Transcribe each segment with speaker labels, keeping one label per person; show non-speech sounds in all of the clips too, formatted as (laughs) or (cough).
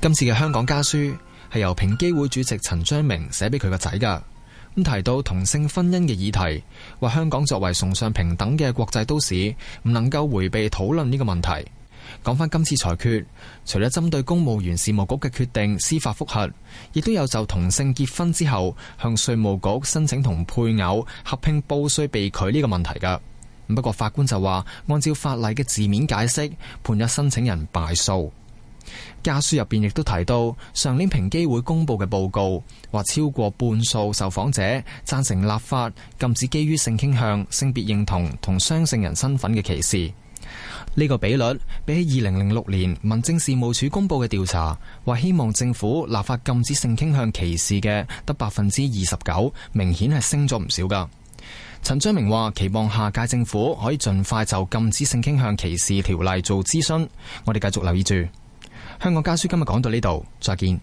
Speaker 1: 今次嘅香港家書係由平機會主席陳章明寫俾佢個仔㗎。咁提到同性婚姻嘅議題，話香港作為崇尚平等嘅國際都市，唔能夠迴避討論呢個問題。講翻今次裁決，除咗針對公務員事務局嘅決定司法覆核，亦都有就同性結婚之後向稅務局申請同配偶合併報稅被拒呢個問題㗎。不過法官就話，按照法例嘅字面解釋，判咗申請人敗訴。家書入邊亦都提到，上年平機會公佈嘅報告話，超過半數受訪者贊成立法禁止基於性傾向、性別認同同雙性人身份嘅歧視。呢個比率比起二零零六年民政事務處公佈嘅調查，話希望政府立法禁止性傾向歧視嘅得百分之二十九，明顯係升咗唔少㗎。陳章明話：期望下屆政府可以盡快就禁止性傾向歧視條例做諮詢，我哋繼續留意住。香港家書今日講到呢度，再見。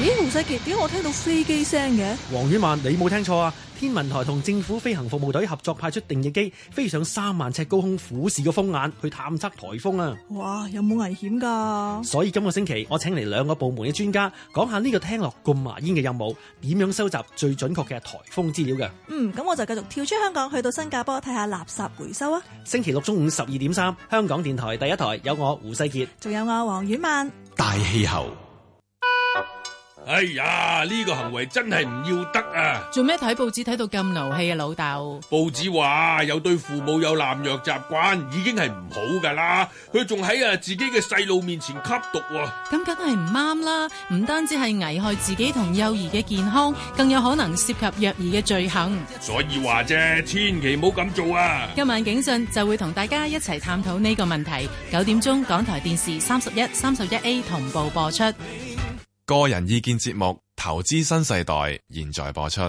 Speaker 2: 咦，洪世傑，點解我聽到飛機聲嘅？
Speaker 3: 黃婉曼，你冇聽錯啊！天文台同政府飛行服務隊合作派出定翼機，飛上三萬尺高空，俯視個風眼去探測颱風啊！
Speaker 2: 哇，有冇危險㗎？
Speaker 3: 所以今個星期我請嚟兩個部門嘅專家，講下呢個聽落咁牙煙嘅任務，點樣收集最準確嘅颱風資料嘅。
Speaker 2: 嗯，咁我就繼續跳出香港，去到新加坡睇下垃圾回收啊！
Speaker 3: 星期六中午十二點三，香港電台第一台有我胡世傑。
Speaker 2: 仲有我啊黃婉曼。
Speaker 4: 大氣候，
Speaker 5: 哎呀，呢個行為真係唔要得啊！
Speaker 6: 做咩睇報紙睇到咁勞氣啊，老豆？
Speaker 5: 報紙話有對父母有濫藥習慣，已經係唔好噶啦。佢仲喺啊自己嘅細路面前吸毒喎、
Speaker 6: 咁梗係唔啱啦！唔單止係危害自己同幼兒嘅健康，更有可能涉及虐兒嘅罪行。
Speaker 5: 所以話啫，千祈唔好咁做啊！
Speaker 6: 今晚警訊就會同大家一齊探討呢個問題。九點鐘，港台電視三十一、三十一 A 同步播出。
Speaker 7: 個人意見節目《投資新世代》現在播出。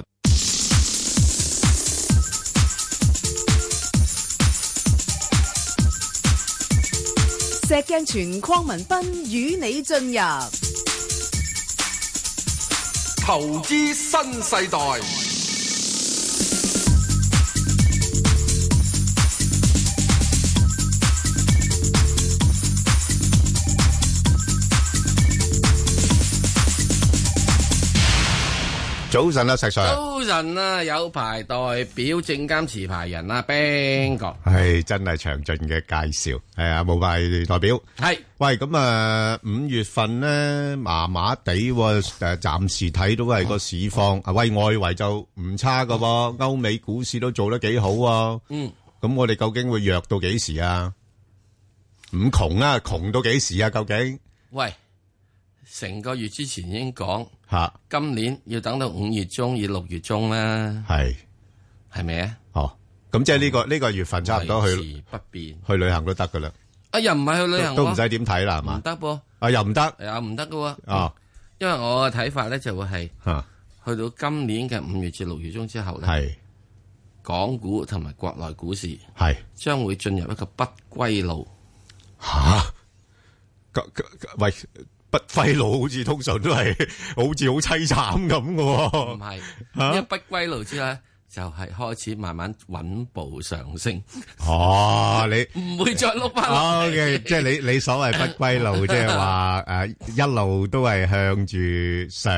Speaker 8: 石鏡泉鄺民彬與你進入
Speaker 4: 投資新世代。
Speaker 9: 早晨啦，石 Sir，
Speaker 10: 早晨啊，有排代表證監持牌人啊，Ben 哥
Speaker 9: 係真係詳盡嘅介紹，係啊，冇牌代表
Speaker 10: 係。
Speaker 9: 喂，咁啊，五月份咧麻麻地喎，誒，暫時睇到係個市況，啊喂，外圍就唔差噶喎，歐美股市都做得幾好啊。
Speaker 10: 嗯，
Speaker 9: 咁我哋究竟會弱到幾時啊？唔窮啊，窮到幾時啊？究竟
Speaker 10: 喂，成個月之前已經講，
Speaker 9: 吓
Speaker 10: 今年要等到五月中至六月中啦，
Speaker 9: 係
Speaker 10: 係咪啊？
Speaker 9: 哦，咁即係呢個呢個月份差唔多
Speaker 10: 維
Speaker 9: 去
Speaker 10: 持不變。
Speaker 9: 去旅行都得噶啦，
Speaker 10: 啊，又唔係去旅行
Speaker 9: 都都唔使
Speaker 10: 喎
Speaker 9: 點睇啦，係
Speaker 10: 唔
Speaker 9: 嘛？
Speaker 10: 得噃，
Speaker 9: 啊，又唔得
Speaker 10: 係啊，唔得噶喎。
Speaker 9: 啊，
Speaker 10: 因為我嘅睇法咧就會係
Speaker 9: 吓
Speaker 10: 去到今年嘅五月至六月中之後咧，
Speaker 9: 係
Speaker 10: 港股同埋國內股市
Speaker 9: 係
Speaker 10: 將會進入一個不歸路。
Speaker 9: 吓，咁咁喂，不費路好似通常都係好似好凄慘咁
Speaker 10: 唔
Speaker 9: 嘅
Speaker 10: 係，
Speaker 9: 啊
Speaker 10: 因為不歸路之後咧，就係開始慢慢穩步上升，
Speaker 9: 喎。哦，你。
Speaker 10: 唔會再碌翻落
Speaker 9: O
Speaker 10: 嚟。
Speaker 9: K，即係你你所謂不歸路，即係
Speaker 10: (laughs)
Speaker 9: 話诶一路都係向住上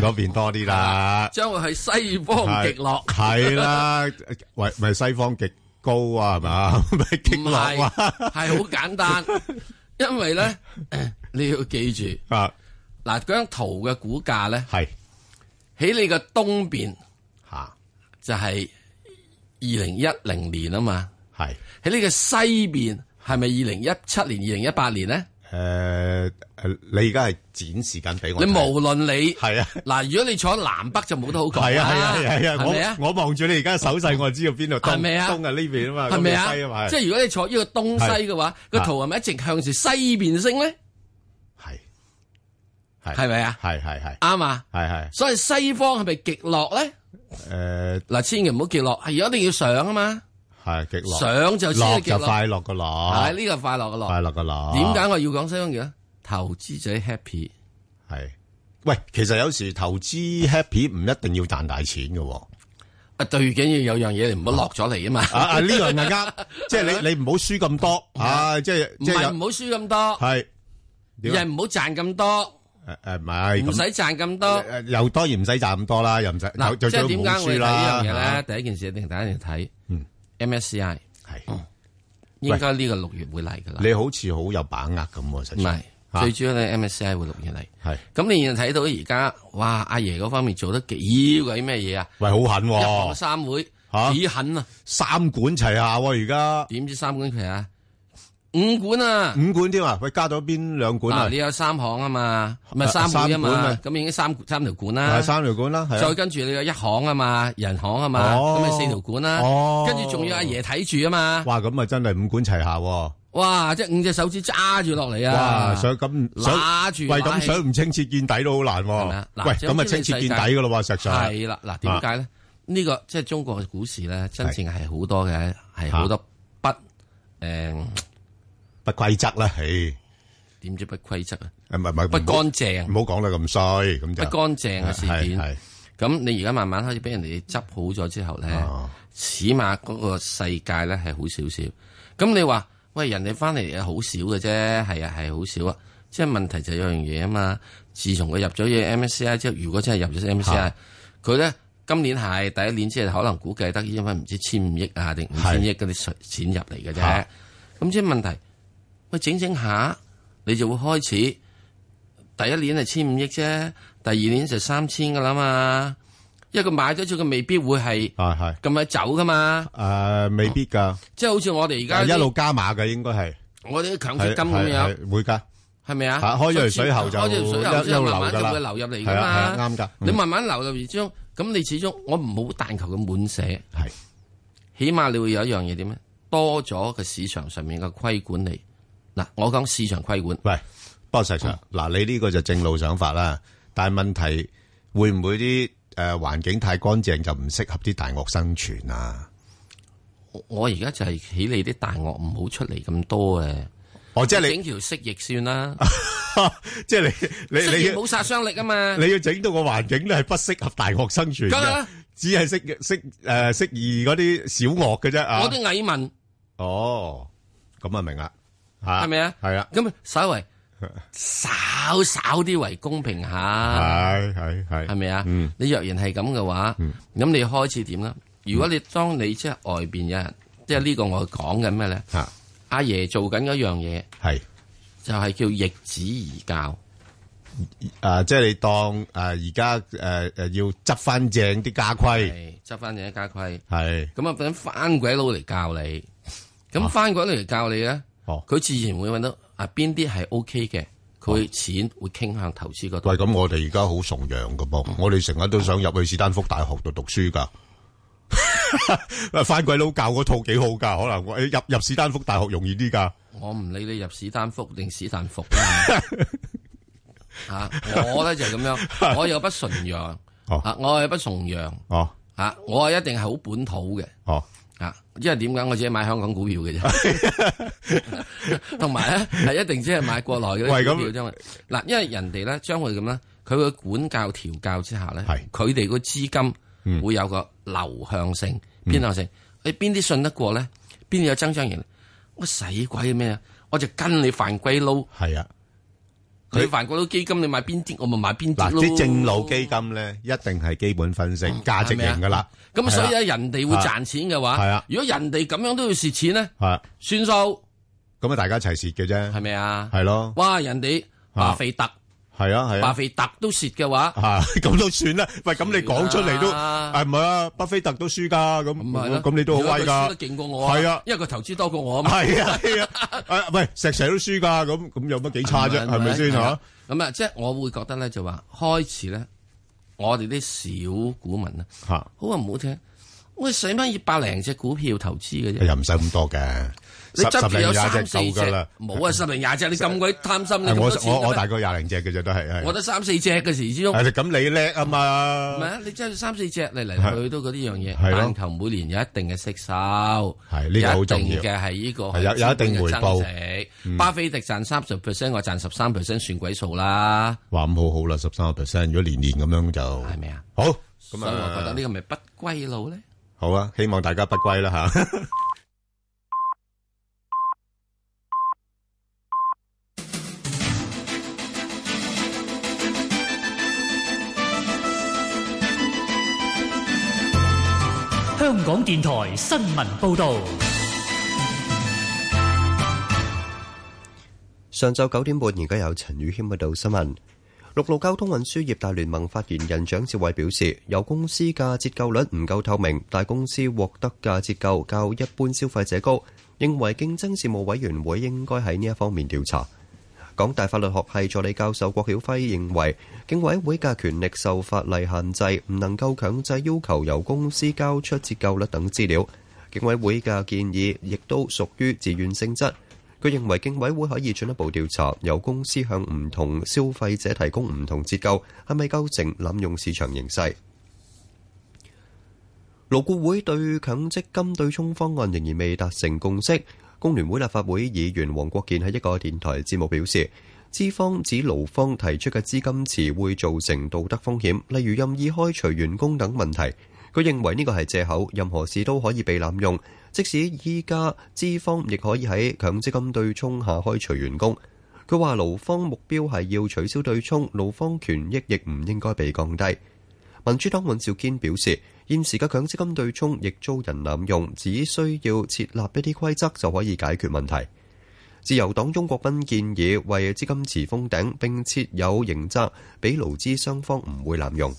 Speaker 9: 嗰邊多
Speaker 10: (laughs)
Speaker 9: 啲啦，
Speaker 10: 將會係西方極樂。
Speaker 9: 係啦，喂，咪西方極高啊，係
Speaker 10: (laughs)
Speaker 9: 嘛，咪極
Speaker 10: 唔
Speaker 9: 落
Speaker 10: 係，
Speaker 9: 啊，
Speaker 10: 係好簡單， (laughs) 因
Speaker 9: (laughs)
Speaker 10: 為咧你要記住
Speaker 9: 啊，
Speaker 10: 嗱，嗰張圖嘅股價咧
Speaker 9: 係
Speaker 10: 喺你嘅東邊
Speaker 9: 吓，
Speaker 10: 就係二零一零年啊嘛，
Speaker 9: 係
Speaker 10: 喺你嘅西邊係咪二零一七年、二零一八年咧？
Speaker 9: 诶诶，你而家係展示緊俾我
Speaker 10: 你
Speaker 9: 睇，
Speaker 10: 無論你
Speaker 9: 係啊。
Speaker 10: 嗱，如果你坐南北就冇得好講啦，
Speaker 9: 係啊，係啊，係啊，
Speaker 10: 係咪啊？
Speaker 9: 我-我望住你而家手勢，我就知道邊度東，
Speaker 10: 係咪啊？
Speaker 9: 東係呢邊啊嘛，
Speaker 10: 係咪啊
Speaker 9: 咁就西啊嘛，係。？
Speaker 10: 即係如果你坐呢個東西嘅話，個
Speaker 9: 係
Speaker 10: 圖係咪一直向住西邊升咧？
Speaker 9: 係。係。
Speaker 10: 係咪啊？
Speaker 9: 係，係，係，係，係。
Speaker 10: 啱啊！所以西方係咪極落咧？
Speaker 9: 誒，係，極樂。
Speaker 10: 嗱，千祈唔好極落，係一定要上啊嘛，上就先係極
Speaker 9: 樂就
Speaker 10: 落，
Speaker 9: 快樂個樂，啊
Speaker 10: 係呢個快樂嘅落。
Speaker 9: 快樂個樂。
Speaker 10: 點解我要講西方嘅？投資者 happy
Speaker 9: 係。喂，其實有時投資happy唔一定要賺大錢㗎喎。啊，啊，呢樣係啱，
Speaker 10: 啊，最緊要有樣嘢你唔好落咗嚟啊嘛，
Speaker 9: 即係你-你唔好輸咁多，啊，即係-
Speaker 10: 唔
Speaker 9: 即係有-
Speaker 10: 係唔好輸咁多，
Speaker 9: 係，點啊
Speaker 10: 又唔好賺咁多，
Speaker 9: 誒，誒，唔係，咁-
Speaker 10: 唔使賺咁多。
Speaker 9: 誒，又當然唔使賺咁多啦，又唔使-
Speaker 10: 嗱，
Speaker 9: 就-
Speaker 10: 即
Speaker 9: 最
Speaker 10: 係
Speaker 9: 緊要
Speaker 10: 點解我
Speaker 9: 唔
Speaker 10: 哋睇
Speaker 9: 好輸啦，
Speaker 10: 呢樣嘢
Speaker 9: 嚇。
Speaker 10: 咧？第一件事一定大家一定睇 MSCI，
Speaker 9: 嗯係
Speaker 10: 嗯應該呢個六月會嚟噶啦。
Speaker 9: 你好似好有把握咁喎，實
Speaker 10: 唔係
Speaker 9: 際嚇
Speaker 10: 最主要咧，MSCI 會六月嚟。
Speaker 9: 係
Speaker 10: 咁你現在睇到而家，哇！阿爺嗰方面做得幾鬼咩嘢啊？
Speaker 9: 喂，好狠
Speaker 10: 一行
Speaker 9: 喎，
Speaker 10: 三會
Speaker 9: 嚇
Speaker 10: 幾狠啊！
Speaker 9: 三管齊下喎，而家
Speaker 10: 點知三管齊啊？五管啊！
Speaker 9: 五管添啊，喂，加咗邊兩管啊
Speaker 10: 嗱，你？有三行啊嘛，唔
Speaker 9: 啊
Speaker 10: 係三會啊
Speaker 9: 三管
Speaker 10: 嘛
Speaker 9: 啊，
Speaker 10: 咁已經三三條管啦
Speaker 9: 係。三條管啦，係啊
Speaker 10: 再跟住你有一行啊嘛，人行啊嘛，
Speaker 9: 哦
Speaker 10: 咁咪四條管啦
Speaker 9: 哦。
Speaker 10: 跟住仲要阿爺睇住啊嘛，
Speaker 9: 哇，咁啊真係五管齊下喎，
Speaker 10: 哇！即係五隻手指揸住落嚟啊，
Speaker 9: 哇，想咁想
Speaker 10: 揦住
Speaker 9: 喂，
Speaker 10: 揦
Speaker 9: 咁
Speaker 10: 起
Speaker 9: 想唔清澈見底都好難
Speaker 10: 係咪
Speaker 9: 喎
Speaker 10: 啊。嗱
Speaker 9: 喂，
Speaker 10: 總之
Speaker 9: 咁啊清澈見底噶咯喎，石 Sir。啊
Speaker 10: 係啦，嗱，點解咧？呢個即係中國嘅股市咧，真正係好多嘅，係
Speaker 9: 嚇
Speaker 10: 好多不誒
Speaker 9: 不規則啦，唉，
Speaker 10: 點知不規則
Speaker 9: 唔
Speaker 10: 啊，
Speaker 9: 係唔係
Speaker 10: 不
Speaker 9: 唔好
Speaker 10: 乾淨
Speaker 9: 唔，好講得咁衰，咁
Speaker 10: 不
Speaker 9: 就
Speaker 10: 乾淨嘅事件。
Speaker 9: 係
Speaker 10: 咁你而家慢慢開始俾人哋執好咗之後咧，
Speaker 9: 哦
Speaker 10: 起碼嗰個世界咧係好少少。咁你話喂人哋翻嚟係好少嘅啫，係啊係好少啊。即係問題就有樣嘢啊嘛。自從佢入咗嘢 MSCI 之後，如果真係入咗 MSCI，佢咧今年係第一年即係可能估計得因為唔知千五億啊定五
Speaker 9: 係
Speaker 10: 千億嗰啲錢入嚟嘅啫
Speaker 9: 嚇。
Speaker 10: 咁即係問題，喂整整下你就會開始。第一年係千五億啫，第二年就三千噶啦嘛。因為佢買咗之後，佢未必會係
Speaker 9: 啊係係
Speaker 10: 咁樣走噶嘛。
Speaker 9: 誒，未必㗎，
Speaker 10: 即係好似我哋而家
Speaker 9: 一
Speaker 10: 啲
Speaker 9: 路加碼嘅應該係
Speaker 10: 我哋啲強積金咁樣，
Speaker 9: 係會㗎。
Speaker 10: 係咪啊？
Speaker 9: 係開咗條水喉就
Speaker 10: 開咗條水
Speaker 9: 一
Speaker 10: 喉之後，
Speaker 9: 一路流
Speaker 10: 慢慢
Speaker 9: 㗎啦
Speaker 10: 就會流入嚟
Speaker 9: 係
Speaker 10: 噶
Speaker 9: 啊係
Speaker 10: 嘛。
Speaker 9: 啊啱㗎嗯
Speaker 10: 你慢慢流入嚟之中，咁你始終我唔好但求佢滿寫，
Speaker 9: 係
Speaker 10: 起碼你會有一樣嘢點咧？多咗嘅市場上面嘅規管嚟。嗱，我講市場規管，嗯
Speaker 9: 喂，不過石 Sir，嗱、你呢個就正路想法啦，但係問題會唔會啲诶環境太乾淨就唔適合啲大鱷生存啊？
Speaker 10: 我我而家就係起你啲大鱷唔好出嚟咁多嘅。
Speaker 9: 哦，即係
Speaker 10: 整條蜥蜴算啦，
Speaker 9: 你， (laughs) 即係你，
Speaker 10: 蜥
Speaker 9: 你
Speaker 10: 蜴
Speaker 9: 你
Speaker 10: 冇殺傷力啊嘛。
Speaker 9: 你要整到個環境咧係不適合大鱷生存
Speaker 10: 梗係啦
Speaker 9: 嘅，只係適適诶适宜嗰啲小鱷嘅啫啊
Speaker 10: 我。啲蟻民
Speaker 9: 哦，咁啊明啦，吓
Speaker 10: 係咪啊？
Speaker 9: 係啊，
Speaker 10: 咁
Speaker 9: (laughs)
Speaker 10: 稍為稍稍啲為公平下，
Speaker 9: 係係係，
Speaker 10: 係咪啊
Speaker 9: 嗯？
Speaker 10: 你若然係咁嘅話，咁你開始點啦？如
Speaker 9: 嗯
Speaker 10: 果你當你即係外邊有人，即係呢個我講緊咩咧？
Speaker 9: 吓
Speaker 10: 阿爺做緊嗰樣嘢
Speaker 9: 係
Speaker 10: 就係叫逆子而教，
Speaker 9: 诶，即係你當诶而家诶诶要執翻正啲家規
Speaker 10: 係執翻你一家規，
Speaker 9: 係
Speaker 10: 咁啊等翻鬼佬嚟教你，咁翻鬼佬嚟教你咧，
Speaker 9: 哦。
Speaker 10: 佢自然會揾到啊邊啲係 O K 嘅，
Speaker 9: 哦
Speaker 10: 佢錢會傾向投資嗰度。
Speaker 9: 喂，咁我哋而家好崇洋噶噃，我哋成日都想入去士丹福大學度讀書 (laughs) 噶。翻鬼佬教嗰套幾好噶，可能我入入士丹福大學容易啲噶。
Speaker 10: 我唔理你入史丹福定史丹福啦。
Speaker 9: (laughs)
Speaker 10: 啊，我咧就係咁樣，我又不崇洋，
Speaker 9: 哦
Speaker 10: 啊，我又不崇洋，
Speaker 9: 哦
Speaker 10: 啊，我係一定係好本土嘅，
Speaker 9: 哦，
Speaker 10: 啊，因為點解我自己買香港股
Speaker 9: (laughs)
Speaker 10: 票 (laughs) 嘅啫， (laughs) 同埋咧係一定只係買國內嘅
Speaker 9: 喂
Speaker 10: 啲
Speaker 9: 咁
Speaker 10: 股票啫嘛。嗱，因為人哋咧將會咁咧，佢嘅管教調教之下咧
Speaker 9: 係，嗯
Speaker 10: 佢哋個資金會有個流向性、偏向性。你邊啲信得過咧？邊啲有增長型？我使鬼咩啊？我就跟你犯鬼佬。
Speaker 9: 係啊，佢
Speaker 10: 你凡嗰啲基金，你買邊啲，我咪買邊
Speaker 9: 嗱，
Speaker 10: 啲咯。
Speaker 9: 啲正路基金咧，一定係基本分析、
Speaker 10: 哦
Speaker 9: 價值型噶啦。
Speaker 10: 啊
Speaker 9: 啊
Speaker 10: 咁所以咧，人哋會賺錢嘅話，
Speaker 9: 係啊
Speaker 10: 如果人哋咁樣都要蝕錢咧，
Speaker 9: 係啊，
Speaker 10: 算數
Speaker 9: 咁啊，大家一齊蝕嘅
Speaker 10: 係
Speaker 9: 啫。
Speaker 10: 咪啊？
Speaker 9: 係咯，啊
Speaker 10: 哇！人哋巴菲特，
Speaker 9: 係啊，係
Speaker 10: 巴
Speaker 9: 啊。
Speaker 10: 菲特都蝕嘅話，
Speaker 9: 啊， (laughs) 咁都算啦。喂，咁你講出嚟都，
Speaker 10: 算啦
Speaker 9: 誒唔係啊，巴菲特都輸噶，咁
Speaker 10: 咁咪咯。
Speaker 9: 咁你都好威
Speaker 10: 如
Speaker 9: 㗎
Speaker 10: 果佢輸。得勁過我，
Speaker 9: 係啊
Speaker 10: 因為佢投資多過我啊嘛。
Speaker 9: 系啊系啊，诶喂，石石都輸㗎，咁咁有乜幾差啫？係咪先
Speaker 10: 係
Speaker 9: 吓
Speaker 10: 啊？？咁啊，即係我會覺得咧，就話開始咧，我哋啲小股民咧，
Speaker 9: 吓
Speaker 10: 好啊話唔好聽，我使乜二百零隻股票投資嘅啫。
Speaker 9: 哎又唔使咁多嘅，
Speaker 10: 你
Speaker 9: 十
Speaker 10: 執
Speaker 9: 十
Speaker 10: 住
Speaker 9: 零
Speaker 10: 有
Speaker 9: 廿隻
Speaker 10: 三四
Speaker 9: 夠㗎啦 (laughs)
Speaker 10: 隻，。冇啊，十零廿隻，你咁鬼貪心，你
Speaker 9: 係
Speaker 10: 咁
Speaker 9: 我
Speaker 10: 多錢
Speaker 9: 我我
Speaker 10: 嘅
Speaker 9: 大
Speaker 10: 咩
Speaker 9: 概廿零隻嘅啫，都係
Speaker 10: 我
Speaker 9: 係。
Speaker 10: 得三四隻嘅時之中，
Speaker 9: 係啦咁你叻啊
Speaker 10: 唔係
Speaker 9: 嘛，
Speaker 10: 啊，你真係三四隻嚟嚟去去都嗰啲樣嘢，
Speaker 9: 係咯
Speaker 10: 但求每年有一定嘅息收，係
Speaker 9: 呢個好重要
Speaker 10: 嘅係呢個
Speaker 9: 係有有一定回報嗯
Speaker 10: 資本嘅增值。巴菲特賺三十 percent，我賺十三 percent 算鬼數啦，
Speaker 9: 哇咁好好啦，十三個 percent，如果年年咁樣就
Speaker 10: 係咪啊？
Speaker 9: 好
Speaker 10: 所以
Speaker 9: 咁
Speaker 10: 我覺得
Speaker 9: 啊
Speaker 10: 呢，個咪不歸路咧。
Speaker 9: 好啊，希望大家不歸啦吓。
Speaker 11: Hãy subscribe cho kênh Ghiền Mì Gõ Để không bỏ lỡ 香港電台新聞報道。
Speaker 12: 上晝九點半，而家有陳宇謙報道新聞。陸路交通運輸業大聯盟發言人蔣志偉表示，有公司嘅折扣率唔夠透明，大公司獲得嘅折扣較一般消費者高，認為競爭事務委員會應該喺呢一方面調查。港大法律學系助理教授郭曉輝認為，競委會嘅權力受法例限制，唔能夠強制要求由公司交出折扣率等資料。競委會嘅建議亦都屬於自願性質。佢認為競委會可以進一步調查，由公司向唔同消費者提供唔同折扣，係咪構成濫用市場形勢？勞顧會對強積金對沖方案仍然未達成共識。工聯會立法會議員黃國健喺一個電台節目表示，資方指勞方提出嘅資金池會造成道德風險，例如任意開除員工等問題。佢認為呢個係借口，任何事都可以被濫用。即使依家資方亦可以喺強積金對沖下開除員工。佢話勞方目標係要取消對沖，勞方權益亦唔應該被降低。民主黨尹兆堅表示，現時嘅強積金對沖亦遭人濫用，只需要設立一啲規則就可以解決問題。自由黨鍾國斌建議為資金池封頂，並設有刑責，俾勞資雙方唔會濫用。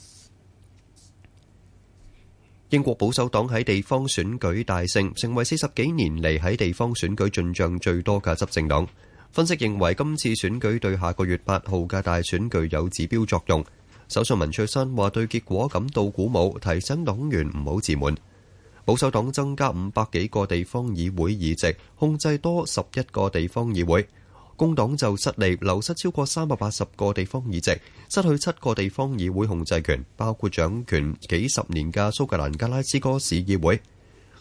Speaker 12: 英國保守黨喺地方選舉大勝，成為四十幾年嚟喺地方選舉進帳最多嘅執政黨。分析認為今次選舉對下個月八號嘅大選具有指標作用。首相文翠珊話對結果感到鼓舞，提醒黨員唔好自滿。保守黨增加五百幾個地方議會議席，控制多十一個地方議會。工黨就失利，流失超過三百八十個地方議席，失去七個地方議會控制權，包括掌權幾十年嘅蘇格蘭格拉斯哥市議會。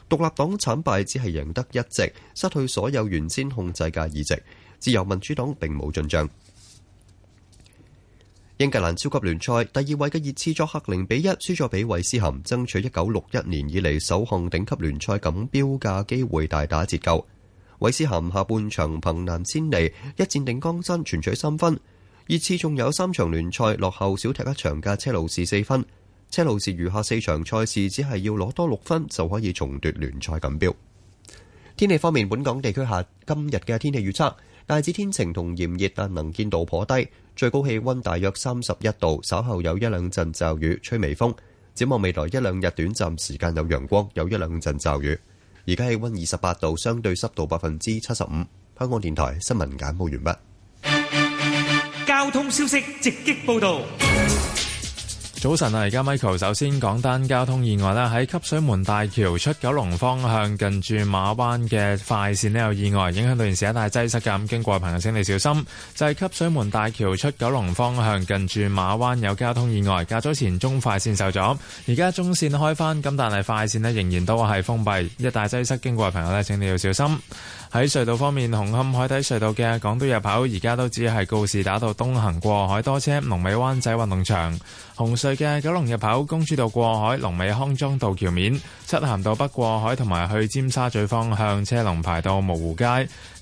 Speaker 12: 獨立黨慘敗，只係贏得一席，失去所有原先控制嘅議席。自由民主黨並冇進帳。英格蘭超級聯賽第二位嘅熱刺作客零比一輸咗俾韋斯咸，爭取一九六一年以嚟首項頂級聯賽錦標嘅機會大打折扣。韋斯咸下半場憑南先尼一戰定江山，全取三分。熱刺仲有三場聯賽落後少踢一場嘅車路士四分，車路士餘下四場賽事只係要攞多六分就可以重奪聯賽錦標。天氣方面，本港地區下今日嘅天氣預測大致天晴同炎熱，但能見度頗低，最高氣温大約三十一度，稍後有一兩陣驟雨，吹微風。展望未來一兩日，短暫時間有陽光，有一兩陣驟雨。而家氣温二十八度，相對濕度百分之七十五。香港電台新聞簡報完
Speaker 11: 畢。交通消息直擊報道。
Speaker 7: 早晨啊，而家 Michael 首先講單交通意外啦，喺汲水門大橋出九龍方向近住馬灣嘅快線呢，有意外，影響到現時一帶擠塞㗎，咁經過嘅朋友請你小心。就係汲水門大橋出九龍方向近住馬灣有交通意外，較早前中快線受阻，而家中線開返，咁但係快線呢仍然都係封閉，一帶擠塞經過嘅朋友呢，請你要小心。喺隧道方面，紅磡海底隧道嘅港島入口而家都只係告士打道東行過海多車，龍尾灣仔運動場；紅隧嘅九龍入口公主道過海，龍尾康莊道橋面；漆咸道北過海同埋去尖沙咀方向車龍排到蕪湖街；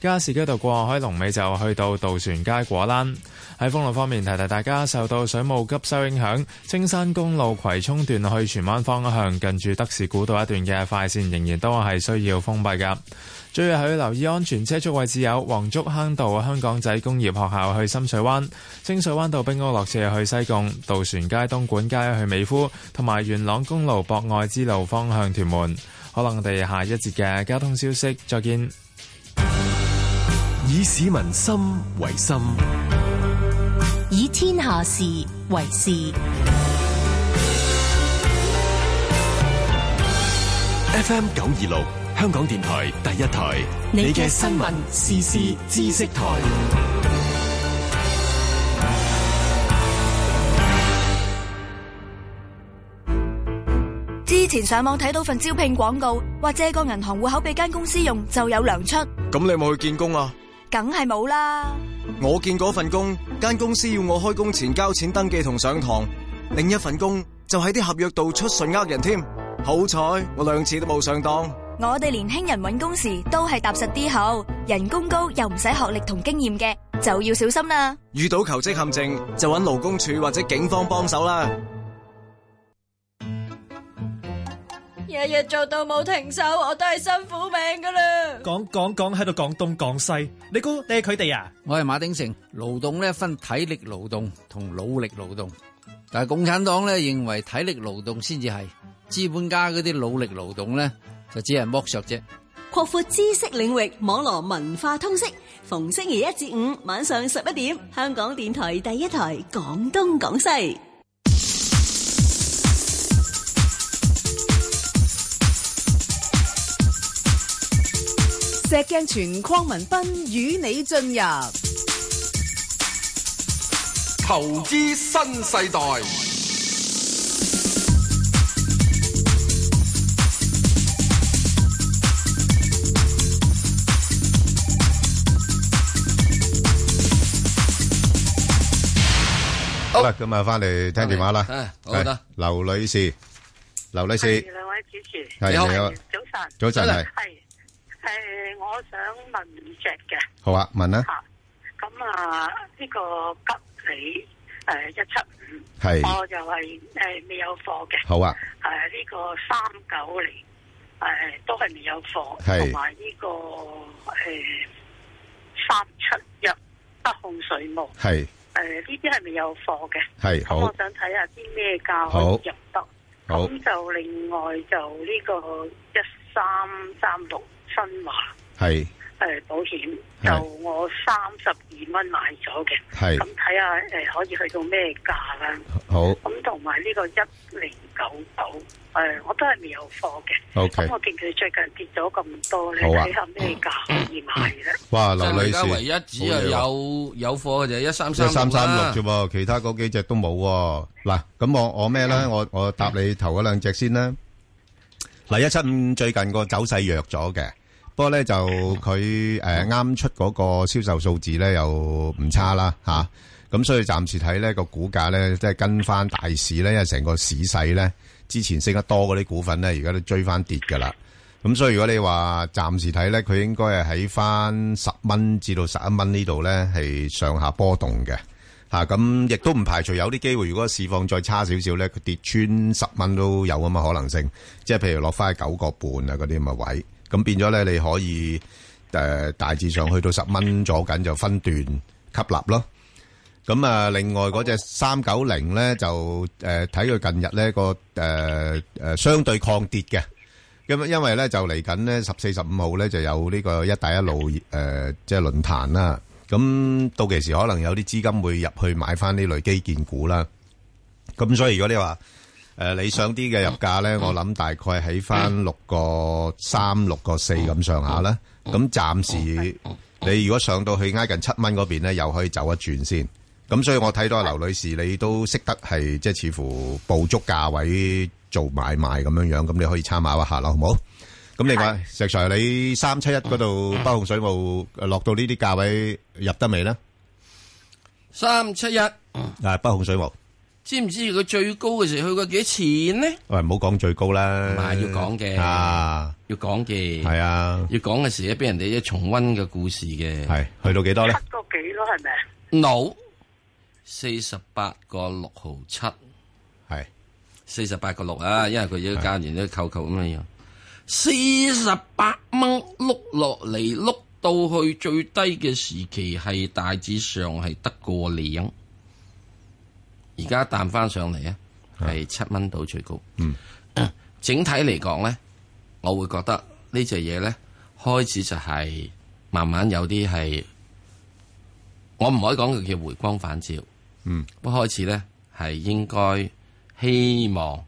Speaker 7: 加士居道過海龍尾就去到渡船街果欄。喺封路方面，提提大家受到水務急修影響，青山公路葵涌段去荃灣方向近住德士古道一段嘅快線仍然都係需要封閉㗎。最後要留意安全車速位置有黃竹坑道香港仔工業學校去深水灣、清水灣道冰屋落斜去西貢、渡船街東莞街去美孚，同埋元朗公路博愛之路方向屯門。可能我哋下一節嘅交通消息再見。
Speaker 13: 以市民心為心，
Speaker 14: 以天下事為事。
Speaker 13: FM 九二六。香港電台第一台，你嘅新聞時事知識台。
Speaker 15: 之前上網睇到份招聘廣告，話借個銀行戶口俾間公司用就有糧出。
Speaker 16: 咁你有冇去見工啊？
Speaker 15: 梗係冇啦。
Speaker 16: 我見嗰份工，間公司要我開工前交錢登記同上堂，另一份工就喺啲合約度出信呃人添。好彩我兩次都冇上當。
Speaker 15: 我哋年輕人揾工時都係踏實啲好，人工高又唔使學歷同經驗嘅，就要小心啦。
Speaker 16: 遇到求職陷阱就揾勞工處或者警方幫手啦。
Speaker 17: 日日做到冇停手，我都係辛苦命噶啦。
Speaker 3: 講講講喺度講東講西，你估你係佢哋啊？
Speaker 18: 我係馬鼎盛，勞動咧分體力勞動同腦力勞動，但係共產黨咧認為體力勞動先至係，資本家嗰啲腦力勞動咧就只係剝削啫。
Speaker 19: 擴闊知識領域，網羅文化通識。逢星期一至五晚上十一點，香港電台第一台廣東廣西。
Speaker 8: 石鏡泉鄺民彬與你進入
Speaker 11: 投資新世代，
Speaker 9: (laughs) 好啦，咁啊，翻嚟聽電話啦。
Speaker 10: 係好
Speaker 9: 係
Speaker 10: 得
Speaker 9: 劉女士，劉女士
Speaker 20: 係，兩位主持，
Speaker 9: 係你好
Speaker 20: 早晨，
Speaker 9: 早晨係
Speaker 20: 係誒，我想問五隻嘅，
Speaker 9: 好啊，問啊，
Speaker 20: 嚇咁啊，呢個吉利誒一七五，
Speaker 9: 係
Speaker 20: 我就係誒未有貨嘅，
Speaker 9: 好啊，
Speaker 20: 誒呢個三九零誒都係未有貨，
Speaker 9: 係
Speaker 20: 同埋呢個誒三七一北控水務，
Speaker 9: 係
Speaker 20: 誒呢啲係未有貨嘅，
Speaker 9: 係
Speaker 20: 咁
Speaker 9: 好
Speaker 20: 我想睇下啲咩價可
Speaker 9: 好
Speaker 20: 以入得。
Speaker 9: 好
Speaker 20: 咁就另外就呢個一三三六新華
Speaker 9: 係
Speaker 20: 誒保險，
Speaker 9: 係
Speaker 20: 就我三十二蚊買咗嘅，
Speaker 9: 係
Speaker 20: 咁睇下誒可以去到咩價啦。
Speaker 9: 好
Speaker 20: 咁同埋呢個一零九九誒，我都係未有貨嘅。
Speaker 9: OK
Speaker 20: 咁我見佢最近跌咗咁多咧，
Speaker 9: 好啊嗯
Speaker 20: 睇下咩價可以買咧。
Speaker 9: 哇，啊劉
Speaker 10: 而
Speaker 9: 女
Speaker 10: 家
Speaker 9: 士，
Speaker 10: 唯一只
Speaker 9: 好嘢
Speaker 10: 有
Speaker 9: 喎
Speaker 10: 有有貨嘅就係一三
Speaker 9: 一三三
Speaker 10: 啦
Speaker 9: 六啫喎，其他嗰幾隻都冇喎。嗱，咁我我咩
Speaker 10: 嗯
Speaker 9: 咧？我我答你頭嗰兩隻先啦。嗱，一七五最近個走勢弱咗嘅，不過咧就
Speaker 10: 嗯
Speaker 9: 佢誒啱出嗰個銷售數字咧又唔差啦嚇。咁、所以暫時睇咧個股價咧，即係跟翻大市咧，因為成個市勢咧，之前升得多嗰啲股份咧，而家都追翻跌㗎啦。咁所以如果你話暫時睇咧，佢應該係喺翻十蚊至到十一蚊呢度咧，係上下波動嘅嚇。咁、亦都唔排除有啲機會，如果市況再差少少咧，佢跌穿十蚊都有咁嘅可能性。即係譬如落翻去九個半啊嗰啲咁嘅位，咁變咗咧你可以誒、呃大致上去到十蚊左緊就分段吸納咯。咁啊，另外嗰只三九零咧就誒睇佢近日咧個誒誒相對抗跌嘅，因因為咧就嚟緊咧十四十五號咧就有呢個一帶一路誒、呃即係論壇啦，咁到期時可能有啲資金會入去買翻呢類基建股啦，咁所以如果你話誒、呃理想啲嘅入價咧，我諗大概喺翻六個三六個四咁上下啦，咁暫時。你如果上到去挨近七蚊嗰邊咧，又可以走一轉先。咁所以我睇到阿劉女士，你都識得係即係似乎捕捉價位做買賣咁樣樣，咁你可以參考一下啦，好唔好？咁另外，石 Sir，你三七一嗰度北控水務呃落到呢啲價位入得未呢？
Speaker 10: 三七一，
Speaker 9: 啊，北控水務，
Speaker 10: 知唔知佢最高嘅時候去過幾多錢呢？
Speaker 9: 喂，唔好講最高啦，
Speaker 10: 唔係要講嘅
Speaker 9: 啊，
Speaker 10: 要講嘅，
Speaker 9: 係啊，
Speaker 10: 要講嘅時咧，俾人哋一重温嘅故事嘅，
Speaker 9: 係去到幾多咧？
Speaker 20: 個幾咯，係咪啊？
Speaker 10: ？No，四十八個六毫七，
Speaker 9: 係
Speaker 10: 四十八個六啊，因為佢要加完啲扣扣咁樣樣，四十八蚊碌落嚟碌到去最低嘅時期係大致上係得個零，而家彈翻上嚟啊，係七蚊到最高。
Speaker 9: 嗯，
Speaker 10: (coughs) 整體嚟講咧，我會覺得呢隻嘢咧開始就係慢慢有啲係，我唔可以講佢叫回光返照。
Speaker 9: 嗯，
Speaker 10: 不過開始咧係應該希望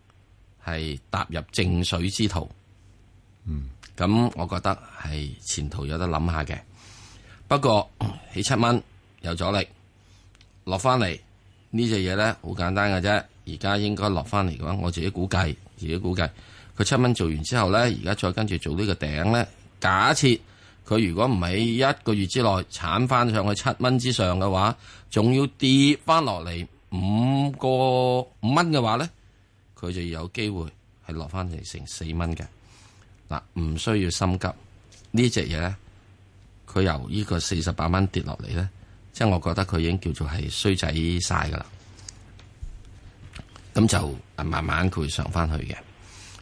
Speaker 10: 係踏入正水之途。
Speaker 9: 嗯，
Speaker 10: 咁我覺得係前途有得諗下嘅。不過起七蚊有阻力，落翻嚟呢隻嘢咧好簡單嘅啫。而家應該落翻嚟嘅話，我自己估計，自己估計佢七蚊做完之後咧，而家再跟住做呢個頂咧。假設佢如果唔喺一個月之內鏟翻上去七蚊之上嘅話，仲要跌翻落嚟五個五蚊嘅話咧，佢就有機會係落翻嚟成四蚊嘅。嗱，唔需要心急，呢只嘢咧，佢由呢個四十八蚊跌落嚟咧，即係我覺得佢已經叫做係衰仔晒噶啦。咁就慢慢佢會上翻去嘅。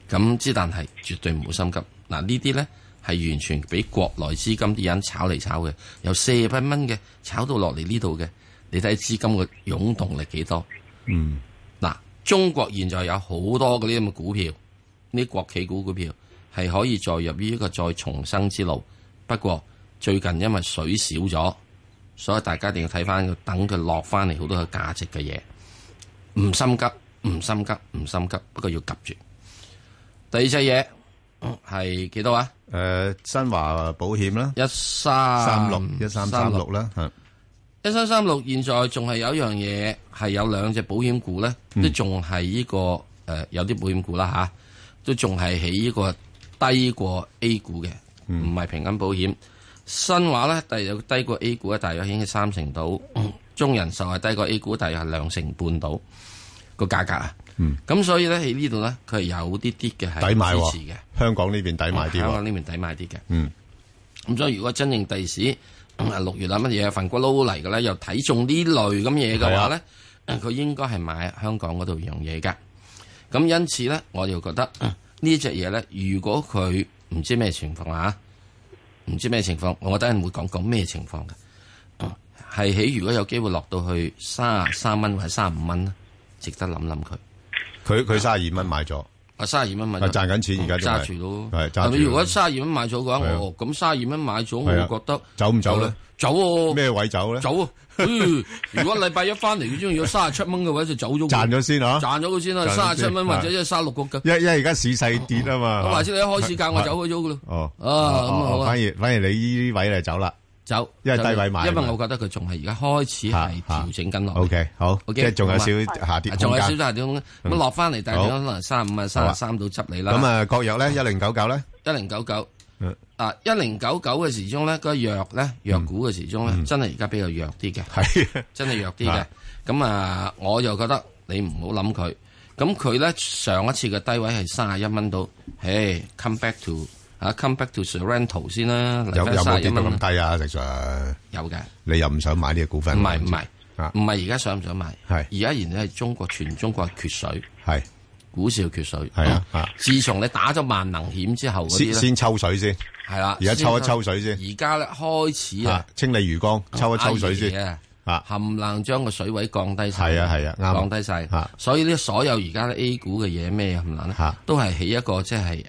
Speaker 10: 咁之但係絕對唔好心急。嗱呢啲呢係完全俾國內資金啲人炒嚟炒嘅，由四十八蚊嘅炒到落嚟呢度嘅，你睇資金嘅湧動力幾多？
Speaker 9: 嗯，
Speaker 10: 嗱，中國現在有好多嗰啲咁嘅股票，呢啲國企股股票係可以再入於一個再重生之路。不過最近因為水少咗，所以大家一定要睇翻佢，等佢落翻嚟好多嘅價值嘅嘢，唔心急，唔心急，唔心急。不過要急住。第二隻嘢係幾多啊？
Speaker 9: 诶，新華保險啦，
Speaker 10: 一三
Speaker 9: 三六一三三六啦，係
Speaker 10: 一三三六現在仲係有一樣嘢係有兩隻保險股咧，
Speaker 9: 嗯
Speaker 10: 都仲係呢個誒、呃有啲保險股啦吓，都仲係喺呢個低過 A 股嘅，
Speaker 9: 嗯
Speaker 10: 唔係平安保險。新華咧，第有低過 A 股咧，大約應該三
Speaker 9: (coughs)
Speaker 10: 成到；中人壽係低過 A 股，大約係兩成半到個價格啊。咁、所以咧喺呢度咧，佢係有啲啲嘅係
Speaker 9: 嗯抵買
Speaker 10: 支持嘅
Speaker 9: 喎，，香港呢邊抵買啲
Speaker 10: 香港
Speaker 9: 喎，
Speaker 10: 呢邊抵買啲嘅。
Speaker 9: 嗯，
Speaker 10: 咁所以如果真正第時啊六月啊乜嘢份骨佬嚟嘅咧，又睇中呢類咁嘢嘅
Speaker 9: 啊
Speaker 10: 話咧，嗯佢應該係買香港嗰度樣嘢嘅。咁因此咧，我就覺得啊呢只嘢咧，如果佢唔知咩情況啊，唔知咩情況，我等陣會講講咩情況嘅。啊係喺如果有機會落到去三十三蚊或者三十五蚊咧，值得諗諗佢。
Speaker 9: 佢佢三十二蚊買咗，
Speaker 10: 啊三十二蚊買
Speaker 9: 啊
Speaker 10: 咗，
Speaker 9: 賺緊錢而家仲
Speaker 10: 揸
Speaker 9: 係
Speaker 10: 住咯，
Speaker 9: 係揸
Speaker 10: 但
Speaker 9: 住
Speaker 10: 係如果三十二蚊買咗嘅話，
Speaker 9: 係啊
Speaker 10: 我咁三十二蚊買咗，我
Speaker 9: 係啊
Speaker 10: 會覺得
Speaker 9: 走唔走咧？
Speaker 10: 走喎，
Speaker 9: 咩位走咧？(laughs)
Speaker 10: 走啊！嗯如果禮拜一翻嚟，如果三十七蚊嘅話，就走咗佢，
Speaker 9: 賺咗先啊
Speaker 10: 賺咗佢先啦，
Speaker 9: 賺
Speaker 10: 三
Speaker 9: 咗
Speaker 10: 十
Speaker 9: 先
Speaker 10: 七蚊或者
Speaker 9: 係
Speaker 10: 即係三十六個嘅。
Speaker 9: 因因為而家市勢跌啊嘛，
Speaker 10: 咁或者你一開始價
Speaker 9: Ờ,
Speaker 10: 我走咗咗嘅咯。
Speaker 9: 哦，
Speaker 10: 啊咁啊好
Speaker 9: 哦
Speaker 10: 啊
Speaker 9: 反而反而你呢位嚟走啦，
Speaker 10: 走，
Speaker 9: 因為低位買啊嘛，
Speaker 10: 因為我覺得佢仲係而家開始係調整緊落嚟。
Speaker 9: O K，好，即
Speaker 10: OK，
Speaker 9: 係仲有少
Speaker 10: 好嘛
Speaker 9: 下跌
Speaker 10: 啊
Speaker 9: 空
Speaker 10: 仲有少
Speaker 9: 間
Speaker 10: 少下跌空間。咁
Speaker 9: 嗯
Speaker 10: 落翻嚟，大概
Speaker 9: 好
Speaker 10: 可能三五啊、
Speaker 9: 好
Speaker 10: 三
Speaker 9: 啊
Speaker 10: 十三到執你啦。
Speaker 9: 咁啊，國藥咧一零九九咧，
Speaker 10: 一零九九
Speaker 9: 嗯。
Speaker 10: 啊，一零九九嘅時鐘咧，個藥咧，藥股嘅時鐘咧，真係而家比較弱啲嘅，
Speaker 9: 嗯 (laughs) 係
Speaker 10: 真係弱啲嘅
Speaker 9: 啊。
Speaker 10: 咁啊，我就覺得你唔好諗佢。咁佢咧上一次嘅低位係三十一蚊到，唉，come back to 啊，come back to Sorrento 先啦，
Speaker 9: 有
Speaker 10: 嚟
Speaker 9: 有
Speaker 10: 翻
Speaker 9: 冇
Speaker 10: 三十
Speaker 9: 跌
Speaker 10: 一
Speaker 9: 到
Speaker 10: 蚊
Speaker 9: 咁
Speaker 10: 啦。
Speaker 9: 低啊？石 Sir，
Speaker 10: 有嘅，
Speaker 9: 你又唔想買呢個股份？
Speaker 10: 唔係唔係
Speaker 9: 啊，
Speaker 10: 唔係而家想唔想買？
Speaker 9: 係
Speaker 10: 而家而家係中國全中國缺水，
Speaker 9: 係
Speaker 10: 股市缺水。哦
Speaker 9: 係啊啊！
Speaker 10: 自從你打咗萬能險之後嗰啲
Speaker 9: 先
Speaker 10: 呢
Speaker 9: 先抽水先，
Speaker 10: 係啦，
Speaker 9: 而家抽一抽水先，
Speaker 10: 而家咧開始
Speaker 9: 啊
Speaker 10: 啊，，
Speaker 9: 清理魚缸，抽一抽水
Speaker 10: 阿爺
Speaker 9: 先
Speaker 10: 啊，
Speaker 9: 啊，
Speaker 10: 冚唪唥將個水位降低晒。
Speaker 9: 係啊係啊啱啊
Speaker 10: 降低晒。
Speaker 9: 啊
Speaker 10: 所以呢，所有而家咧 A 股嘅嘢咩冚唪唥咧，都係喺一個即係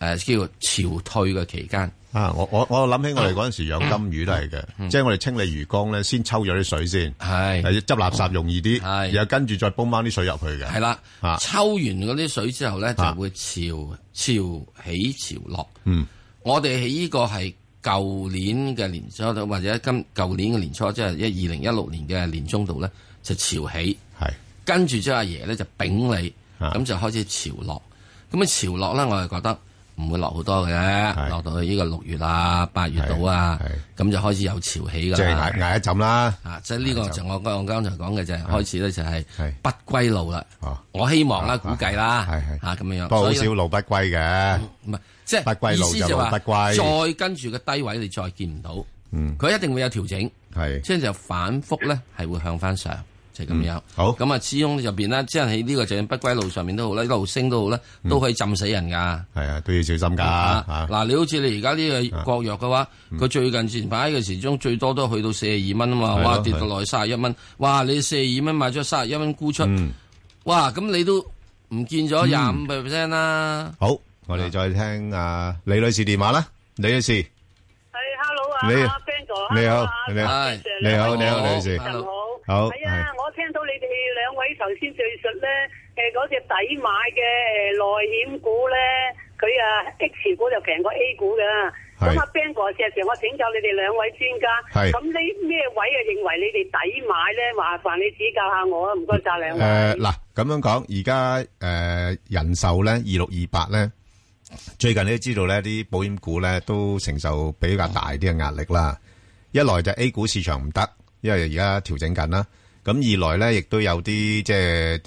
Speaker 10: 誒誒叫做潮退嘅期間。
Speaker 9: 啊，我我我諗起我哋嗰阵时养金魚都係嘅，
Speaker 10: 嗯
Speaker 9: 即係我哋清理魚缸咧，先抽咗啲水先，
Speaker 10: 係
Speaker 9: 係執垃圾容易啲，
Speaker 10: 係
Speaker 9: 然後跟住再泵翻啲水入去嘅，
Speaker 10: 係啦
Speaker 9: 啊，
Speaker 10: 抽完嗰啲水之後咧，就會潮潮起潮落。
Speaker 9: 嗯，
Speaker 10: 我哋喺呢個係舊年嘅年初，或者今舊年嘅年初，即係一二零一六年嘅年中度咧，就潮起，
Speaker 9: 係啊
Speaker 10: 跟住之後阿爺咧就丙你，咁就開始潮落。咁啊潮落咧，我就覺得唔會落好多嘅，落到去呢個六月啊、八月度啊，咁就開始有潮起㗎啦。
Speaker 9: 即係捱捱一陣啦，
Speaker 10: 啊，即係呢個就我我剛才講嘅就係
Speaker 9: 係
Speaker 10: 開始咧就係
Speaker 9: 係
Speaker 10: 不歸路啦。
Speaker 9: 啊
Speaker 10: 我希望啦，估計啦，嚇咁樣樣。
Speaker 9: 不過好
Speaker 10: 所以
Speaker 9: 少
Speaker 10: 呢
Speaker 9: 路不歸嘅，
Speaker 10: 唔係即係
Speaker 9: 不歸路
Speaker 10: 意
Speaker 9: 就
Speaker 10: 思就
Speaker 9: 路
Speaker 10: 話
Speaker 9: 不歸，
Speaker 10: 再跟住個低位你再見唔到，
Speaker 9: 嗯
Speaker 10: 佢一定會有調整，
Speaker 9: 係
Speaker 10: 即係就反覆咧係會向翻上，就係咁樣
Speaker 9: 嗯。好
Speaker 10: 咁啊，始終入邊咧，即係喺呢個就算不歸路上面都好啦，一路升都好啦，都可以浸死人㗎。
Speaker 9: 嗯係啊，嗯都要小心㗎
Speaker 10: 啊
Speaker 9: 嚇。
Speaker 10: 嗱，你好似你而家呢個國藥嘅話，佢最近前排嘅時鐘最多都去到四十二蚊啊嘛，
Speaker 9: 係咯
Speaker 10: 哇跌到落去三十一蚊，哇你四十二蚊買咗三十一蚊沽出，
Speaker 9: 嗯
Speaker 10: 哇咁你都唔見咗廿五 percent 啦。
Speaker 9: 好，我哋再聽啊李女士電話啦，李女士，
Speaker 1: hello 啊，
Speaker 9: 你
Speaker 1: 阿 Ben 哥，
Speaker 9: 你
Speaker 1: hello
Speaker 9: 好
Speaker 1: 啊，
Speaker 9: 你好
Speaker 1: 阿 Ben
Speaker 9: 你好
Speaker 1: Sir，
Speaker 9: 你好李女士
Speaker 1: 早晨好，
Speaker 9: 好
Speaker 1: 係啊，我聽到你哋兩位頭先敘述咧，誒嗰隻抵買嘅誒內險股咧，佢啊 H 股就平過 A 股㗎。咁阿 Ben 哥、石 Sir，我請教你哋兩位專家，
Speaker 9: 係
Speaker 1: 咁呢咩位啊認為你哋抵買咧？麻煩你指教下我啊，唔該晒兩位。
Speaker 9: 诶，嗱咁樣講，而家诶人壽咧，二六二八咧，最近你都知道咧，啲保險股咧都承受比較大啲嘅壓力啦。一來就 A 股市場唔得，因為而家調整緊啦。咁二來咧，亦都有啲即係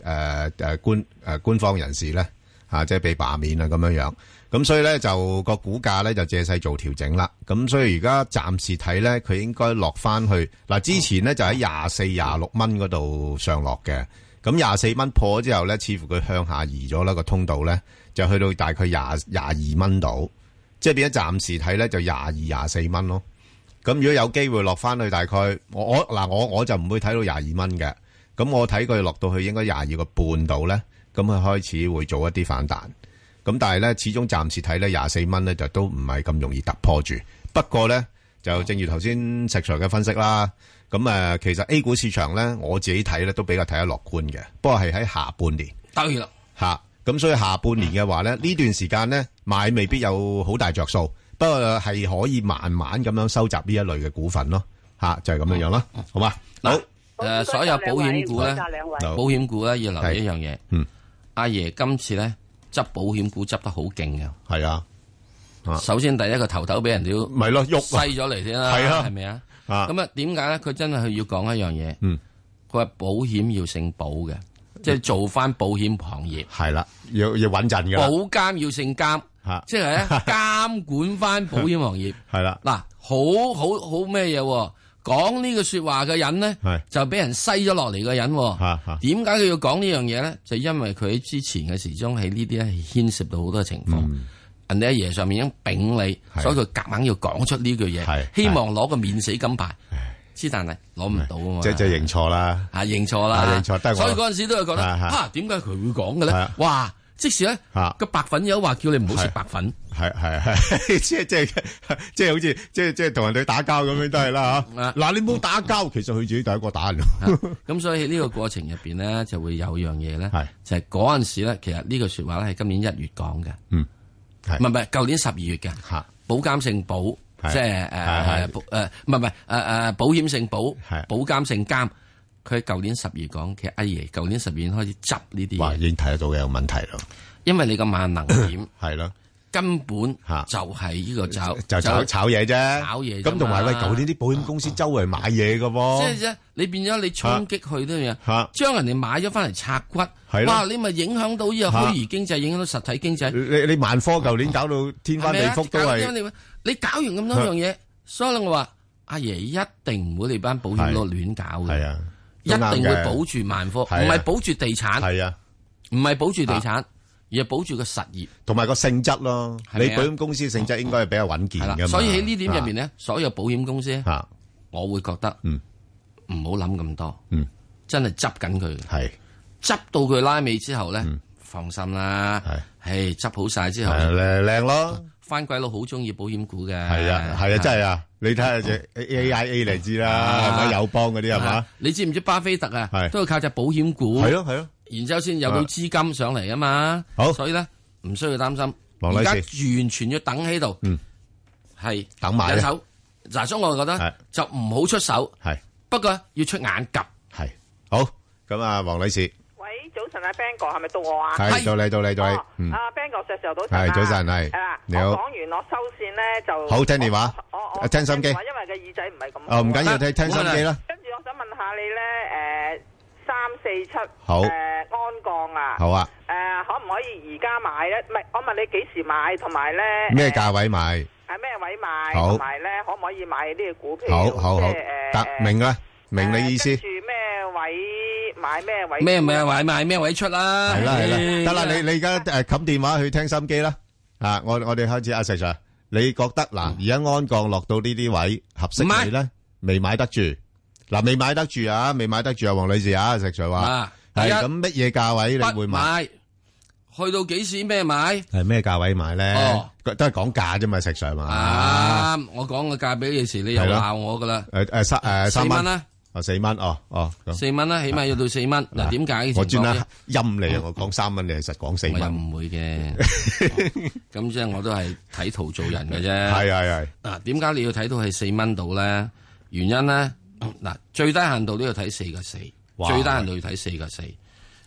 Speaker 9: 诶诶官诶官方人士咧啊，即係被罷免啊咁樣樣。咁所以咧就個股價咧就借勢做調整啦。咁所以而家暫時睇咧，佢應該落翻去嗱，之前咧就喺廿四、廿六蚊嗰度上落嘅。咁廿四蚊破咗之後咧，似乎佢向下移咗啦個通道咧，就去到大概廿廿二蚊度，即係變咗暫時睇咧就廿二廿四蚊咯。咁如果有機會落翻去大概我我嗱我我就唔會睇到廿二蚊嘅，咁我睇佢落到去應該廿二個半度咧，咁佢開始會做一啲反彈。咁但係咧，始終暫時睇咧廿四蚊咧就都唔係咁容易突破住。不過咧就正如頭先石 Sir 嘅分析啦，咁誒、呃其實 A 股市場咧我自己睇咧都比較睇得樂觀嘅，不過係喺下半年。
Speaker 10: 當然啦。
Speaker 9: 吓，咁所以下半年嘅話咧，呢段時間咧買未必有好大着數，不過係可以慢慢咁樣收集呢一類嘅股份咯，吓就係咁樣樣
Speaker 10: 哦
Speaker 9: 啦，好嘛？好，
Speaker 10: 诶，呃所有保險股咧
Speaker 9: 唔該晒兩位，
Speaker 10: 保險股咧要留意一樣嘢。
Speaker 9: 嗯，
Speaker 10: 阿爺今次咧執保險股執得好勁嘅。
Speaker 9: 係啊。
Speaker 10: 首先第一個頭頭俾人哋
Speaker 9: 咪咯喐啊
Speaker 10: 西咗嚟先啦，
Speaker 9: 係啊
Speaker 10: 係咪啊？
Speaker 9: 啊
Speaker 10: 咁啊，點解咧？佢真係要講一樣嘢。
Speaker 9: 嗯，
Speaker 10: 佢話保險要姓保嘅，即係做翻保險行業。
Speaker 9: 係啦，要要穩陣㗎啦
Speaker 10: 保監要姓監，即
Speaker 9: (laughs)
Speaker 10: 係咧監管翻保險行業。
Speaker 9: 係啦，
Speaker 10: 嗱，好好好咩嘢喎？講呢個说話嘅人咧
Speaker 9: 係，
Speaker 10: 就俾人篩咗落嚟嘅人喎。點解佢要講呢樣嘢咧？就因為佢之前嘅時鐘喺呢啲咧牽涉到好多情況。
Speaker 9: 嗯
Speaker 10: 人哋喺爺上面已經丙你，所以佢夾硬要講出呢句嘢，希望攞個免死金牌。之但係攞唔到啊嘛，
Speaker 9: 即即係認錯啦，
Speaker 10: 啊認錯啦，
Speaker 9: 認錯得我。
Speaker 10: 所以嗰陣時都係覺得，
Speaker 9: 啊啊
Speaker 10: 啊點解佢會講嘅
Speaker 9: 係
Speaker 10: 咧
Speaker 9: 啊？
Speaker 10: 哇！即使咧個白粉友話叫你唔好食白粉，
Speaker 9: 係係係， (laughs) 即係即係即係好似即係即係同人哋打交咁樣都係啦吓。嗱，你冇打交，其實佢自己第一個打
Speaker 10: (laughs)
Speaker 9: 人。
Speaker 10: 啊
Speaker 9: (laughs)
Speaker 10: 咁所以喺呢個過程入邊咧，就會有樣嘢咧，就係嗰陣時咧，其實呢句説話咧係今年一月講嘅，
Speaker 9: 嗯，
Speaker 10: 唔係唔係，舊年十二月嘅，保監性保，即係誒誒保誒唔係唔係誒誒保險性保，保監性監，佢喺舊年十二月講，其實阿爺舊年十二月開始執呢啲
Speaker 9: 哇，
Speaker 10: 嘢，
Speaker 9: 已經睇得到有問題咯。
Speaker 10: 因為你個萬能險
Speaker 9: (coughs) 係咯。
Speaker 10: 根本就係呢個炒
Speaker 9: 就炒炒嘢啫，
Speaker 10: 炒嘢啫嘛
Speaker 9: 咁同埋喂，舊年啲保險公司周圍買嘢噶
Speaker 10: 即
Speaker 9: 喎，
Speaker 10: 係啫，你變咗你衝擊佢呢樣
Speaker 9: 嚇
Speaker 10: 嘢，將人哋買咗翻嚟拆骨，
Speaker 9: 係咯
Speaker 10: 哇！你咪影響到呢個虛擬經濟，影響到實體經濟。
Speaker 9: 你你萬科舊年搞到天翻地覆都
Speaker 10: 係咪啊搞
Speaker 9: 係，
Speaker 10: 你搞完咁多樣嘢，所以我話阿爺一定唔會你班保險佬亂搞嘅，係
Speaker 9: 啊，
Speaker 10: 一定
Speaker 9: 都啱
Speaker 10: 會
Speaker 9: 嘅
Speaker 10: 保住萬科，唔
Speaker 9: 係啊
Speaker 10: 係保住地產，
Speaker 9: 係啊，
Speaker 10: 唔係保住地產，而係保住個實業。
Speaker 9: 同埋個性質咯。
Speaker 10: 係咪
Speaker 9: 你
Speaker 10: 啊
Speaker 9: 保險公司性質應該係比較穩健
Speaker 10: 係
Speaker 9: 噶
Speaker 10: 啦，所以喺呢點入邊咧，所有保險公司咧
Speaker 9: 嚇，
Speaker 10: 我會覺得
Speaker 9: 嗯
Speaker 10: 唔好諗咁多，
Speaker 9: 嗯
Speaker 10: 真係執緊佢，
Speaker 9: 係
Speaker 10: 執到佢拉尾之後咧，放心啦，係執好晒之後
Speaker 9: 係靚靚咯，
Speaker 10: 翻鬼佬好中意保險股嘅，
Speaker 9: 係啊係啊，真係啊！你睇下只 AIA 嚟知啦，係
Speaker 10: 啊
Speaker 9: 咪友邦嗰啲係嘛
Speaker 10: 啊？你知唔知巴菲特啊
Speaker 9: 係，
Speaker 10: 都要靠只保險股，
Speaker 9: 係咯係咯，
Speaker 10: 然之後先有到資金上嚟啊嘛，
Speaker 9: 好
Speaker 10: 所以咧唔需要擔心，
Speaker 9: 黃女士
Speaker 10: 而家完全要等喺度，
Speaker 9: 嗯，
Speaker 10: 係
Speaker 9: 等埋啊
Speaker 10: 有手，嗱，所以我覺得就唔好出手，
Speaker 9: 係
Speaker 10: 不過要出眼及，
Speaker 9: 係好咁啊，黃女士
Speaker 21: 喂，早晨啊，Bang 哥，係咪到我啊？
Speaker 9: 係到你到你到你
Speaker 21: 哦，
Speaker 9: 嗯
Speaker 21: 啊，Bang 哥，石 Sir 早晨啊
Speaker 9: 係早晨係
Speaker 21: 係啦，
Speaker 9: 你好
Speaker 21: 我講完我收線咧就
Speaker 9: 好聽電話
Speaker 21: 我我
Speaker 9: 啊
Speaker 21: 我
Speaker 9: 聽心機
Speaker 21: 聽電話因為個耳仔唔係咁好。
Speaker 9: 哦唔緊要聽聽心機啦。
Speaker 21: 跟住我想問下你咧，誒三四七
Speaker 9: 好
Speaker 21: 誒安鋼啊，
Speaker 9: 好啊，
Speaker 21: 誒可唔可以而家買咧？唔係，我問你幾時買，同埋咧
Speaker 9: 咩
Speaker 21: 誒
Speaker 9: 價位買？
Speaker 21: 係咩位買，
Speaker 9: 好
Speaker 21: 同埋咧可唔可以買呢個股票？
Speaker 9: 好好好
Speaker 21: 即係，
Speaker 9: 得明啦，明你意思。
Speaker 21: 住咩位買咩位？
Speaker 10: 咩咩位買咩位出啦，
Speaker 9: 係啦，係啦，
Speaker 10: 唉
Speaker 9: 得啦，你- ờ, 你而家，誒，冚電話去聽心機啦。啊，我-我哋開始，阿石Sir，你覺得，嗱，而家安降落到呢啲位，合適你呢？未買得住。嗱，未買得住啊，未買得住啊，黃女士啊，石Sir話。
Speaker 10: 啊，
Speaker 9: 係，
Speaker 10: 第
Speaker 9: 咁乜
Speaker 10: 一，不
Speaker 9: 嘢價位你會買？
Speaker 10: 買，去到幾時咩買？
Speaker 9: 係，咩價位買呢？
Speaker 10: 哦。
Speaker 9: 都係講價啫嘛，石Sir嘛。
Speaker 10: 啱，我講個價俾你時，你又
Speaker 9: 係咯
Speaker 10: 鬧我噶啦，
Speaker 9: 誒，誒，三-誒，
Speaker 10: 四
Speaker 9: 三蚊。
Speaker 10: 蚊啦。
Speaker 9: Ờ, 哦，四蚊，哦，哦，咁。
Speaker 10: 四蚊啦，起碼要到四蚊。
Speaker 9: Dạ.
Speaker 10: 嗱，點解嘅情況呢？
Speaker 9: 我專登陰你啊，我講三蚊，你係實講四蚊。Dạ.
Speaker 10: 咁即係我都係睇圖做人嘅啫。
Speaker 9: 係係係。
Speaker 10: 嗱，點解你要睇到係四蚊度咧？原因咧，嗱，最低限度都要睇四個四，
Speaker 22: 哇
Speaker 10: 最低限度要睇四個四。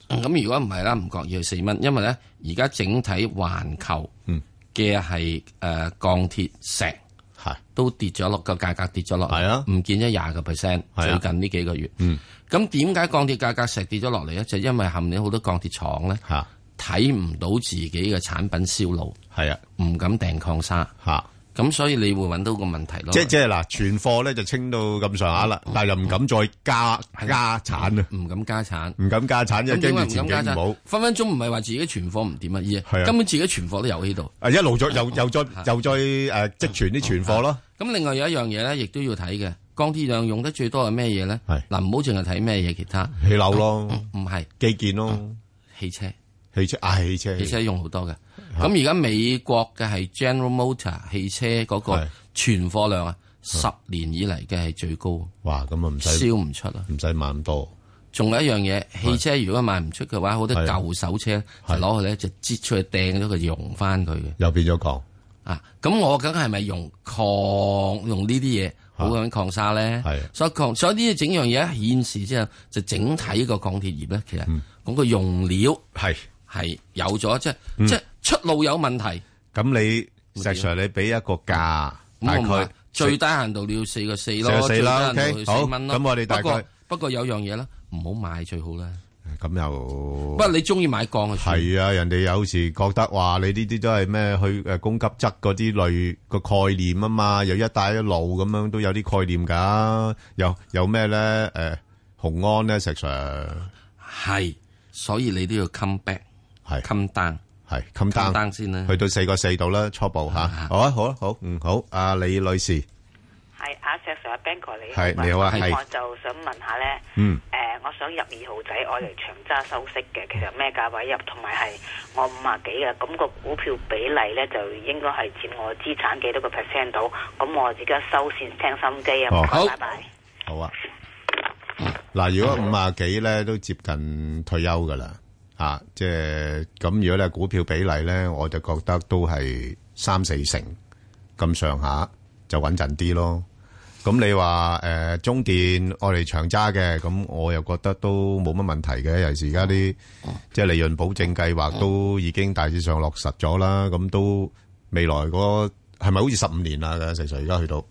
Speaker 10: 咁如果唔係啦，唔覺意去四蚊，因為咧而家整體環球嘅係誒鋼鐵石都跌咗落個價格跌咗落，係啊，唔見咗廿個 percent
Speaker 22: 係
Speaker 10: 最
Speaker 22: 啊
Speaker 10: 近呢幾個月。
Speaker 23: 嗯
Speaker 10: 咁點解鋼鐵價格石跌咗落嚟咧？就因為含你好多鋼鐵廠咧，睇唔到自己嘅產品銷路，
Speaker 9: 係啊，
Speaker 10: 唔敢訂礦砂，
Speaker 9: 嚇，
Speaker 10: 咁所以你會揾到個問題咯。哦
Speaker 9: 即即係嗱，存貨咧就清到咁上下啦，但係又唔敢再加加產啊，
Speaker 10: 唔敢加產，
Speaker 9: 唔敢加產，因為
Speaker 10: 咁點
Speaker 9: 驚
Speaker 10: 解
Speaker 9: 住
Speaker 10: 唔
Speaker 9: 前
Speaker 10: 敢加
Speaker 9: 景唔
Speaker 10: 產
Speaker 9: 好。？
Speaker 10: 分分鐘唔係話自己存貨唔掂啊，而
Speaker 9: 係啊
Speaker 10: 係根本自己存貨都有喺度。啊
Speaker 9: 啊，一路再又又再又再誒積存啲存貨咯。
Speaker 10: 咁另外有一樣嘢咧，亦都要睇嘅。鋼鐵量用得最多係咩嘢咧？嗱，唔好淨係睇咩嘢其他。嗯
Speaker 9: 起樓咯
Speaker 10: 唔唔係啊
Speaker 9: 基建咯，
Speaker 10: 汽車、
Speaker 9: 汽車啊，汽車，
Speaker 10: 汽車用好多嘅。咁而家美國嘅係 General Motor 汽車嗰個存貨量啊，十年以嚟嘅係最高。
Speaker 9: 哇！咁啊唔使
Speaker 10: 燒唔出啊，
Speaker 9: 唔使買咁多。
Speaker 10: 仲有一樣嘢，汽車如果賣唔出嘅話，好多舊手車就攞去咧就擠出去掟咗佢，溶翻佢嘅。
Speaker 9: 又變咗鋼
Speaker 10: 啊！咁我梗係咪用礦用呢啲嘢好過揾礦砂咧？所以礦所以呢整樣嘢顯示之後，就整體個鋼鐵業咧，其實咁個用料
Speaker 9: 嗯係
Speaker 10: 係有咗，即係即係出路有問題。
Speaker 9: 嗯
Speaker 10: 啊
Speaker 9: 咁你石 Sir 你俾一個價，大
Speaker 10: 咁我唔係
Speaker 9: 概
Speaker 10: 最低限度你要四個四咯，
Speaker 9: 四個四啦
Speaker 10: 最低限度
Speaker 9: OK，
Speaker 10: 要四蚊咯。
Speaker 9: 好咁我哋大概
Speaker 10: 不過不過有樣嘢啦，唔好買最好啦。
Speaker 9: 咁又
Speaker 10: 不過你中意買鋼
Speaker 9: 哦
Speaker 10: 啊？
Speaker 9: 係啊，人哋有時覺得話你呢啲都係咩去誒供給側嗰啲類個概念啊嘛，有一帶一路咁樣都有啲概念㗎，有有咩咧誒紅安咧石 Sir
Speaker 10: 係，所以你都要 come back，
Speaker 9: 係
Speaker 10: come down，
Speaker 9: 係 come down
Speaker 10: come down 先啦
Speaker 9: 去到四個四度啦，初步吓，好啊，好啊，好，嗯，好，阿李女士
Speaker 24: 係阿 Sir Sir 阿 Bang 哥你
Speaker 9: 係你好啊係
Speaker 24: 咁我就想問下咧，
Speaker 9: 嗯
Speaker 24: 誒，我想入二號仔，我嚟長揸收息嘅，其實咩價位入，同埋係我五啊幾嘅，咁個股票比例咧就應該係佔我資產幾多個 percent 到，咁我而家收線聽心機啊，
Speaker 9: 哦
Speaker 24: 唔
Speaker 9: 好
Speaker 24: 該拜拜。
Speaker 9: 好啊。嗱，如果五啊幾咧，都接近退休噶啦，啊，即係咁。如果咧股票比例咧，我就覺得都係三四成咁上下就穩陣啲咯。咁你話誒、呃中電我哋長揸嘅，咁我又覺得都冇乜問題嘅。尤其是而家啲即係利潤保證計劃都已經大致上落實咗啦，咁都未來嗰係咪好似十五年啦？嘅石 Sir 而家去到。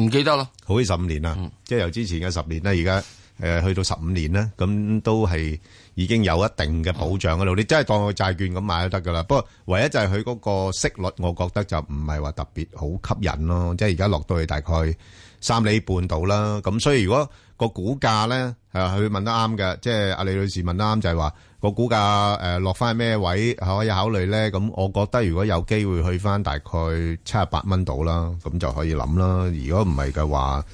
Speaker 10: 唔記得咯，嗯
Speaker 9: 好似十五年啦，即係由之前嘅十年咧，而家呃誒去到十五年咧，咁都係已經有一定嘅保障喺度。你真係當佢債券咁買都得噶啦。不過唯一就係佢嗰個息率，我覺得就唔係話特別好吸引咯。即係而家落到去大概三厘半度啦。咁所以如果個股價咧，誒佢問得啱嘅，即係阿李女士問得啱就係話個股價誒落翻咩位啊可以考慮咧？咁我覺得如果有機會去翻大概七十八蚊度啦，咁就可以諗啦。如果唔係嘅話，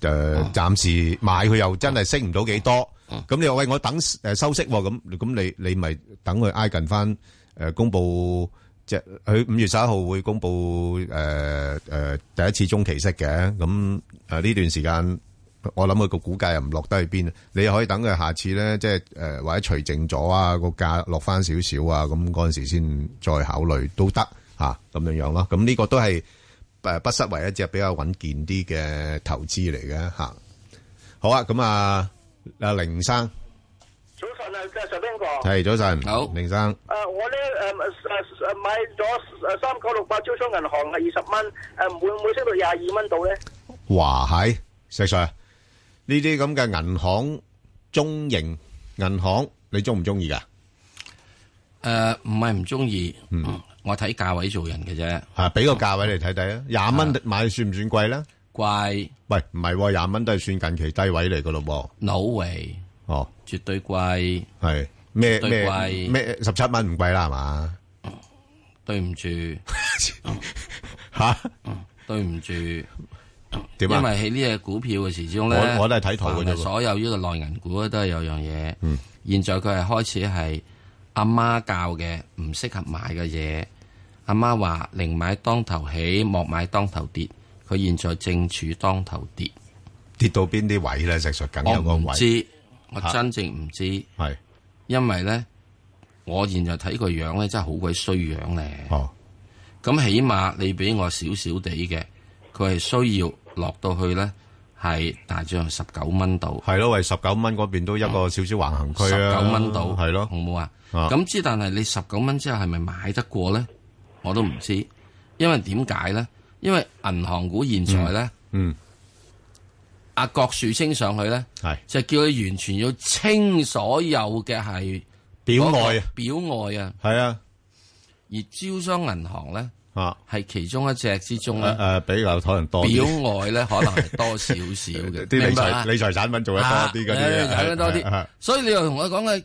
Speaker 9: 誒、暫時買佢又真係升唔到幾多。咁你話喂，我等誒收息喎，咁咁你你咪等佢挨近翻誒公佈，即係佢五月十一號會公佈誒誒第一次中期息嘅。咁誒呢段時間。我諗佢個股價又唔落得去邊，你可以等佢下次咧，即係誒、呃或者除淨咗啊，個價落翻少少啊，咁嗰陣時先再考慮都得吓咁樣樣咯。咁呢個都係誒呃不失為一隻比較穩健啲嘅投資嚟嘅吓。好啊，咁啊，阿凌生
Speaker 22: 早晨啊，石 Sir 邊個？
Speaker 9: 係早晨，好，凌生
Speaker 22: 誒、呃我咧誒誒誒呃買咗誒三九六八招商銀行係啊二十蚊，誒、會唔會升到廿二蚊度咧？
Speaker 9: 華係石 Sir 呢啲咁嘅銀行中型銀行，你中唔中意噶？
Speaker 10: 誒呃唔係唔中意，我睇價位做人嘅啫。
Speaker 9: 吓，嗯啊俾個價位你睇睇啊，廿蚊買算唔算貴咧？
Speaker 10: 貴。
Speaker 9: 喂，唔係喎，廿蚊都係算近期低位嚟噶咯
Speaker 10: 喎。No way！
Speaker 9: 哦，
Speaker 10: 絕對貴。
Speaker 9: 係咩
Speaker 10: 絕對
Speaker 9: 咩
Speaker 10: 貴
Speaker 9: 咩十七蚊唔貴啦，係嘛？
Speaker 10: 對
Speaker 9: (laughs)
Speaker 10: 唔住，
Speaker 9: 吓，
Speaker 10: 對唔住，
Speaker 9: 嗯點啊
Speaker 10: 因為喺呢只股票嘅時鐘咧，
Speaker 9: 我我都係睇圖嘅啫喎嗯
Speaker 10: 凡係所有呢個內銀股咧都係有樣嘢，現在佢係開始係阿媽教嘅，唔適合買嘅嘢。阿媽話寧買當頭起，莫買當頭跌。佢現在正處當頭跌，
Speaker 9: 跌到邊啲位咧？石術梗有個
Speaker 10: 我唔
Speaker 9: 位。
Speaker 10: 知，我真正唔知。係因為咧，我現在睇個樣咧，真係好鬼衰樣咧。
Speaker 9: 哦，
Speaker 10: 咁起碼你俾我少少地嘅，佢係需要落到去咧，係大致上十九蚊度。
Speaker 9: 係咯，喂，十九蚊嗰邊都一個少少橫行區
Speaker 10: 十
Speaker 9: 啊，
Speaker 10: 九蚊度，
Speaker 9: 係咯，
Speaker 10: 好唔好啊？
Speaker 9: 啊
Speaker 10: 咁之但係你十九蚊之後係咪買得過咧？我都唔知，因為點解咧？因為銀行股現在咧，
Speaker 9: 嗯，
Speaker 10: 阿郭樹清上去咧，
Speaker 9: 係
Speaker 10: 就叫佢完全要清所有嘅係
Speaker 9: 表外啊
Speaker 10: 嗰個表外啊，
Speaker 9: 係啊。
Speaker 10: 而招商銀行咧，
Speaker 9: 啊，
Speaker 10: 係其中一隻之中咧
Speaker 9: 誒，誒比較可能多啲
Speaker 10: 表外咧可能係多少少
Speaker 9: (laughs)
Speaker 10: 嘅，
Speaker 9: 啲理
Speaker 10: 明白
Speaker 9: 財
Speaker 10: 啊
Speaker 9: 理財產品做得多啲嗰啲
Speaker 10: 啊
Speaker 9: 啊
Speaker 10: 理財產品多
Speaker 9: 係係係
Speaker 10: 啲，所以你又同我講嘅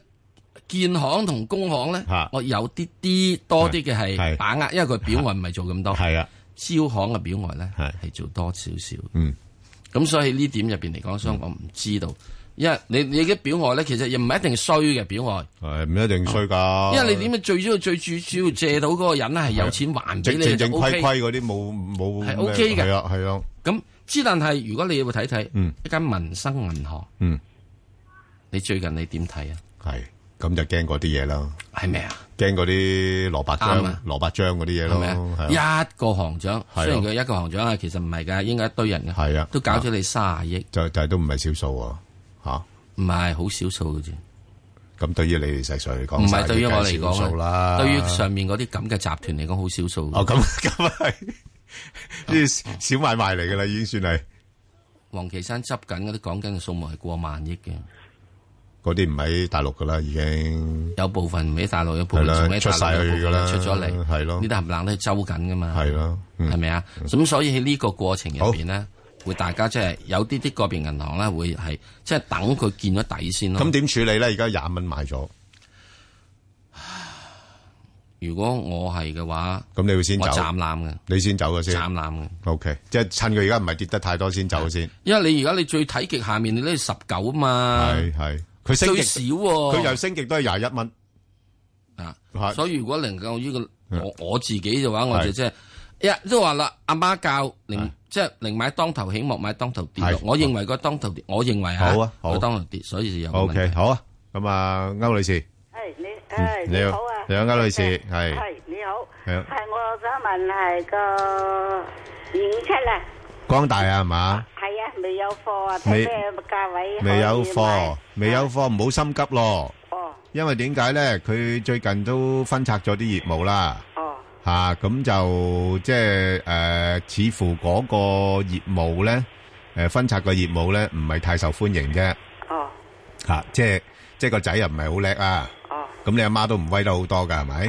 Speaker 10: 建行同工行咧
Speaker 9: 嚇，
Speaker 10: 我有啲啲多啲嘅
Speaker 9: 係
Speaker 10: 係把握，因為佢表外唔係做咁多，
Speaker 9: 係啊，
Speaker 10: 招行嘅表外咧係做多少少，
Speaker 9: 嗯，
Speaker 10: 咁所以呢點入邊嚟講，所以我唔知道，因為你你嘅表外咧其實又唔係一定衰嘅表外。
Speaker 9: 係唔一定衰㗎，
Speaker 10: 因為你點解最主要最主主要借到嗰個人咧係有錢還俾你
Speaker 9: 正
Speaker 10: 就
Speaker 9: 正規
Speaker 10: OK
Speaker 9: 規嗰啲冇冇
Speaker 10: 係 OK 嘅
Speaker 9: 係啊係啊，
Speaker 10: 咁之但係如果你要睇睇，
Speaker 9: 嗯
Speaker 10: 一間民生銀行，
Speaker 9: 嗯，
Speaker 10: 你最近你點睇啊？
Speaker 9: 係咁就驚嗰啲嘢啦，
Speaker 10: 係咪啊？
Speaker 9: 驚嗰啲蘿蔔
Speaker 10: 啱
Speaker 9: 章
Speaker 10: 啊
Speaker 9: 蘿蔔章嗰啲嘢
Speaker 10: 係咪啊
Speaker 9: 咯，
Speaker 10: 一個行長，雖然佢一個行長啊，其實唔係㗎，應該一堆人嘅，
Speaker 9: 係啊，
Speaker 10: 都搞咗你卅億，
Speaker 9: 就就係都唔係少數喎嚇，
Speaker 10: 唔係好少數嘅啫。
Speaker 9: 咁對於你哋實上嚟講，
Speaker 10: 唔係對於
Speaker 9: 於
Speaker 10: 我嚟
Speaker 9: 數
Speaker 10: 講
Speaker 9: 啦，
Speaker 10: 啊，對於上面嗰啲咁嘅集團嚟講好少數。
Speaker 9: 哦咁咁係呢啲小買賣嚟㗎啦，已經算係
Speaker 10: 黃岐山執緊嗰啲講緊嘅數目係過萬億嘅。
Speaker 9: 嗰啲唔喺大陸㗎啦，已經
Speaker 10: 有部分唔喺大陸，有部分
Speaker 9: 係啦
Speaker 10: 仲喺
Speaker 9: 出
Speaker 10: 大
Speaker 9: 晒
Speaker 10: 陸，
Speaker 9: 去㗎
Speaker 10: 有部
Speaker 9: 啦
Speaker 10: 分出咗嚟，
Speaker 9: 係咯
Speaker 10: 呢啲冚唪唥都係周緊噶嘛，
Speaker 9: 係咯，嗯
Speaker 10: 係咪啊？咁所以喺呢個過程入邊咧，會大家即係有啲啲個別銀行咧會係即係等佢見咗底先咯。
Speaker 9: 咁點處理咧？而家廿蚊買咗，
Speaker 10: 如果我係嘅話，
Speaker 9: 咁你會先走
Speaker 10: 我斬攬嘅，
Speaker 9: 你先走嘅先，
Speaker 10: 斬攬嘅。
Speaker 9: O K，即係趁佢而家唔係跌得太多先走先。
Speaker 10: 因為你而家你最睇極下面你都係十九啊嘛，
Speaker 9: 係係，佢升極
Speaker 10: 最少喎，
Speaker 9: 佢由升極都係廿一蚊。
Speaker 10: 啊，所以如果能夠呢個
Speaker 9: 嗯
Speaker 10: 我我自己嘅話，我就
Speaker 9: 係
Speaker 10: 即係一日都話啦，阿媽教寧即係寧買當頭起，莫買當頭跌
Speaker 9: 係
Speaker 10: 落。我認為個當頭跌，我認為
Speaker 9: 好啊好啊
Speaker 10: 個當頭跌，所以就有
Speaker 9: O
Speaker 10: 問題
Speaker 9: K，好啊。咁啊，歐女士，
Speaker 5: 系你诶，
Speaker 9: 你
Speaker 5: 好
Speaker 9: 好
Speaker 5: 啊，，
Speaker 9: 你好，歐女士，係
Speaker 5: 系你好，
Speaker 9: 係啊
Speaker 5: 系我想问系个二五七啊，
Speaker 9: 光大啊，係嘛？
Speaker 5: 系啊，未有货啊，
Speaker 9: 未
Speaker 5: 睇咩价位可以
Speaker 9: 未有
Speaker 5: 買
Speaker 9: 貨，未有貨，唔好心急咯。
Speaker 5: 哦，
Speaker 9: 因為點解咧？佢最近都分拆咗啲業務啦。
Speaker 5: 哦，
Speaker 9: 吓咁就即係诶，似乎嗰個業務咧，诶分拆個業務咧，唔係太受歡迎啫。
Speaker 5: 哦，
Speaker 9: 吓，啊即係即係個仔又唔係好叻啊。
Speaker 5: 哦，
Speaker 9: 咁你阿媽都唔威得好多㗎，係咪？
Speaker 5: 系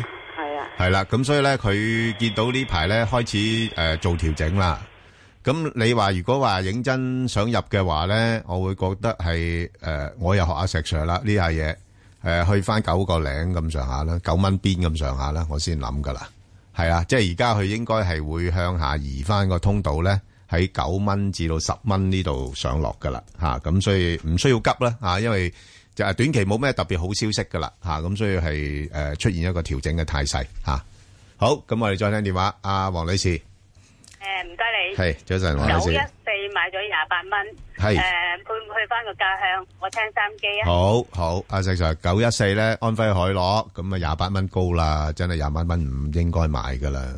Speaker 5: 啊，
Speaker 9: 係啦，咁所以咧，佢見到呢排咧開始诶做調整啦。咁你話如果話認真想入嘅話咧，我會覺得係诶，誒我又學阿石 Sir 啦呢下嘢，诶去翻九個零咁上下啦，九蚊邊咁上下啦，我先諗㗎啦。係啊，即係而家佢應該係會向下移翻個通道咧，喺九蚊至到十蚊呢度上落㗎啦，吓、咁所以唔需要急啦，吓、因為就係短期冇咩特別好消息㗎啦，吓、咁所以係诶、呃出現一個調整嘅態勢吓。好，咁我哋再聽電話，阿、黃女士
Speaker 25: 诶，唔該你。
Speaker 9: 係早晨，黃女
Speaker 25: 九
Speaker 9: 士
Speaker 25: 一。四買咗廿八蚊。
Speaker 9: 係
Speaker 25: 诶，去唔去翻個家鄉？我聽三機啊。
Speaker 9: 好好，阿石 Sir 九一四咧，安徽海螺咁啊廿八蚊高啦，真係廿八蚊唔應該買噶啦。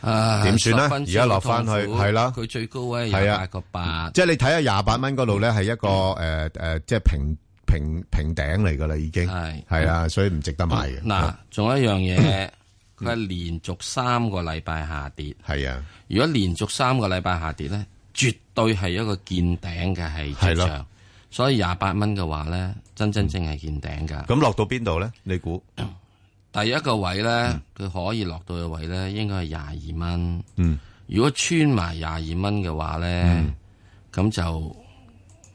Speaker 10: 啊
Speaker 9: 點算呢
Speaker 10: 十分鐘
Speaker 9: 而家落返去
Speaker 10: 好痛苦
Speaker 9: 係啦
Speaker 10: 佢最高位
Speaker 9: 係
Speaker 10: 廿
Speaker 9: 啊
Speaker 10: 八個八，
Speaker 9: 即係你睇下廿八蚊嗰度咧，係一個
Speaker 10: 嗯
Speaker 9: 诶诶，即係平平平頂嚟噶啦，已經
Speaker 10: 係嗯
Speaker 9: 係啊，所以唔值得買嘅。啊嗯
Speaker 10: 嗱，仲有一樣嘢，佢係連續三個禮拜下跌。
Speaker 9: 係啊，
Speaker 10: 如果連續三個禮拜下跌咧，絕對係一個見頂嘅係
Speaker 9: 係
Speaker 10: 跡
Speaker 9: 咯
Speaker 10: 象。所以廿八蚊嘅話咧，真真正係見頂㗎。
Speaker 9: 嗯咁落到邊度咧？你估？
Speaker 10: (coughs) 第一個位咧，佢可以落到嘅位咧，應該係廿二蚊。
Speaker 9: 嗯，
Speaker 10: 如果穿埋廿二蚊嘅話咧，咁、就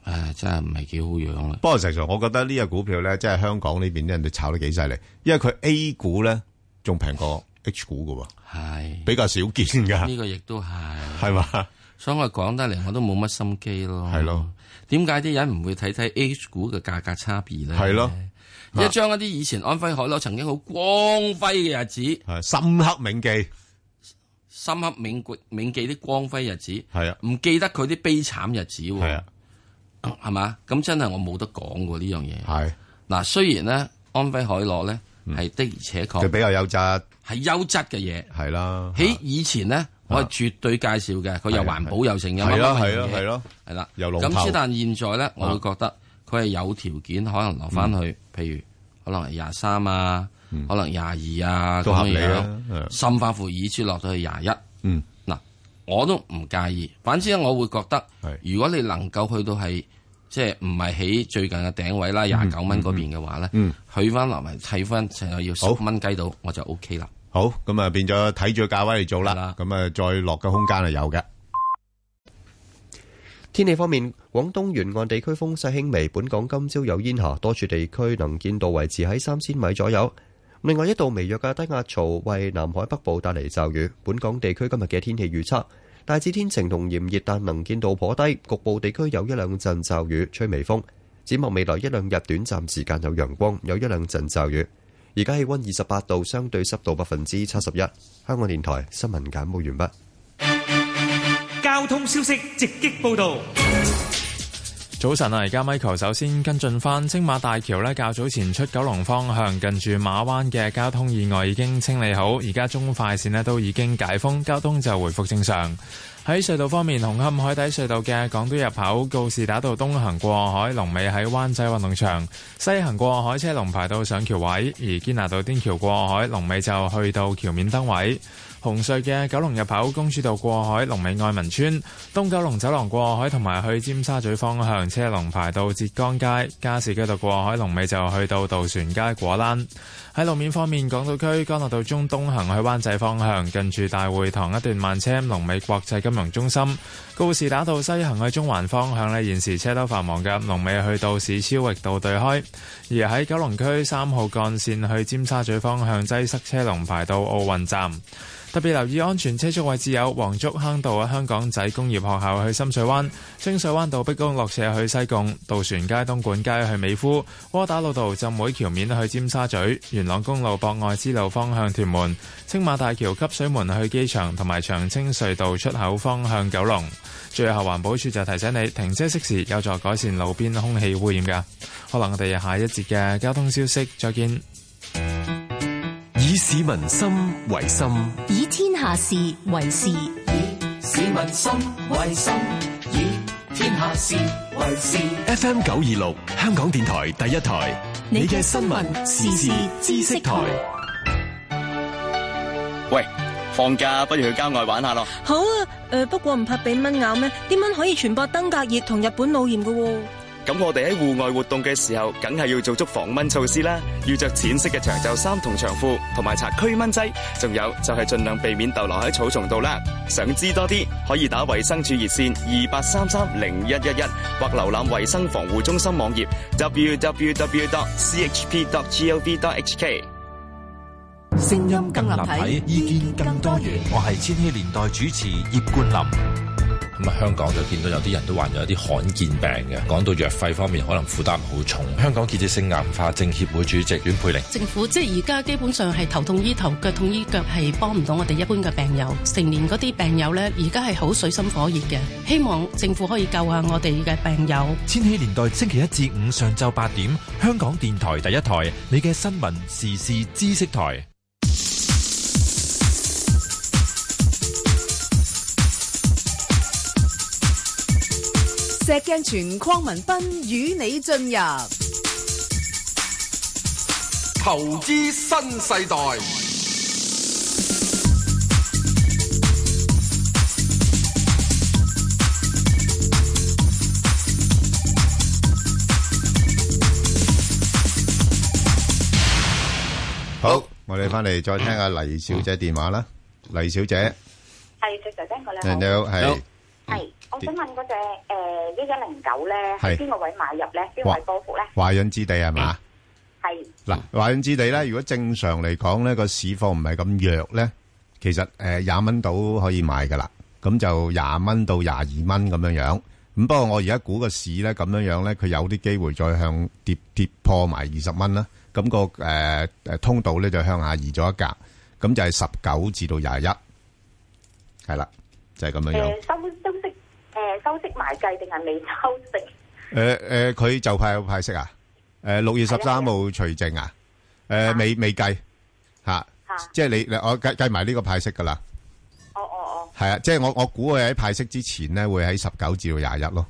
Speaker 10: 誒真係唔係幾好樣啊啦。
Speaker 9: 不過實上，我覺得呢個股票咧，即係香港呢邊啲人哋炒得幾犀利，因為佢 A 股咧仲平過 H 股噶
Speaker 10: 喎，係
Speaker 9: 比較少見噶。
Speaker 10: 呢個亦都係
Speaker 9: 係嘛？
Speaker 10: 所以我講得嚟我都冇乜心機咯。
Speaker 9: 係咯，
Speaker 10: 點解啲人唔會睇睇 H 股嘅價格差別咧？
Speaker 9: 係咯，
Speaker 10: 一將一啲以前安徽海螺曾經好光輝嘅日子，
Speaker 9: 深刻銘記，
Speaker 10: 深刻銘記銘記啲光輝日子，
Speaker 9: 係啊，
Speaker 10: 唔記得佢啲悲慘日子喎，係
Speaker 9: 啊，
Speaker 10: 係嘛？咁真係我冇得講喎呢樣嘢。
Speaker 9: 係嗯
Speaker 10: 嗱，雖然咧安徽海螺咧係的而且確
Speaker 9: 佢比較優質，
Speaker 10: 係優質嘅嘢，
Speaker 9: 係啦。
Speaker 10: 喺以前咧，我係絕對介紹嘅，佢又
Speaker 9: 係啊
Speaker 10: 環保又成嘅，
Speaker 9: 係啊
Speaker 10: 乜乜乜
Speaker 9: 係啊
Speaker 10: 嘢
Speaker 9: 係咯，
Speaker 10: 係啦，
Speaker 9: 又龍頭啊
Speaker 10: 咁之但現在咧，我會覺得佢係有條件可能落
Speaker 9: 嗯
Speaker 10: 翻去，譬如可能係廿三啊，可能廿二啊，
Speaker 9: 都合理啊
Speaker 10: 咁樣甚或乎以至落到去廿一。
Speaker 9: 嗯，
Speaker 10: 嗱，我都唔介意。反之呢，我會覺得，如果你能夠去到係即係唔係喺最近嘅頂位嗯啦，廿九蚊嗰邊嘅話咧，去翻落嚟睇翻就要十蚊雞到，我就 O K 啦。
Speaker 9: 好，咁啊，另外一隻呢，就係，呃，好，咁啊變咗睇住個價位嚟做啦，咁啊再落嘅空間係有嘅。
Speaker 12: 天氣方面，廣東沿岸地區風勢輕微，本港今朝有煙霞，多處地區能見度維持喺三千米左右。另外一道微弱嘅低壓槽為南海北部帶嚟驟雨。本港地區今日嘅天氣預測大致天晴同炎熱，但能見度頗低，局部地區有一兩陣驟雨，吹微風。展望未來一兩日，短暫時間有陽光，有一兩陣驟雨。而家氣温二十八度，相對濕度百分之七十一。香港電台新聞簡報完畢。
Speaker 11: 交通消息直擊報道。
Speaker 7: 早晨啊，而家 Michael 首先跟進翻青馬大橋呢，較早前出九龍方向近住馬灣嘅交通意外已經清理好，而家中快線呢都已經解封，交通就回復正常。喺隧道方面，紅磡海底隧道嘅港島入口告士打道東行過海，龍尾喺灣仔運動場；西行過海車龍排到上橋位，而堅拿道天橋過海龍尾就去到橋面燈位。紅隧嘅九龍入口公主道過海，龍尾愛民村；東九龍走廊過海同埋去尖沙咀方向車龍排到浙江街；加士居道過海龍尾就去到渡船街果欄。喺路面方面，港島區干諾道中東行去灣仔方向，近住大會堂一段慢車，龍尾國際金融中心；告士打道西行去中環方向呢，現時車多繁忙嘅，龍尾去到市超域道對開。而喺九龍區三號幹線去尖沙咀方向擠塞車龍排到奧運站。特別留意安全車速位置有黃竹坑道啊，香港仔工業學校去深水灣、清水灣道碧江落斜去西貢、渡船街、東莞街去美孚、窩打老道浸會橋面去尖沙咀、元朗公路博愛之路方向屯門、青馬大橋汲水門去機場同埋長青隧道出口方向九龍。最後環保署就提醒你停車熄匙有助改善路邊空氣污染㗎。可能我哋下一節嘅交通消息再見。
Speaker 13: 以市民心為心，
Speaker 14: 以天下事為事。以
Speaker 26: 市民心為心，以天下事為事。
Speaker 13: FM 九二六，香港電台第一台，你嘅新聞時事知識台。
Speaker 27: 喂，放假不如去郊外玩下咯。
Speaker 28: 好啊，誒、呃，不過唔怕俾蚊咬咩？啲蚊可以傳播登革熱同日本腦炎噶喎。
Speaker 27: 咁我哋喺戶外活動嘅時候，梗係要做足防蚊措施啦。要着淺色嘅長袖衫同長褲，同埋搽驅蚊劑。仲有就係盡量避免逗留喺草叢度啦。想知多啲，可以打衛生署熱線二八三三零一一一，或瀏覽衛生防護中心網頁 www.chp.gov.hk。
Speaker 29: 聲音更立體，意見更多元。
Speaker 30: 我係千禧年代主持葉冠霖。
Speaker 31: 咁啊，香港就見到有啲人都患咗一啲罕見病嘅。講到藥費方面，可能負擔好重。香港結節性癌化症協會主席阮佩玲，
Speaker 6: 政府即係而家基本上係頭痛醫頭，腳痛醫腳，係幫唔到我哋一般嘅病友。成年嗰啲病友呢，而家係好水深火熱嘅。希望政府可以救下我哋嘅病友。
Speaker 29: 千禧年代星期一至五上晝八點，香港電台第一台，你嘅新聞時事知識台。
Speaker 8: 石鏡泉鄺民彬與你進入
Speaker 11: 投資新世代。
Speaker 9: 好，我哋翻嚟再聽下黎小姐電話啦。黎小姐，
Speaker 32: 係石 Sir，聽過啦。
Speaker 20: Dạ,
Speaker 9: 你好，係。
Speaker 32: 係，我想問嗰隻誒一一零九咧，喺邊個位買入咧？邊位波幅咧？
Speaker 9: 華潤置地係嘛？
Speaker 32: 係。
Speaker 9: 嗱，華潤置地咧，如果正常嚟講咧，個市況唔係咁弱咧，其實誒廿蚊到可以買噶啦，咁就廿蚊到廿二蚊咁樣樣。咁不過我而家估個市咧咁樣樣咧，佢有啲機會再向跌跌破埋二十蚊啦。咁個誒誒通道咧就向下移咗一格，咁就係十九至到廿一，係啦。就係咁樣樣。
Speaker 32: 誒收收息誒收息埋計定係未收息？
Speaker 9: 誒誒，佢就派派息啊！誒六月十三號除淨啊！誒未未計嚇，即係你你我計計埋呢個派息㗎啦。
Speaker 32: 哦哦哦。
Speaker 9: 係啊，即係我我估佢喺派息之前咧，會喺十九至到廿一咯。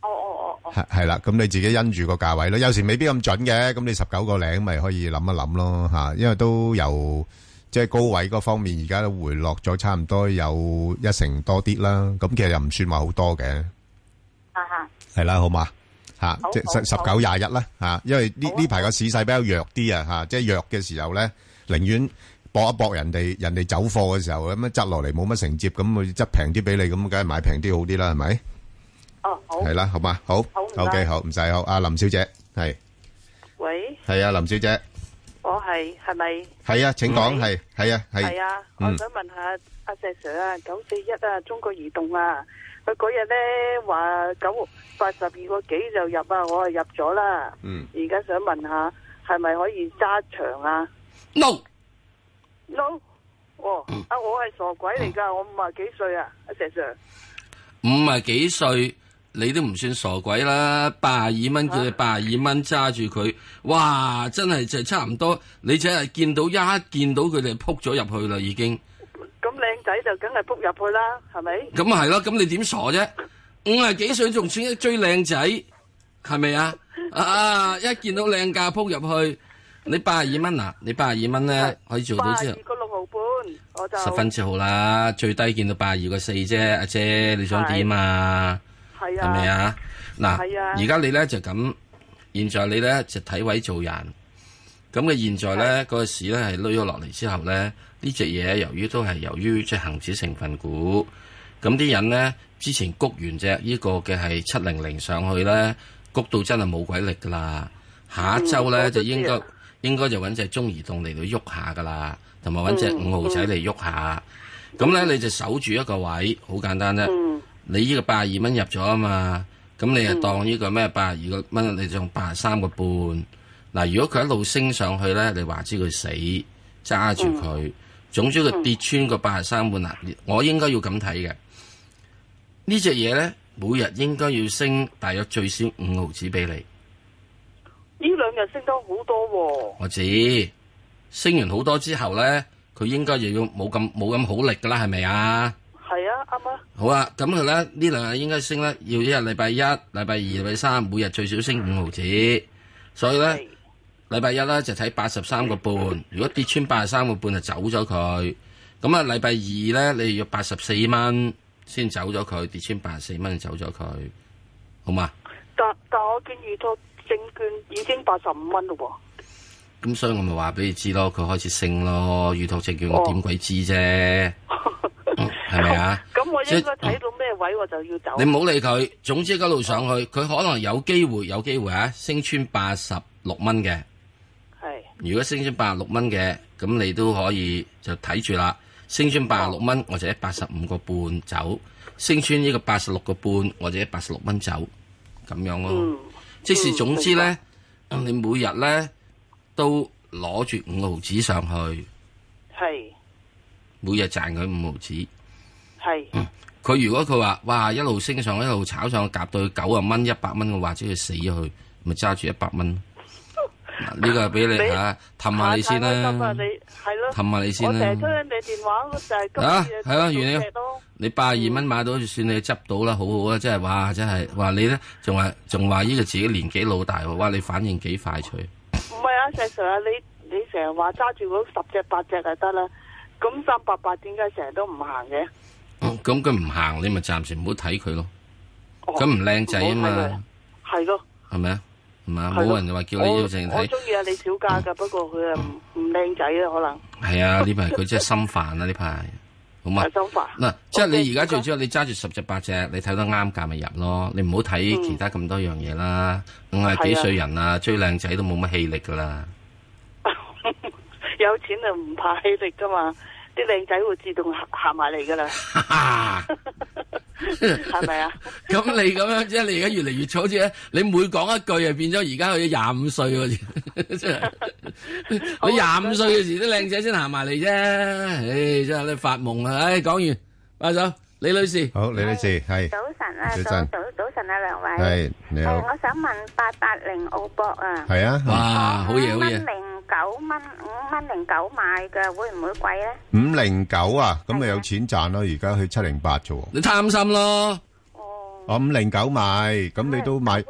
Speaker 32: 哦哦哦哦。
Speaker 9: 係係啦，咁你自己因住個價位咯，有時未必咁準嘅，咁你十九個零咪可以諗一諗咯嚇，因為都有。即係高位嗰方面，而家都回落咗差唔多有一成多啲啦。咁其實又唔算話好多嘅。
Speaker 32: 啊哈。
Speaker 9: 係啦，好嘛嚇，即係十九廿一啦嚇。因為呢呢排個市勢比較弱啲啊嚇，即係弱嘅時候咧，寧願搏一搏人哋人哋走貨嘅時候咁樣執落嚟冇乜承接，咁佢執平啲俾你，咁梗係買平啲好啲啦，係咪？
Speaker 33: 哦，好。
Speaker 9: 係啦，好嘛，好。
Speaker 33: 好唔該
Speaker 9: OK，好，唔使好。阿林小姐，係
Speaker 33: 喂，
Speaker 9: 係啊，林小姐，
Speaker 33: 我係係咪？
Speaker 9: 係啊，請講，係係啊，係。
Speaker 33: 係啊，我
Speaker 9: 嗯
Speaker 33: 想問下阿石 Sir 啊，九四一啊，中國移動啊，佢嗰日咧話九八十二個幾就入啊，我係入咗啦。
Speaker 9: 嗯。
Speaker 33: 而家想問下，係咪可以揸長啊
Speaker 10: No，
Speaker 33: ？No，哦，啊，我係傻鬼嚟
Speaker 9: 嗯
Speaker 33: 㗎，我五啊幾歲啊，阿石 Sir。
Speaker 10: 五啊幾歲，你都唔算傻鬼啦，八廿二蚊
Speaker 33: 啊
Speaker 10: 叫你八廿二蚊揸住佢，哇！真係就差唔多，你只係見到一見到佢哋撲咗入去啦，已經。
Speaker 33: 咁靚仔就梗係撲入去啦，係咪？
Speaker 10: 咁啊係咯，咁你點傻啫？五啊幾歲仲算一追靚仔，係咪啊？啊！一見到靚價撲入去，你八廿二蚊嗱，你八廿二蚊咧可以做到之後。
Speaker 33: 個六毫半，我就
Speaker 10: 十分之好啦，最低見到八二個四啫，阿姐你想點啊？
Speaker 33: 係
Speaker 10: 係
Speaker 33: 啊，
Speaker 10: 咪啊？嗱，
Speaker 33: 係啊
Speaker 10: 而家你咧就咁，現在你咧就睇位做人。咁嘅現在咧，嗰個市咧係攞咗落嚟之後咧，呢只嘢由於都係由於即係恆指成分股，咁啲人咧之前谷完只呢個嘅係七零零上去咧，谷到真係冇鬼力噶啦。下一周咧、
Speaker 33: 嗯
Speaker 10: 就應
Speaker 33: 我
Speaker 10: 該
Speaker 33: 都知啊
Speaker 10: 應該就揾只中移動嚟到喐下噶啦，同埋揾只
Speaker 33: 嗯
Speaker 10: 五號仔嚟喐下。咁咧、你就守住一個位，好簡單啫。
Speaker 33: 嗯
Speaker 10: 你呢個八廿二蚊入咗啊嘛，咁你就當呢個咩八廿二個蚊，你就用八十三個半。嗱，如果佢一路升上去咧，你話知佢死，揸住佢。
Speaker 33: 嗯
Speaker 10: 總之佢跌穿個八十三半啦，我應該要咁睇嘅。呢只嘢咧，每日應該要升大約最少五毫子俾你。
Speaker 33: 呢兩日升得好多喎、
Speaker 10: 我知升完好多之後咧，佢應該又要冇咁冇咁好力噶啦，係咪啊？
Speaker 33: 係啊，啱啊，
Speaker 10: 好啊，咁佢咧呢兩日應該升咧，要一日禮拜一、禮拜二、禮拜三，每日最少升五毫子。所以咧，禮拜一咧就睇八十三個半，如果跌穿八十三個半就走咗佢。咁啊，禮拜二咧你要八十四蚊先走咗佢，跌穿八十四蚊就走咗佢，好嘛？
Speaker 33: 但但我見預託證券已經八十五蚊嘞喎，
Speaker 10: 咁所以我咪話俾你知咯，佢開始升咯，預託證券
Speaker 33: 哦
Speaker 10: 我點鬼知啫？嗯係咪啊？
Speaker 33: (laughs) 咁我
Speaker 10: 即
Speaker 33: 應該睇到咩位我就要走。
Speaker 10: 你唔好理佢，總之一路上去，佢可能有機會，有機會啊，升穿八十六蚊嘅。
Speaker 33: 係
Speaker 10: 如果升穿八十六蚊嘅，咁你都可以就睇住啦。升穿八十六蚊，我就喺八十五個半走；升穿呢個八十六個半，我就喺八十六蚊走，咁樣咯。即是總之咧，你每日咧都攞住五毫子上去，
Speaker 33: 係
Speaker 10: 每日賺佢五毫子。
Speaker 33: 係
Speaker 10: 嗯佢如果佢話哇一路升上一路炒上，夾到九啊蚊一百蚊，我或者佢死咗佢，咪揸住一百蚊。
Speaker 33: (laughs)
Speaker 10: 嗱呢個係俾你
Speaker 33: 你
Speaker 10: 嚇氹下你先
Speaker 33: 下下我心啊
Speaker 10: 啦
Speaker 33: 你，係咯，
Speaker 10: 氹下你先啦
Speaker 33: 我成日聽你電話，就係今
Speaker 10: 啊
Speaker 33: 次
Speaker 10: 係啊，原料
Speaker 33: 你咯，
Speaker 10: 你八
Speaker 33: 嗯
Speaker 10: 廿二蚊買到就算你執到啦，好好啊，真係哇，真係話你咧，仲話仲話呢個自己年紀老大喎，哇你反應幾快脆，
Speaker 33: 唔係啊，石 Sir 啊，你你成日話揸住嗰十隻八隻就得啦，咁三八八點解成日都唔行嘅？嗯
Speaker 10: 嗯咁佢唔行你咪暫時唔好睇佢咯，咁唔靚仔啊嘛，
Speaker 33: 哦係咯。
Speaker 10: 係咪啊？唔係啊
Speaker 33: 係咯
Speaker 10: 冇人話叫你要淨
Speaker 33: 我
Speaker 10: 睇嗯
Speaker 33: 中。意啊李小嘉噶，不過佢啊唔唔靚仔啊，可能
Speaker 10: 系啊，呢排佢真係心煩啊，呢排好嘛？
Speaker 33: 啊心煩
Speaker 10: 嗱，即係你而家最主要你揸住十隻八隻，你睇得啱價咪入咯，你唔好
Speaker 33: 嗯
Speaker 10: 睇其他咁多樣嘢啦。五廿幾歲人啊，追靚仔都冇乜氣力噶啦。
Speaker 33: 有錢就唔怕氣力噶嘛，啲靚仔會自動行行埋嚟噶啦， (laughs) 係咪啊？
Speaker 10: (laughs) 咁你咁樣即係你而家越嚟越嘈，好似咧你每講一句啊，變咗而家去咗廿五歲喎，真
Speaker 33: (laughs)
Speaker 10: 係
Speaker 33: 啊
Speaker 10: 你廿五歲嘅時啲靚仔先行埋嚟啫。唉，真係你發夢啊！唉，講完，快手，李女士，
Speaker 9: 好，李女士係
Speaker 20: 早晨啊，
Speaker 9: 早
Speaker 20: 早
Speaker 9: 晨
Speaker 20: 早早晨啊，梁位。
Speaker 9: 係你好
Speaker 20: 係我想問八八零澳博啊。
Speaker 9: 係啊哇好嘢好嘢
Speaker 20: 五蚊零九蚊，五蚊零九買嘅，會唔會貴咧？
Speaker 9: 五零九啊，咁咪有錢賺咯。而家去七零八啫喎。
Speaker 10: 你貪心咯。
Speaker 9: 我五零九買，咁你都買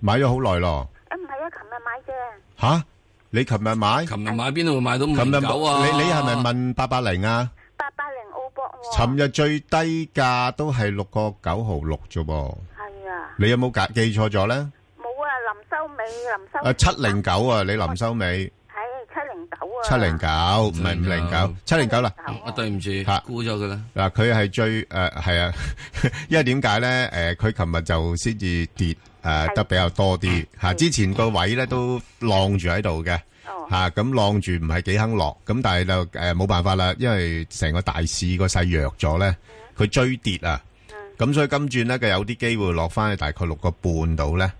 Speaker 9: 買咗好耐咯。
Speaker 20: 誒唔係啊，琴日買啫。
Speaker 9: 吓？你琴日買？
Speaker 10: 琴日買邊度會買到
Speaker 9: 琴
Speaker 10: 五
Speaker 9: 日
Speaker 10: 零九啊？
Speaker 9: 你你係咪問八八零啊？
Speaker 20: 八八零澳博喎。
Speaker 9: 尋日最低價都係六個九毫六啫噃。
Speaker 20: 係啊，
Speaker 9: 你有冇記記錯咗咧？
Speaker 20: à,
Speaker 9: À,
Speaker 20: 冇啊，林收尾，林收。
Speaker 9: 啊，709啊，你臨收尾。
Speaker 20: 係七零
Speaker 1: 九啊，
Speaker 9: 七零九，唔係五零九，七零九啦。
Speaker 10: 我對唔住，估咗噶啦。
Speaker 9: 嗱，佢係最誒係啊， (laughs) 因為點解咧？誒，佢琴日就先至跌誒得比較多啲嚇，之前個位咧都晾住喺度嘅嚇，咁晾住唔係幾肯落，咁但係就誒冇辦法啦，因為成個大市個勢弱咗咧，佢追跌啊，咁所以今轉咧佢有啲機會落翻去大概六個半度咧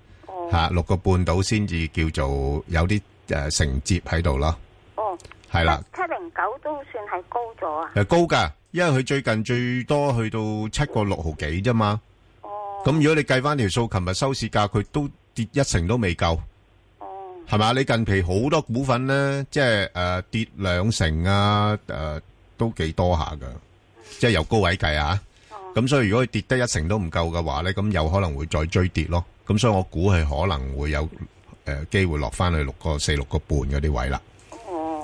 Speaker 9: 嚇，六個半度先至叫做有啲誒承接喺度咯。
Speaker 21: 哦，
Speaker 9: 係啦，
Speaker 21: 七零九都算係高咗啊。
Speaker 9: 誒高噶，因為佢最近最多去到七個六毫幾啫嘛。哦，咁如果你計翻條數，琴日收市價佢都跌一成都未夠。哦，係嘛？你近期好多股份咧，即係誒跌兩成啊，誒都幾多下噶，即係由高位計啊。咁所以如果佢跌得一成都唔夠嘅話咧，咁有可能會再追跌咯。咁所以我估係可能會有誒機會落翻去六個四、六個半嗰啲位啦。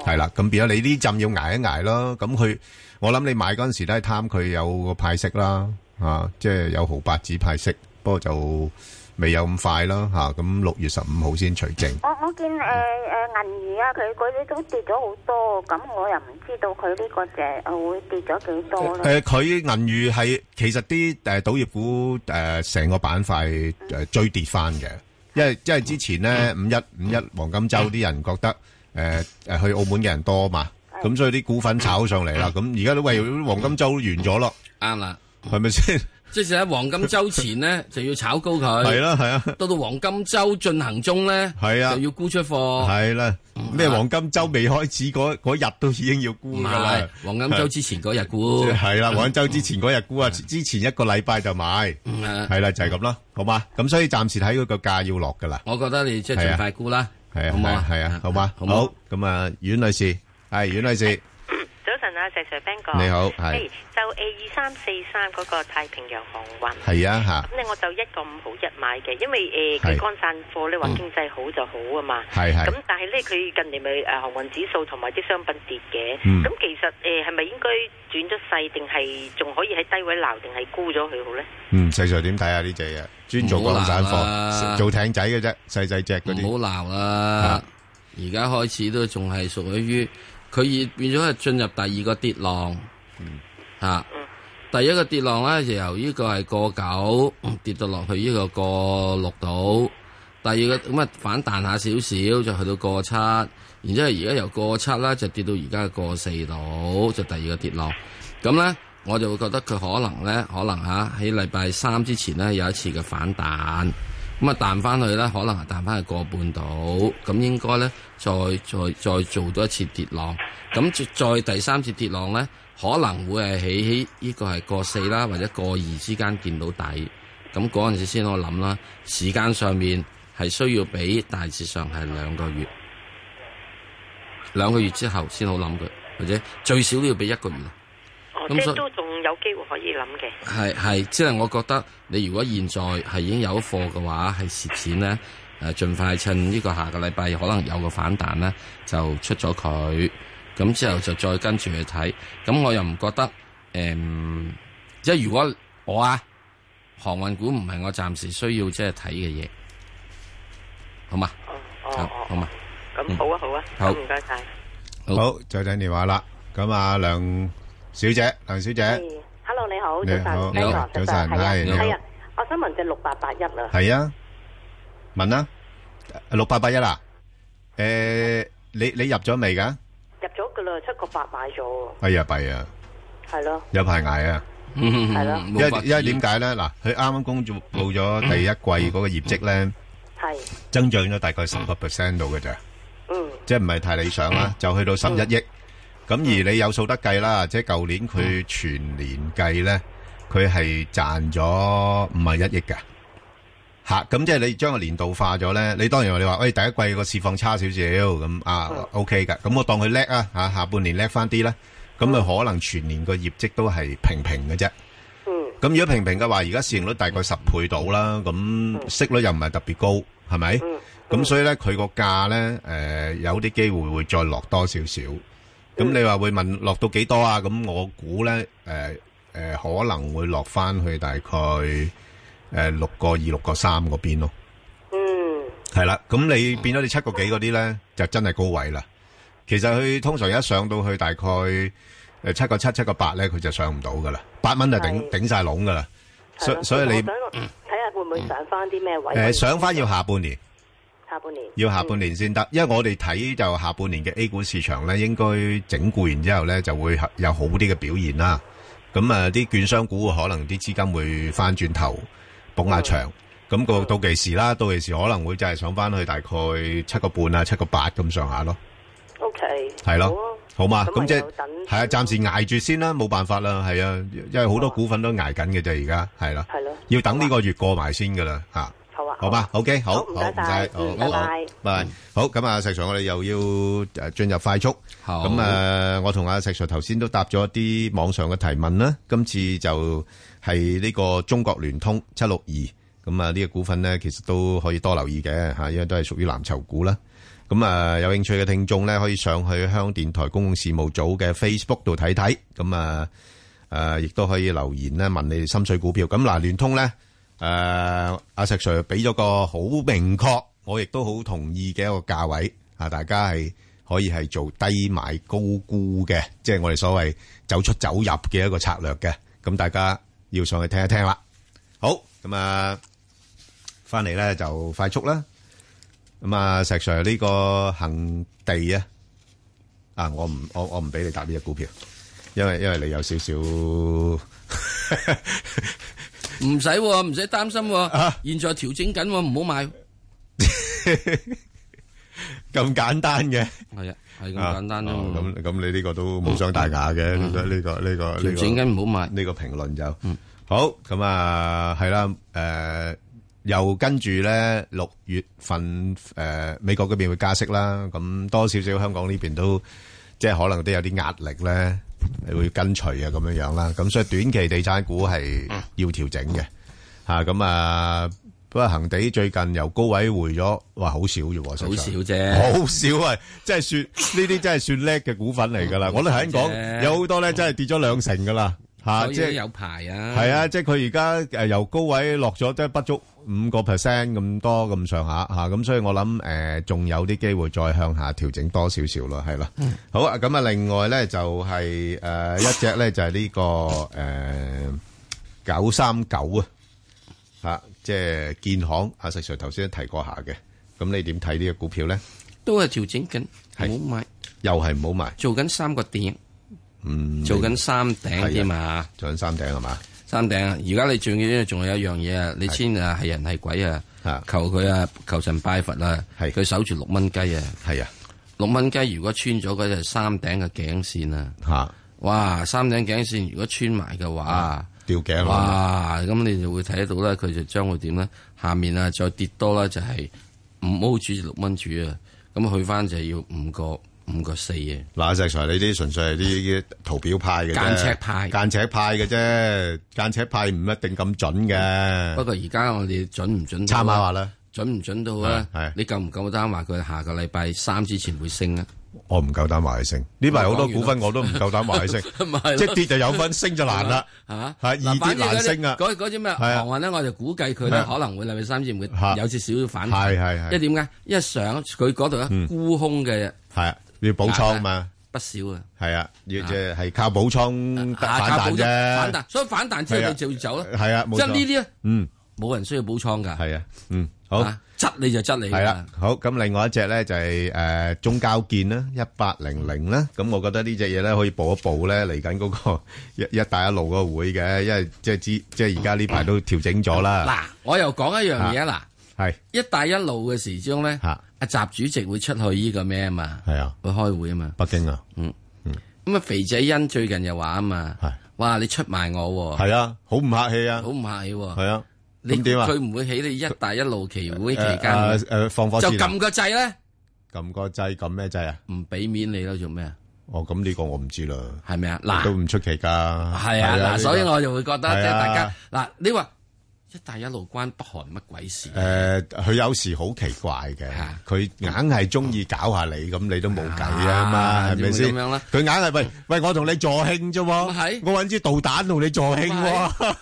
Speaker 9: 係啦，咁變咗你呢陣要捱一捱咯。咁佢，我諗你買嗰陣時都係貪佢有個派息啦，啊，即係有毫八子派息，不過就未有咁快啦，吓、啊，咁六月十五號先取證。
Speaker 21: 我我見誒誒、
Speaker 20: à,
Speaker 21: 呃、銀魚啊，佢嗰啲都跌咗好多，咁我又唔知道佢呢個隻
Speaker 20: Ờ,
Speaker 21: 會跌咗幾多
Speaker 9: 誒、
Speaker 21: 咧。
Speaker 20: 嗯
Speaker 9: 佢、銀娛係其實啲誒賭業股誒成、個板塊誒追跌翻嘅，因為因為之前咧五一五一黃金周啲人覺得。誒誒、去澳門嘅人多嘛，咁所以啲股份炒上嚟啦。咁而家都喂黃金周完咗咯，
Speaker 10: 啱啦，
Speaker 9: 係咪先？
Speaker 10: 即係喺黃金周前呢，就要炒高佢。
Speaker 9: 係啦，係啊，
Speaker 10: 到到黃金周進行中咧，
Speaker 9: 係啊
Speaker 10: 就要沽出貨。
Speaker 9: 係啦，咩黃金周未開始嗰嗰日都已經要沽
Speaker 10: 唔
Speaker 9: 噶啦
Speaker 10: 係。黃金周之前嗰日沽。
Speaker 9: 係啦，黃金周之前嗰日沽啊，之前一個禮拜就買，
Speaker 10: Ừ, à.
Speaker 9: 係啦，就係咁啦，好嘛？咁所以暫時睇佢個價要落噶啦。
Speaker 10: 我覺得你即係盡快沽啦。
Speaker 9: 係啊，
Speaker 10: 好唔好啊
Speaker 9: 係啊，好嘛，好咁啊，阮女士係阮女士，
Speaker 24: 早晨啊，石 Sir Ben 哥，
Speaker 9: 你好係
Speaker 24: 係就诶二三四三嗰個太平洋航運
Speaker 9: 係啊嚇
Speaker 24: 咁咧我就一個五毫一買嘅，因為诶佢
Speaker 9: 係嗯
Speaker 24: 乾散貨咧話經濟好就好啊嘛，
Speaker 9: 係係
Speaker 24: 咁但係咧佢近年咪诶航運指數同埋啲商品跌嘅，
Speaker 9: 嗯
Speaker 24: 咁其實诶係咪應該轉咗勢定係仲可以喺低位撈定係沽咗佢好咧？
Speaker 9: 嗯，細 Sir 點睇啊？呢只嘢專做
Speaker 10: 唔好
Speaker 9: 港散
Speaker 10: 鬧啦
Speaker 9: 貨，做艇仔嘅啫，細細只嗰啲。啊
Speaker 10: 唔好鬧啦！而家開始都仲係屬於佢已變咗係進入第二個跌浪，
Speaker 9: 嗯
Speaker 10: 啊！第一個跌浪咧就由呢個係過九 (coughs) 跌到落去呢個過六度，第二個咁啊反彈下少少就去到過七，然之後而家由過七啦就跌到而家過四度，就第二個跌浪。咁咧我就會覺得佢可能咧可能嚇喺禮拜三之前咧有一次嘅反彈。咁啊彈翻去咧，可能係彈翻去個半度，咁應該咧再再再做多一次跌浪，咁再再第三次跌浪咧，可能會係喺呢個係個四啦，或者個二之間見到底，咁嗰陣時先我諗啦，時間上面係需要俾大致上係兩個月，兩個月之後先好諗佢，或者最少都要俾一個月。
Speaker 24: 哦，
Speaker 10: 咁
Speaker 24: 即
Speaker 10: 所以
Speaker 24: 係都仲有機會可以諗嘅。
Speaker 10: 係係，即係我覺得你如果現在係已經有貨嘅話，係蝕錢咧，誒、盡快趁呢個下個禮拜可能有個反彈咧，就出咗佢，咁之後就再跟住去睇。咁我又唔覺得誒、嗯即係如果我啊航運股唔係我暫時需要即係睇嘅嘢，好嘛？好好嘛，
Speaker 24: 咁好啊好啊，
Speaker 9: 好
Speaker 24: 咁唔該晒。
Speaker 9: 好，就聽電話啦。咁啊，梁小姐，梁小姐，
Speaker 15: Hello，你好，
Speaker 9: 你好
Speaker 15: 早晨，
Speaker 9: 你好
Speaker 15: Bangor，
Speaker 9: 早晨
Speaker 15: 係啊，
Speaker 9: 係你好
Speaker 15: 係啊，我想問只六八八一啊，
Speaker 9: 係啊，問啦，六八八一啊，誒，你你入咗未㗎？
Speaker 15: 入咗噶啦，七個八買咗，
Speaker 9: 哎呀，弊啊，
Speaker 15: 係咯，
Speaker 9: 有排捱啊。
Speaker 15: 係咯
Speaker 9: 因為因為點解咧？嗱，佢啱啱公佈咗第一季嗰個業績咧，
Speaker 15: 係，
Speaker 9: 增長咗大概十個 percent 度嘅咋。
Speaker 15: 嗯，
Speaker 9: 即係唔係太理想啦，就去到十一億。咁而你有數得計啦，即係舊年佢全年計咧，佢係賺咗五十一億嘅。吓，咁即係你將個年度化咗咧，你當然話你話，喂，第一季個市況差少少，咁啊 OK 噶，咁我當佢叻啊，吓下半年叻翻啲啦，咁啊佢可能全年個業績都係平平嘅啫。咁如果平平嘅話，而家市盈率大概十倍到啦，咁息率又唔係特別高，係咪？咁所以咧，佢個價咧，誒有啲機會會再落多少少。咁你話會問落到幾多啊？咁我估咧，誒誒可能會落翻去大概誒六個二、六個三嗰邊咯。
Speaker 15: 嗯，
Speaker 9: 係啦，咁你變咗你七個幾嗰啲咧，就真係高位啦。其實佢通常一上到去大概诶七個七、七個八咧，佢就上唔到噶啦，八蚊就頂顶晒籠噶啦。所以所以你
Speaker 15: 睇下會唔會上翻啲咩位？
Speaker 9: 诶上翻要下半年。
Speaker 15: 下半年。
Speaker 9: 要下半年先得，因為我哋睇就下半年嘅 A 股市場咧，應該整固完之後咧，就會有好啲嘅表現啦。咁啊，啲券商股可能啲資金會翻轉頭捧下場，咁個到期時啦，到期時可能會就係上翻去大概七個半啊、七個八咁上下咯，
Speaker 15: O K。
Speaker 9: 係咯，好嘛？咁即係
Speaker 15: 係等
Speaker 9: 係啊，暫時捱住先啦，冇辦法啦，係啊，因為好多股份都捱緊嘅啫，而家係啦，
Speaker 15: 係咯
Speaker 9: 要等呢個月過埋先噶啦，嚇。
Speaker 15: 好啊。
Speaker 9: 好嘛，OK，好，好
Speaker 15: 唔
Speaker 9: 唔
Speaker 15: 該
Speaker 9: 該，
Speaker 15: 晒
Speaker 9: 好
Speaker 15: 嗯
Speaker 9: 好
Speaker 15: 拜拜
Speaker 9: 拜拜。好，咁啊，石 Sir，我哋又要诶进入快速。咁啊，我同阿石 Sir 頭先都答咗一啲網上嘅提問啦。今次就係呢個中國聯通七六二，咁啊呢個股份呢，其實都可以多留意嘅吓，因為都係屬於藍籌股啦。咁啊，有興趣嘅聽眾呢，可以上去香港電台公共事務組嘅 Facebook 度睇睇。咁啊。誒，亦都可以留言咧，問你哋心水股票。咁嗱，聯通咧，誒阿石 Sir 俾咗個好明確，我亦都好同意嘅一個價位啊，大家係可以係做低買高沽嘅，即係我哋所謂走出走入嘅一個策略嘅。咁大家要上去聽一聽啦。好，咁啊，翻嚟咧就快速啦。咁啊，石 Sir 呢個恒地啊，啊，我唔我我唔俾你答呢只股票。因為因為你有少少
Speaker 10: 唔使喎，唔使擔心
Speaker 9: 啊
Speaker 10: 喎。現在調整緊喎，唔好買。
Speaker 9: (laughs) 咁簡單嘅，
Speaker 10: 係啊，係咁
Speaker 9: 啊
Speaker 10: 簡單啫
Speaker 9: 哦
Speaker 10: 嘛。
Speaker 9: 咁咁你呢個都冇傷大雅嘅，呢個呢個呢個呢個
Speaker 10: 調整緊唔好買。
Speaker 9: 呢個評論就好咁啊，係啦，誒又跟住咧六月份誒美國嗰邊會加息啦，咁多少少香港呢邊都即係可能都有啲壓力咧，會跟隨啊咁樣樣啦，咁所以短期地產股係要調整嘅。吓咁啊，不過恒地最近由高位回咗，哇，好少啫喎，實際
Speaker 10: 好
Speaker 9: 上
Speaker 10: 少啫
Speaker 9: 好少啊，即係
Speaker 10: (laughs)
Speaker 9: 算呢啲真係算叻嘅股份嚟㗎啦。我都係咁講，
Speaker 10: 啫
Speaker 9: 有好多咧真係跌咗兩成㗎啦，吓，
Speaker 10: 所以
Speaker 9: 即
Speaker 10: 都
Speaker 9: 係
Speaker 10: 有排啊。
Speaker 9: 係啊，即係佢而家诶由高位落咗都係不足五個 percent 咁多咁上下吓，咁所以我諗诶仲有啲機會再向下調整多少少咯，係啦。好啊，咁啊，另外咧就係呃一隻咧就係呢個诶九三九啊，吓即係建行，阿石 Sir 頭先都提過下嘅，咁你點睇呢個股票咧？
Speaker 10: 都係調整緊，唔好買。
Speaker 9: 又係唔好買，
Speaker 10: 做緊三個點，
Speaker 9: 嗯，
Speaker 10: 做緊三頂添
Speaker 9: 係
Speaker 10: 啊，
Speaker 9: 做緊三頂係嘛？
Speaker 10: 三頂啊！而家你仲要仲有一樣嘢啊，你千啊係人係鬼啊，求佢啊，求神拜佛啦，佢守住六蚊雞啊，
Speaker 9: 係啊，
Speaker 10: 六蚊雞如果穿咗嗰隻三頂嘅頸線啊，
Speaker 9: 吓，
Speaker 10: 哇，三頂頸線如果穿埋嘅話，
Speaker 9: 吊頸啊落
Speaker 10: 哇，咁你就會睇得到咧，佢就將會點咧？下面啊再跌多啦，就係五毫主六蚊主啊，咁去翻就要五個五個四啊。
Speaker 9: 嗱，石 Sir，你啲純粹係啲圖表派嘅啫，
Speaker 10: 間尺派
Speaker 9: 間尺派嘅啫，間尺派唔一定咁準嘅。
Speaker 10: 不過而家我哋準唔準？啊
Speaker 9: 參考下啦。
Speaker 10: 準唔準到啊
Speaker 9: 係？
Speaker 10: 你夠唔夠膽話佢下個禮拜三之前會升啊？
Speaker 9: 我唔夠膽話佢升，呢排好多股份我都唔夠膽話佢
Speaker 10: (laughs)
Speaker 9: 升
Speaker 10: 咪係咯
Speaker 9: 即係跌就有分升就難啦
Speaker 10: 係嘛
Speaker 9: 係
Speaker 10: 嗱
Speaker 9: 易跌
Speaker 10: 反正
Speaker 9: 難升啊
Speaker 10: 嗰啲嗰嗰啲咩
Speaker 9: 係啊
Speaker 10: 航運咧，我就估計佢
Speaker 9: 係
Speaker 10: 咧
Speaker 9: 啊
Speaker 10: 可能會禮拜三之前會
Speaker 9: 嚇
Speaker 10: 有少少反彈。
Speaker 9: 係係係
Speaker 10: 因為點解？因為上佢嗰度咧
Speaker 9: 嗯
Speaker 10: 沽空嘅
Speaker 9: 係啊，要補倉嘛，
Speaker 10: 不少啊。
Speaker 9: 係啊，要即係係靠補倉得
Speaker 10: 下
Speaker 9: 反彈啫，
Speaker 10: 反彈，所以反彈之
Speaker 9: 係
Speaker 10: 後
Speaker 9: 啊
Speaker 10: 你就要走啦。
Speaker 9: 係啊冇錯
Speaker 10: 即係呢啲咧，
Speaker 9: 嗯，
Speaker 10: 冇人需要補倉㗎。
Speaker 9: 係啊，嗯，好，
Speaker 10: 啊質你就質你㗎。啊
Speaker 9: 係啦，好，咁另外一隻咧就係誒中交建啦，一八零零啦，咁我覺得呢只嘢咧可以步一步咧嚟緊嗰 (laughs) 個一一帶一路嗰個會嘅，因為即係知即係而家呢排都調整咗
Speaker 10: 嗱
Speaker 9: 啦，，
Speaker 10: 我又講一樣嘢啊
Speaker 9: 係啊
Speaker 10: 嗱，一帶一路嘅時鐘咧，阿習主席會出去呢個咩啊嘛，
Speaker 9: 係啊，
Speaker 10: 會開會啊嘛，
Speaker 9: 北京啊，
Speaker 10: 嗯咁啊肥仔欣最近又話啊嘛，哇你出賣我喎，
Speaker 9: 係啊，好唔客氣啊，
Speaker 10: 好唔客氣喎，
Speaker 9: 係啊，
Speaker 10: 你
Speaker 9: 咁點啊？
Speaker 10: 佢唔會喺你一帶一路期會期
Speaker 9: 誒
Speaker 10: 間
Speaker 9: 誒誒放火
Speaker 10: 就
Speaker 9: 先啊
Speaker 10: 撳個掣咧，
Speaker 9: 撳個掣撳咩掣啊？
Speaker 10: 唔俾面你咯，做咩啊？
Speaker 9: 哦，咁呢個我唔知啦，
Speaker 10: 係咪啊？嗱
Speaker 9: 都唔出奇㗎，係
Speaker 10: 係啊
Speaker 9: 呢個
Speaker 10: 嗱，所以我就會覺得
Speaker 9: 係啊
Speaker 10: 即係大家嗱，你話一帶一路關北韓乜鬼事？
Speaker 9: 誒，佢有時好奇怪嘅，佢硬係中意搞下你，咁你都冇計啊嘛，
Speaker 10: 啊
Speaker 9: 係咪先？
Speaker 10: 咁樣啦
Speaker 9: 佢硬係喂喂，我同你助興啫喎，我揾支導彈同你助興 (laughs) 喎，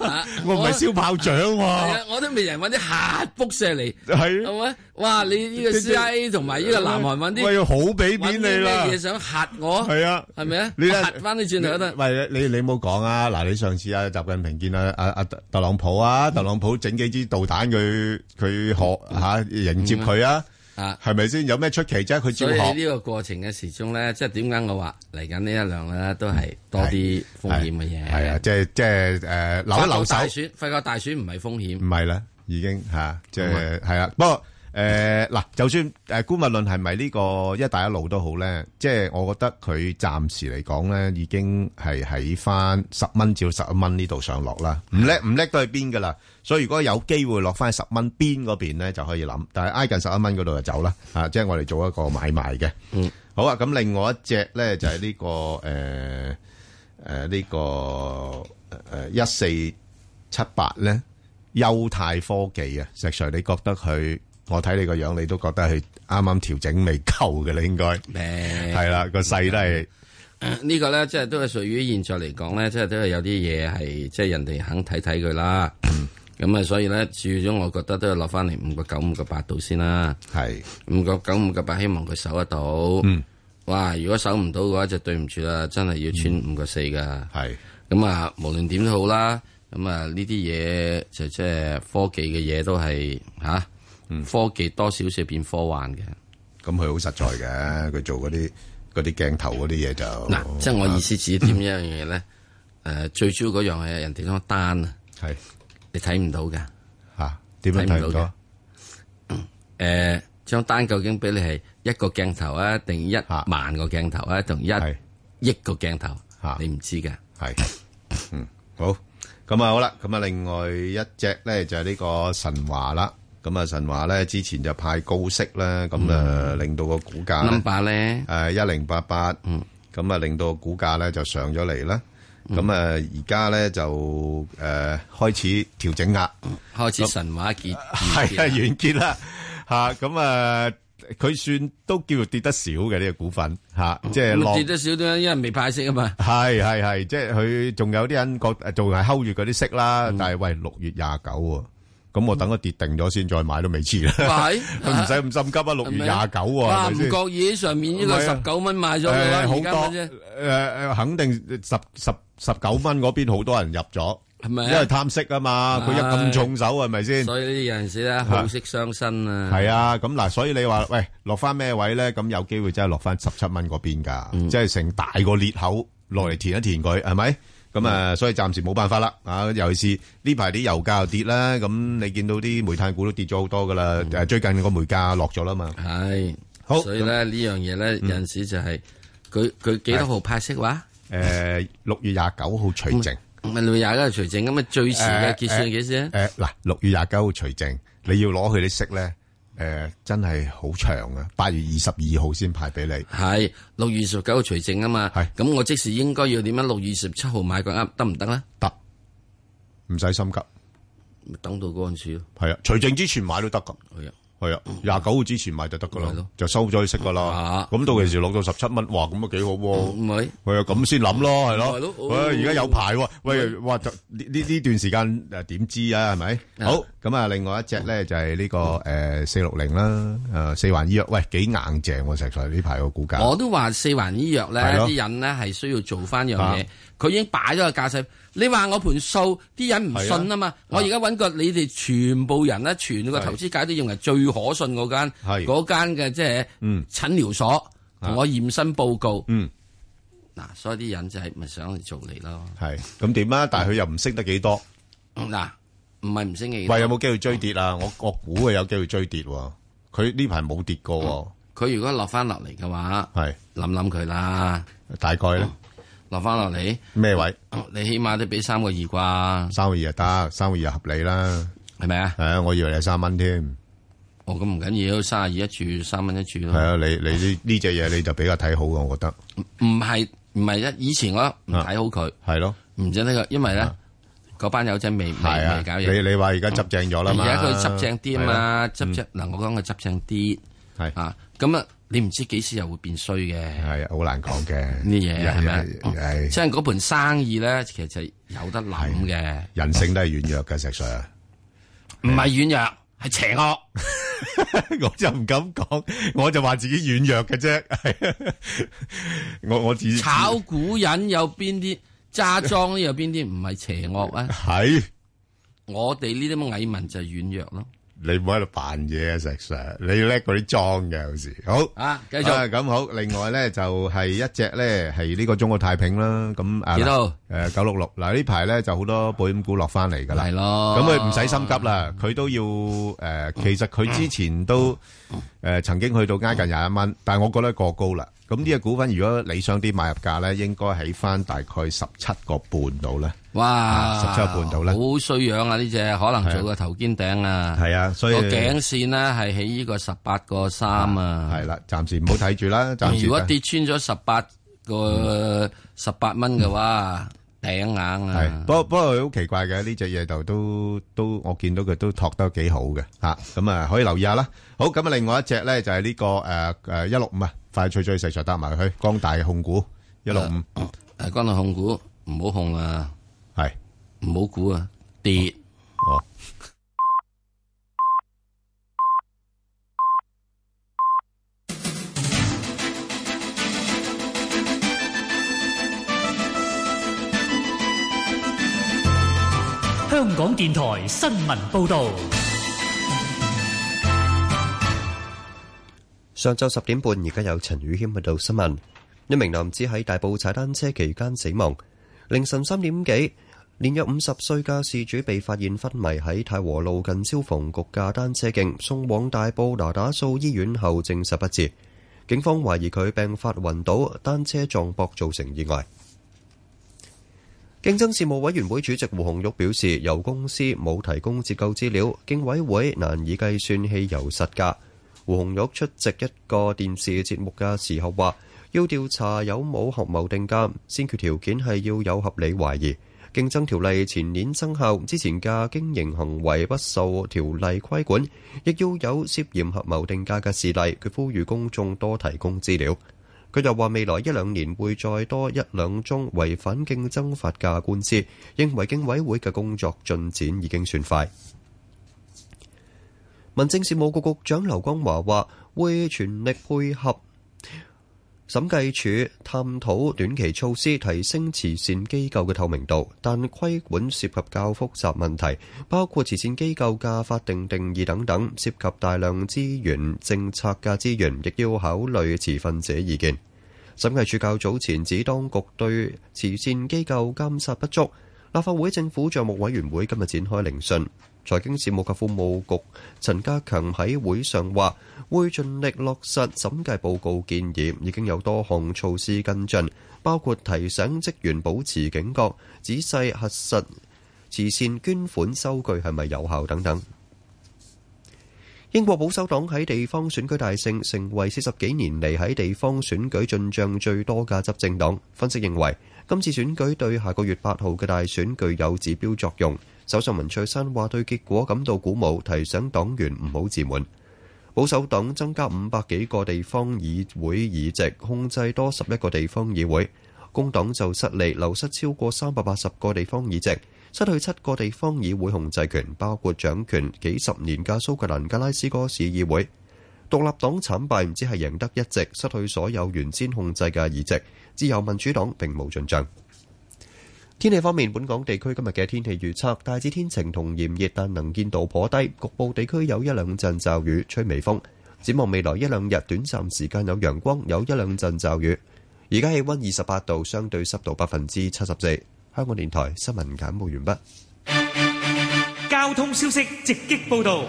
Speaker 9: 我唔係燒炮仗
Speaker 10: 係
Speaker 9: 喎，
Speaker 10: 啊，我都未人揾啲核輻射嚟，
Speaker 9: 係
Speaker 10: 係咪？哇！你呢個 CIA 同埋呢個南韓揾啲，
Speaker 9: 喂要好俾面你啦
Speaker 10: 揾啲咩嘢想嚇我？
Speaker 9: 係啊，
Speaker 10: 係咪啊？
Speaker 9: 你
Speaker 10: 你
Speaker 9: 睇
Speaker 10: 嚇翻你轉頭得。
Speaker 9: 喂，你你唔好講啊！嗱，你上次啊，習近平見啊啊啊特特朗普
Speaker 10: 嗯
Speaker 9: 啊，特朗普整幾支導彈佢佢學吓迎接佢啊，係咪先？有咩出奇啫？佢照
Speaker 10: 嗯所以呢
Speaker 9: 學。
Speaker 10: 個過程嘅時鐘咧，即係點解我話嚟緊呢一兩咧都係多啲風險嘅嘢。
Speaker 9: 係啊，即係即係誒留一留手
Speaker 10: 法國大，選，法國大選唔係風險。
Speaker 9: 唔係啦，已經吓，即係
Speaker 10: 咁啊
Speaker 9: 係啊啦。不過誒嗱，就算誒姑勿論係咪呢個一帶一路都好咧，即係我覺得佢暫時嚟講咧，已經係喺翻十蚊至到十一蚊呢度上落啦。唔叻唔叻都係邊噶啦。所以如果有機會落翻十蚊邊嗰邊咧，就可以諗。但係挨近十一蚊嗰度就走啦。啊，即係我哋做一個買賣嘅。
Speaker 10: 嗯，
Speaker 9: 好啊。咁另外一隻咧就係呢個誒誒呢個誒一四七八咧。優泰科技啊，石 Sir，你覺得佢？我睇你個樣，你都覺得佢啱啱調整未夠嘅啦，應該係啦，個勢都係
Speaker 10: 呢個咧，即係都係屬於現在嚟講咧，即係都係有啲嘢係即係人哋肯睇睇佢啦。咁啊，所以咧，至咗我覺得都係落翻嚟五個九、五個八度先啦。
Speaker 9: 係
Speaker 10: 五個九、五個八，希望佢守得到。
Speaker 9: 嗯，
Speaker 10: 哇！如果守唔到嘅話，就對唔住啦，真係要
Speaker 9: 嗯
Speaker 10: 穿五個四噶。
Speaker 9: 係
Speaker 10: 咁啊，無論點都好啦。咁啊，呢啲嘢就即係科技嘅嘢都係吓，科技多少少變科幻嘅。
Speaker 9: 嗯咁佢好實在嘅，佢做嗰啲嗰啲鏡頭嗰啲嘢就
Speaker 10: 嗱，即係我意思指點一樣
Speaker 9: (coughs)
Speaker 10: 嘢咧，誒、最主要嗰樣係人哋張單啊，
Speaker 9: 係
Speaker 10: 你睇唔到嘅
Speaker 9: 嚇，點樣睇唔到
Speaker 10: 嘅？誒，張單究竟俾你係一個鏡頭啊，定一萬個鏡頭啊，定一億個鏡頭？你唔知嘅。
Speaker 9: 係，嗯，好，咁啊好啦，咁啊另外一隻咧就係呢個神華啦，咁啊神華咧之前就派高息啦，咁啊令到個股價
Speaker 10: number 咧
Speaker 9: 誒一零八八，咁啊令到個股價咧就上咗嚟啦，咁啊而家咧就誒開始調整壓，
Speaker 10: 開始神話結
Speaker 9: 係啊完結啦吓，咁啊佢算都叫做跌得少嘅呢個股份吓，即係
Speaker 10: 咁
Speaker 9: 落
Speaker 10: 跌。得少啲，因為未派息啊嘛。
Speaker 9: 係係係，即係佢仲有啲人覺呃仲係睺住嗰啲息啦，
Speaker 10: 嗯
Speaker 9: 但係喂六月廿九喎，咁我等佢跌定咗先再買都未遲啦。
Speaker 10: 係
Speaker 9: (laughs) 佢唔使咁心急啊，六月廿九喎，
Speaker 10: 哇！
Speaker 9: 係
Speaker 10: 唔
Speaker 9: 咪先
Speaker 10: 覺意喺上面呢個
Speaker 9: 係啊
Speaker 10: 十九蚊買咗佢啦，
Speaker 9: 誒好
Speaker 10: 而家
Speaker 9: 多
Speaker 10: 乜啫
Speaker 9: 誒誒，肯定十十十九蚊嗰邊好多人入咗，
Speaker 10: 係咪啊
Speaker 9: 因為貪息啊嘛，佢一咁重手係咪先？
Speaker 10: 所以呢有陣時咧，好色傷身啊。
Speaker 9: 系啊，咁嗱，所以你話喂落翻咩位咧？咁有機會真係落翻十七蚊嗰邊㗎，即係成大個裂口落嚟填一填佢，係咪？咁啊，所以暫時冇辦法啦。啊，尤其是呢排啲油價又跌啦，咁你見到啲煤炭股都跌咗好多㗎啦。誒，最近個煤價落咗啦嘛。
Speaker 10: 係，
Speaker 9: 好
Speaker 10: 所以咧呢樣嘢咧，
Speaker 9: 嗯
Speaker 10: 有陣時就係佢佢幾多號派息話？
Speaker 9: 誒，六月廿九號除淨。
Speaker 10: 唔係六月廿九號除淨，咁啊最遲嘅結算係幾時啊咧？
Speaker 9: 誒嗱，六月廿九號除淨，你要攞佢啲息咧，誒真係好長啊！八月二十二號先派俾你。
Speaker 10: 係六月二十九號除淨啊嘛。係，咁我即時應該要點樣？啊六月二十七號買個鴨得唔得咧？
Speaker 9: 得，唔使心急，
Speaker 10: 等到嗰陣時咯。
Speaker 9: 係啊，除淨之前買都得㗎。
Speaker 10: 係啊，
Speaker 9: 係啊，廿九號之前買就得㗎啦，就收咗佢息㗎
Speaker 10: 啊
Speaker 9: 啦。咁到時落到十七蚊，哇，咁啊幾好喎。
Speaker 10: 唔係，
Speaker 9: 係啊，咁先諗咯，係
Speaker 10: 係
Speaker 9: 咯
Speaker 10: 咯。哦
Speaker 9: 喂，而家有排喎，喂，哇，就呢呢呢段時間誒點知啊？係咪？好，咁啊，另外一隻咧就係呢個誒四六零啦，誒四環醫藥，喂，幾硬淨喎，石 Sir 呢排個股價。
Speaker 10: 我都話四環醫藥咧，
Speaker 9: 係咯
Speaker 10: 啲人咧係需要做翻樣
Speaker 9: 啊
Speaker 10: 嘢，佢已經擺咗個架勢。你話我盤數，啲人唔信啊嘛。我而家揾個你哋全部人咧，全個投資界都認為最可信嗰間，嗰間嘅即係
Speaker 9: 嗯
Speaker 10: 診療所
Speaker 9: 啊
Speaker 10: 同我驗身報告。嗱，所以啲人就係咪想去做你咯？
Speaker 9: 係咁點啊？但係佢又唔升得幾多？
Speaker 10: 嗱，唔係唔升嘅。
Speaker 9: 喂，有冇機會追跌啊？我我估佢有機會追跌喎。佢呢排冇跌過喎。
Speaker 10: 佢如果落翻落嚟嘅話，
Speaker 9: 係
Speaker 10: 諗諗佢啦。
Speaker 9: 大概咧，
Speaker 10: 落翻落嚟哦
Speaker 9: 咩位？
Speaker 10: 你起碼都俾三個二啩？
Speaker 9: 三個二就得，三個二就合理啦。
Speaker 10: 係咪啊？
Speaker 9: 係啊，我以為你係三蚊添。
Speaker 10: 哦，咁唔緊要，三廿二一注，三蚊一注咯。
Speaker 9: 係啊，你你呢呢只嘢你就比較睇好嘅，我覺得。啊
Speaker 10: 唔係唔係一以前我唔睇好佢，
Speaker 9: 係咯，啊
Speaker 10: 唔知呢個，因為咧嗰班友仔未未未
Speaker 9: 係啊
Speaker 10: 搞嘢。
Speaker 9: 你你話而家執正咗啦嘛？
Speaker 10: 而家佢執正啲
Speaker 9: 係
Speaker 10: 啊
Speaker 9: 啊。
Speaker 10: 嘛，執正嗱，我講佢執正啲
Speaker 9: 係
Speaker 10: 啊，咁啊，你唔知幾時又會變衰嘅，
Speaker 9: 係啊，好難講嘅
Speaker 10: 呢嘢係咪啊
Speaker 9: 係？係
Speaker 10: 即係嗰盤生意咧，其實就有得諗嘅，
Speaker 9: 人性都係軟弱嘅，石 Sir。
Speaker 10: 唔係軟弱，係邪惡。
Speaker 9: (laughs) 我就唔敢講，我就話自己軟弱嘅啫。 (laughs) 係我我自
Speaker 10: 炒股人有邊啲揸莊呢？有邊啲唔係邪惡啊？
Speaker 9: 係
Speaker 10: 我哋呢啲咁嘅蟻民就係軟弱咯。
Speaker 9: 你唔好喺度扮嘢啊，石 Sir！你叻嗰啲裝嘅有時。好
Speaker 10: 啊，繼續
Speaker 9: 啊咁好。另外咧就係一隻咧係呢個中國太平啦。咁啊，
Speaker 10: 幾多？
Speaker 9: 誒九六六嗱呢排咧就好多保險股落翻嚟㗎啦。係
Speaker 10: 咯。
Speaker 9: 咁佢唔使心急啦，佢都要誒。其實佢之前都誒曾經去到挨近廿一蚊，但係我覺得過高啦。咁呢隻股份如果理想啲買入價咧，應該喺翻大概十七個半度咧。
Speaker 10: 哇，
Speaker 9: 啊十七個半度咧。
Speaker 10: 好衰樣啊！呢只可能做個頭肩頂啊，
Speaker 9: 係啊，所以
Speaker 10: 個頸線呢係喺呢個十八個三啊，
Speaker 9: 係啦，暫時唔好睇住啦，暫時
Speaker 10: 如果跌穿咗十八個十八蚊嘅話，頂硬啊！
Speaker 9: 係，不過不過佢好奇怪嘅呢只嘢就都都我見到佢都托得幾好嘅嚇，咁啊可以留意下啦。好，咁啊另外一隻咧就係呢個誒誒一六五啊，快脆脆細細搭埋佢，光大控股一六五，
Speaker 10: 誒光大控股唔好控啊，
Speaker 9: 係
Speaker 10: 唔好估啊，跌
Speaker 9: 哦。
Speaker 11: 香港電台新聞報導，
Speaker 12: 上晝十點半，而家有陳宇謙報道新聞。一名男子喺大埔踩單車期間死亡。凌晨三點幾，年約五十歲嘅事主被發現昏迷喺太和路近消防局嘅單車徑，送往大埔那打素醫院後證實不治。警方懷疑佢病發暈倒，單車撞膊造成意外。競爭事務委員會主席胡紅玉表示，油公司冇提供折舊資料，競委會難以計算汽油實價。胡紅玉出席一個電視節目嘅時候話，要調查有冇合謀定價，先決條件係要有合理懷疑。競爭條例前年生效，之前嘅經營行為不受條例規管，亦要有涉嫌合謀定價嘅事例。佢呼籲公眾多提供資料。佢又話：未來一兩年會再多一兩宗違反競爭法嘅官司，認為競委會嘅工作進展已經算快。民政事務局局長劉光華話：會全力配合審計署探討短期措施，提升慈善機構嘅透明度，但規管涉及較複雜問題，包括慈善機構嘅法定定義等等，涉及大量資源、政策嘅資源，亦要考慮持份者意見。審計署較早前指當局對慈善機構監察不足，立法會政府帳目委員會今日展開聆訊。財經事務及庫務局陳家強喺會上話，會盡力落實審計報告建議，已經有多項措施跟進，包括提醒職員保持警覺，仔細核實慈善捐款收據係咪有效等等。英國保守黨喺地方選舉大勝，成為四十幾年嚟喺地方選舉進帳最多嘅執政黨。分析認為，今次選舉對下個月八號嘅大選具有指標作用。首相文翠珊話對結果感到鼓舞，提醒黨員唔好自滿。保守黨增加五百幾個地方議會議席，控制多十一個地方議會。工黨就失利，流失超過三百八十個地方議席，失去七個地方議會控制權，包括掌權幾十年嘅蘇格蘭格拉斯哥市議會。獨立黨慘敗，唔只係贏得一席，失去所有原先控制嘅議席。自由民主黨並冇進帳。天氣方面，本港地區今日嘅天氣預測大致天晴同炎熱，但能見度頗低，局部地區有一兩陣驟雨，吹微風。展望未來一兩日，短暫時間有陽光，有一兩陣驟雨。而家氣温二十八度，相對濕度百分之七十四。香港電台新聞簡報完畢。
Speaker 11: 交通消息直擊報導。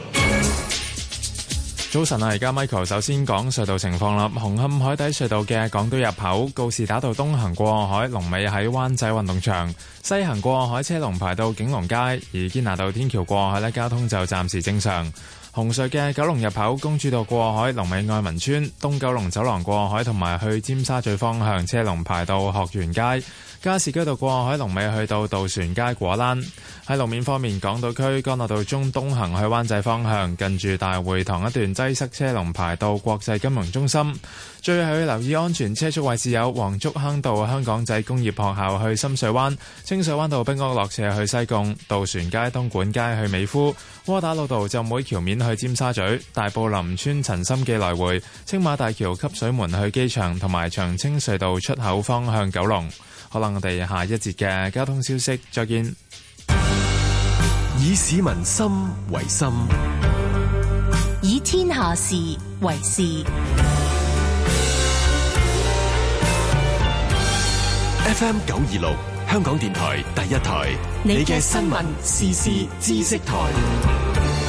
Speaker 7: 早晨啊，而家 Michael 首先講隧道情況啦。紅磡海底隧道嘅港島入口告士打道東行過海，龍尾喺灣仔運動場；西行過海車龍排到景隆街。而堅拿道天橋過海呢，交通就暫時正常。紅隧嘅九龍入口公主道過海，龍尾愛民村；東九龍走廊過海同埋去尖沙咀方向車龍排到學園街。加士居道過海龍尾去到渡船街果欄。喺路面方面，港島區干諾道中東行去灣仔方向，近住大會堂一段擠塞車龍排到國際金融中心。最後要留意安全車速位置有黃竹坑道香港仔工業學校去深水灣、清水灣道冰屋落斜去西貢、渡船街東莞街去美孚、窩打老道浸會橋面去尖沙咀、大埔林村陳心記來回、青馬大橋汲水門去機場同埋長青隧道出口方向九龍。可能我哋下一節嘅交通消息再見。
Speaker 34: 以市民心為心，
Speaker 14: 以天下事為事。
Speaker 34: FM 九二六，香港電台第一台，你嘅新聞、時事、知識台。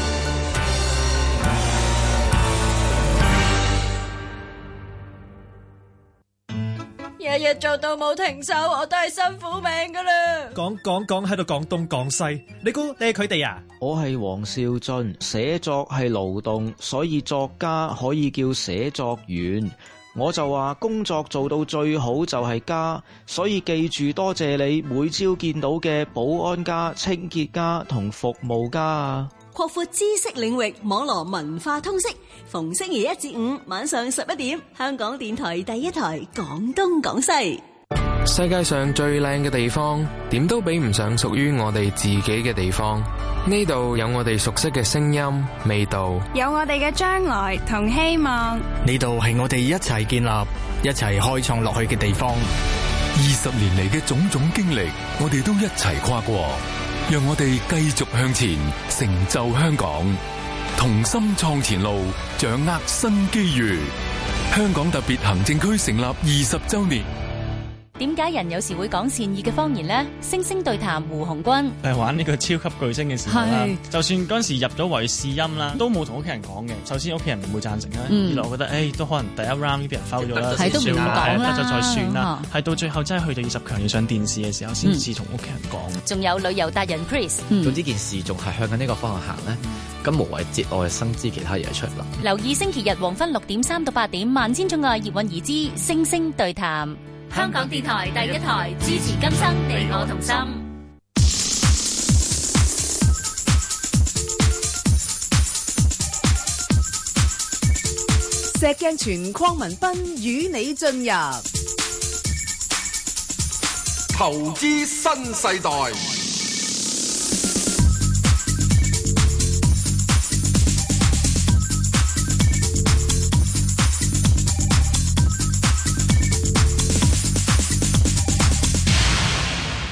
Speaker 17: 日日做到冇停手，我都係辛苦命噶啦。
Speaker 25: 講講講喺度講東講西，你估你係佢
Speaker 3: 哎
Speaker 25: 哋啊？
Speaker 35: 我係黃少俊，寫作係勞動，所以作家可以叫寫作員。我就話工作做到最好就係家，所以記住多謝你每朝見到嘅保安家、清潔家同服務家啊！
Speaker 19: 擴闊知識領域，網羅文化通識。逢星期一至五晚上十一點，香港電台第一台廣東廣西。
Speaker 1: 世界上最靚嘅地方，點都比唔上屬於我哋自己嘅地方。呢度有我哋熟悉嘅聲音、味道，
Speaker 15: 有我哋嘅將來同希望。
Speaker 36: 呢度係我哋一齊建立、一齊開創落去嘅地方。
Speaker 34: 二十年嚟嘅種種經歷，我哋都一齊跨過，讓我哋繼續向前，成就香港，同心創前路，掌握新機遇。香港特別行政區成立二十周年。
Speaker 37: 點解人有時會講善意嘅謊言呢？星星對談胡鴻鈞，
Speaker 25: 誒玩呢個超級巨星嘅時候啦，就算嗰陣時入咗圍試音啦，都冇同屋企人講嘅。首先屋企人唔會贊成啦，二來我覺得誒都可能第一 round 呢啲人 fail 咗啦，
Speaker 37: 嗯
Speaker 25: 哎
Speaker 37: 係都唔講啦，啊
Speaker 25: 得咗再算啦。係到最後真係去到二十強要上電視嘅時候，先
Speaker 37: 嗯
Speaker 25: 至同屋企人講。
Speaker 37: 仲有旅遊達人 Chris，
Speaker 25: 嗯
Speaker 10: 總之件事仲係向緊呢個方向行呢。咁無謂節外生枝，其他嘢出啦。
Speaker 37: 留意星期日黃昏六點三到八點，萬千寵愛葉韻儀之星星對談。香港電台第一台支持今生地我同心。
Speaker 8: 石鏡泉鄺民彬與你進入
Speaker 4: 投資新世代。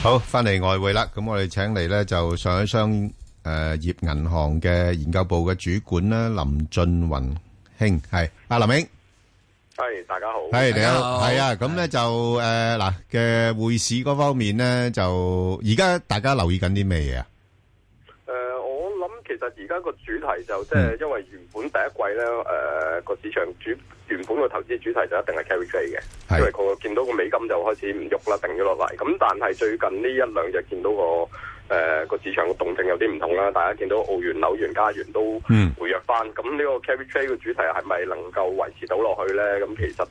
Speaker 9: 好，翻嚟外匯啦，咁我哋請嚟咧就上海商誒業銀行嘅研究部嘅主管啦，林俊宏兄係，阿林兄，
Speaker 23: 係大家好，
Speaker 9: 係你好，係啊，咁咧就誒嗱嘅匯市嗰方面咧，就而家大家留意緊啲咩嘢啊？
Speaker 23: 誒，呃我諗其實而家個主題就即係因為原本第一季咧誒個市場主原本個投資主題就一定係 carry trade 嘅，因為個見到個美金就開始唔喐啦，定咗落嚟。咁但係最近呢一兩日見到個誒個市場個動靜有啲唔同啦，大家見到澳元、紐元、加元都
Speaker 9: 嗯
Speaker 23: 回弱翻。咁呢個 carry trade 嘅主題係咪能夠維持到落去咧？咁其實誒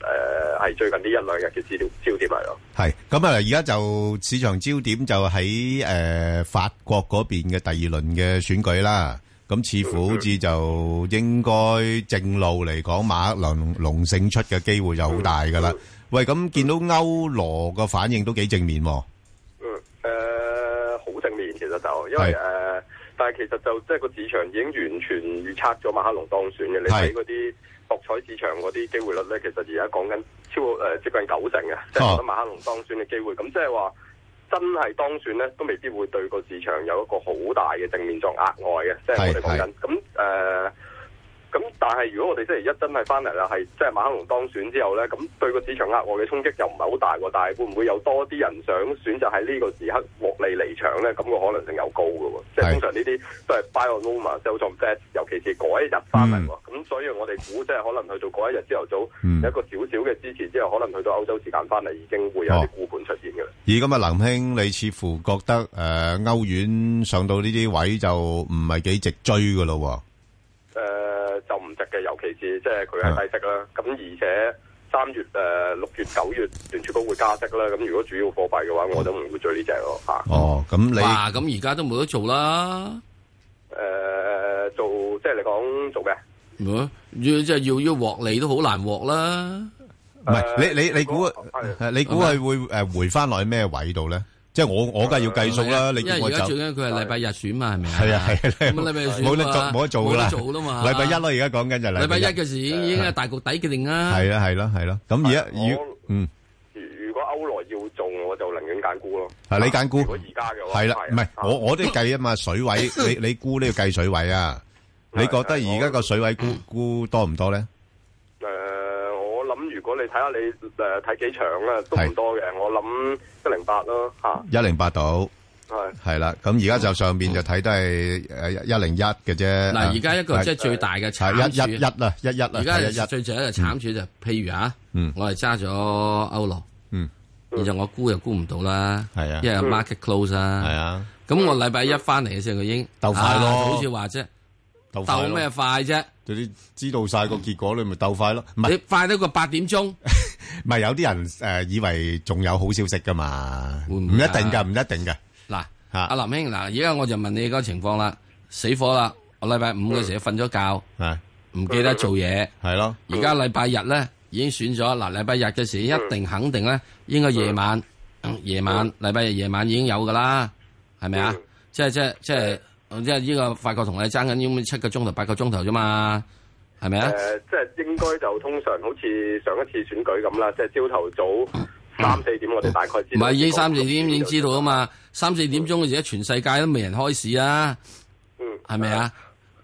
Speaker 23: 係最近呢一兩日嘅資料焦點嚟咯。
Speaker 9: 係咁啊！而家就市場焦點就喺誒法國嗰邊嘅第二輪嘅選舉啦。咁似乎好似就應該正路嚟講，馬克龍龍勝出嘅機會就好大㗎啦。喂，咁見到歐羅個反應都幾正面喎。
Speaker 23: 嗯，誒，好正面其實就因為誒，但係其實就即係個市場已經完全預測咗馬克龍當選嘅。你睇嗰啲博彩市場嗰啲機會率咧，其實而家講緊超誒接近九成嘅，即係覺得馬克龍當選嘅機會。咁即係話。真係當選咧，都未必會對個市場有一個好大嘅正面作額外嘅，即係我哋講緊。咁誒，咁、呃、但係如果我哋星期一真係翻嚟啦，係即係馬克龍當選之後咧，咁對個市場額外嘅衝擊又唔係好大喎。但係會唔會有多啲人想選擇喺呢個時刻獲利離場咧？咁、那個可能性又高嘅喎。即係通常呢啲都係 buy on rumor sell on fact，尤其是嗰一日翻嚟喎。咁、嗯、所以我哋估即係可能去到嗰一日朝頭早、嗯、有一個少少嘅支持之後，可能去到歐洲時間翻嚟已經會有啲沽盤出現嘅啦。
Speaker 9: 而咁啊，林兄，你似乎覺得誒歐元上到呢啲位就唔係幾值追嘅咯
Speaker 10: 啊
Speaker 23: 呃喎？誒就唔值嘅，尤其是即係佢係低息啦。咁而且三月誒、呃六月九月聯儲局會加息啦。咁如果主要貨幣嘅話，我都唔會追呢只咯嚇。
Speaker 9: 哦，咁你
Speaker 10: 哇，咁而家都冇得做啦，
Speaker 23: 誒、做即係你講做咩？
Speaker 10: 嗯要即係要要獲利都好難獲啦。
Speaker 9: 唔係你你你估誒你估佢會誒回翻落去咩位度咧？即係我我梗係要計數啦，你
Speaker 10: 因為
Speaker 9: 叫我
Speaker 10: 而家
Speaker 9: 走
Speaker 10: 最緊要佢係禮拜日選嘛，係咪啊？
Speaker 9: 係啊係啊，
Speaker 10: 咁禮拜日選
Speaker 9: 冇得做
Speaker 10: 嘛
Speaker 9: 冇得做㗎啦，
Speaker 10: 冇得做啦嘛。
Speaker 9: 禮拜一咯，而家講緊就係
Speaker 10: 禮拜一
Speaker 9: 嘅
Speaker 10: 嘅時已經已經係大局底決定啦。
Speaker 9: 係啦係啦係啦，咁而家要嗯
Speaker 23: 如如果歐羅要中，我就寧願揀沽咯。
Speaker 9: 係啊
Speaker 10: 啊
Speaker 9: 你揀估
Speaker 23: 如果而家嘅話，
Speaker 9: 係啦，唔係我我都計啊嘛水位，你你估都要計水位啊？你覺得而家個水位估估多唔多咧？
Speaker 23: 誒、呃我諗如果你睇下你誒睇幾場啦，都唔多嘅。我諗一零八咯嚇，
Speaker 9: 一零八度
Speaker 23: 係
Speaker 9: 係啦，咁而家就上邊就睇都係誒一零一嘅啫。
Speaker 10: 嗱，而家一個即係最大嘅慘
Speaker 9: 係
Speaker 10: 處，
Speaker 9: 一一一啦，一一啦，
Speaker 10: 而
Speaker 9: 係一嗯
Speaker 10: 家
Speaker 9: 一
Speaker 10: 最最一個慘處就係譬如啊，我係揸咗歐羅，
Speaker 9: 嗯，
Speaker 10: 然後我沽又沽唔到啦，
Speaker 9: 係啊
Speaker 10: 因
Speaker 23: 嗯
Speaker 10: 為有 market close 啊，
Speaker 9: 係啊，
Speaker 10: 咁我禮拜一翻嚟嘅時候，佢已經
Speaker 9: 鬥快咯
Speaker 10: 啊好似話啫，
Speaker 9: 鬥快咯
Speaker 10: 鬥咩快啫？
Speaker 9: 你知道晒個結果，你咪鬥快咯。唔係
Speaker 10: 你快得過八點鐘，
Speaker 9: (laughs) 唔係有啲人誒以為仲有好消息噶嘛？唔一定㗎，唔一定㗎。
Speaker 10: 嗱，阿林兄，嗱，而家我就問你嗰個情況啦，死火啦！我禮拜五嘅時候瞓咗覺，唔記得做嘢，
Speaker 9: 係咯。
Speaker 10: 而家禮拜日咧已經選咗，嗱，禮拜日嘅時一定肯定咧，應該夜晚，嗯夜晚禮拜日夜晚已經有噶啦，係咪啊？即係即係即係即係呢個法國同你爭緊咁七個鐘頭八個鐘頭啫嘛，係咪
Speaker 23: 誒、
Speaker 10: 啊？
Speaker 23: 呃即係應該就通常好似上一次選舉咁啦，即係朝頭早三四點，我哋大概知
Speaker 10: 嗯唔
Speaker 23: 道。
Speaker 10: 係已經三四點已經知道啊嘛，三四點鐘嘅時候，全世界都未人開市啊，
Speaker 23: 嗯
Speaker 10: 係咪啊？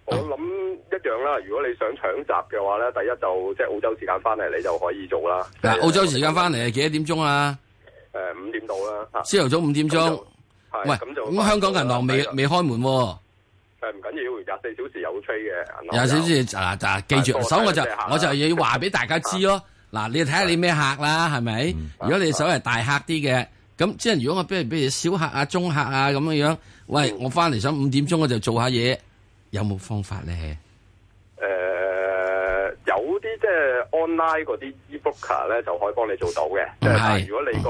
Speaker 23: 我諗一樣啦。如果你想搶閘嘅話咧，第一就即係澳洲時間翻嚟，你就可以做啦。
Speaker 10: 嗱，澳洲時間翻嚟係幾多點鐘啊？
Speaker 23: 誒五點到啦，
Speaker 10: 朝頭早五點鐘。
Speaker 23: 啊係
Speaker 10: 喂，
Speaker 23: 咁就
Speaker 10: 咁香港銀行未未開門喎，
Speaker 23: 誒唔緊要，廿四小時有吹嘅銀行
Speaker 10: 廿小時嗱嗱記住，
Speaker 23: 但係
Speaker 10: 所以我就
Speaker 23: 多謝客啦啊
Speaker 10: 我就要話俾大家知咯。嗱，你睇下你咩客啦，
Speaker 23: 啊
Speaker 10: 係咪？如果你手係大客啲嘅，咁即係如果我譬如譬如小客啊、中客啊咁樣樣，
Speaker 23: 嗯
Speaker 10: 喂，我翻嚟想五點鐘我就做下嘢，有冇方法咧？
Speaker 23: 誒、有啲即係 online 嗰啲 e-booker 咧，就可以幫你做到嘅。即
Speaker 10: 嗯
Speaker 23: 係但係如果你個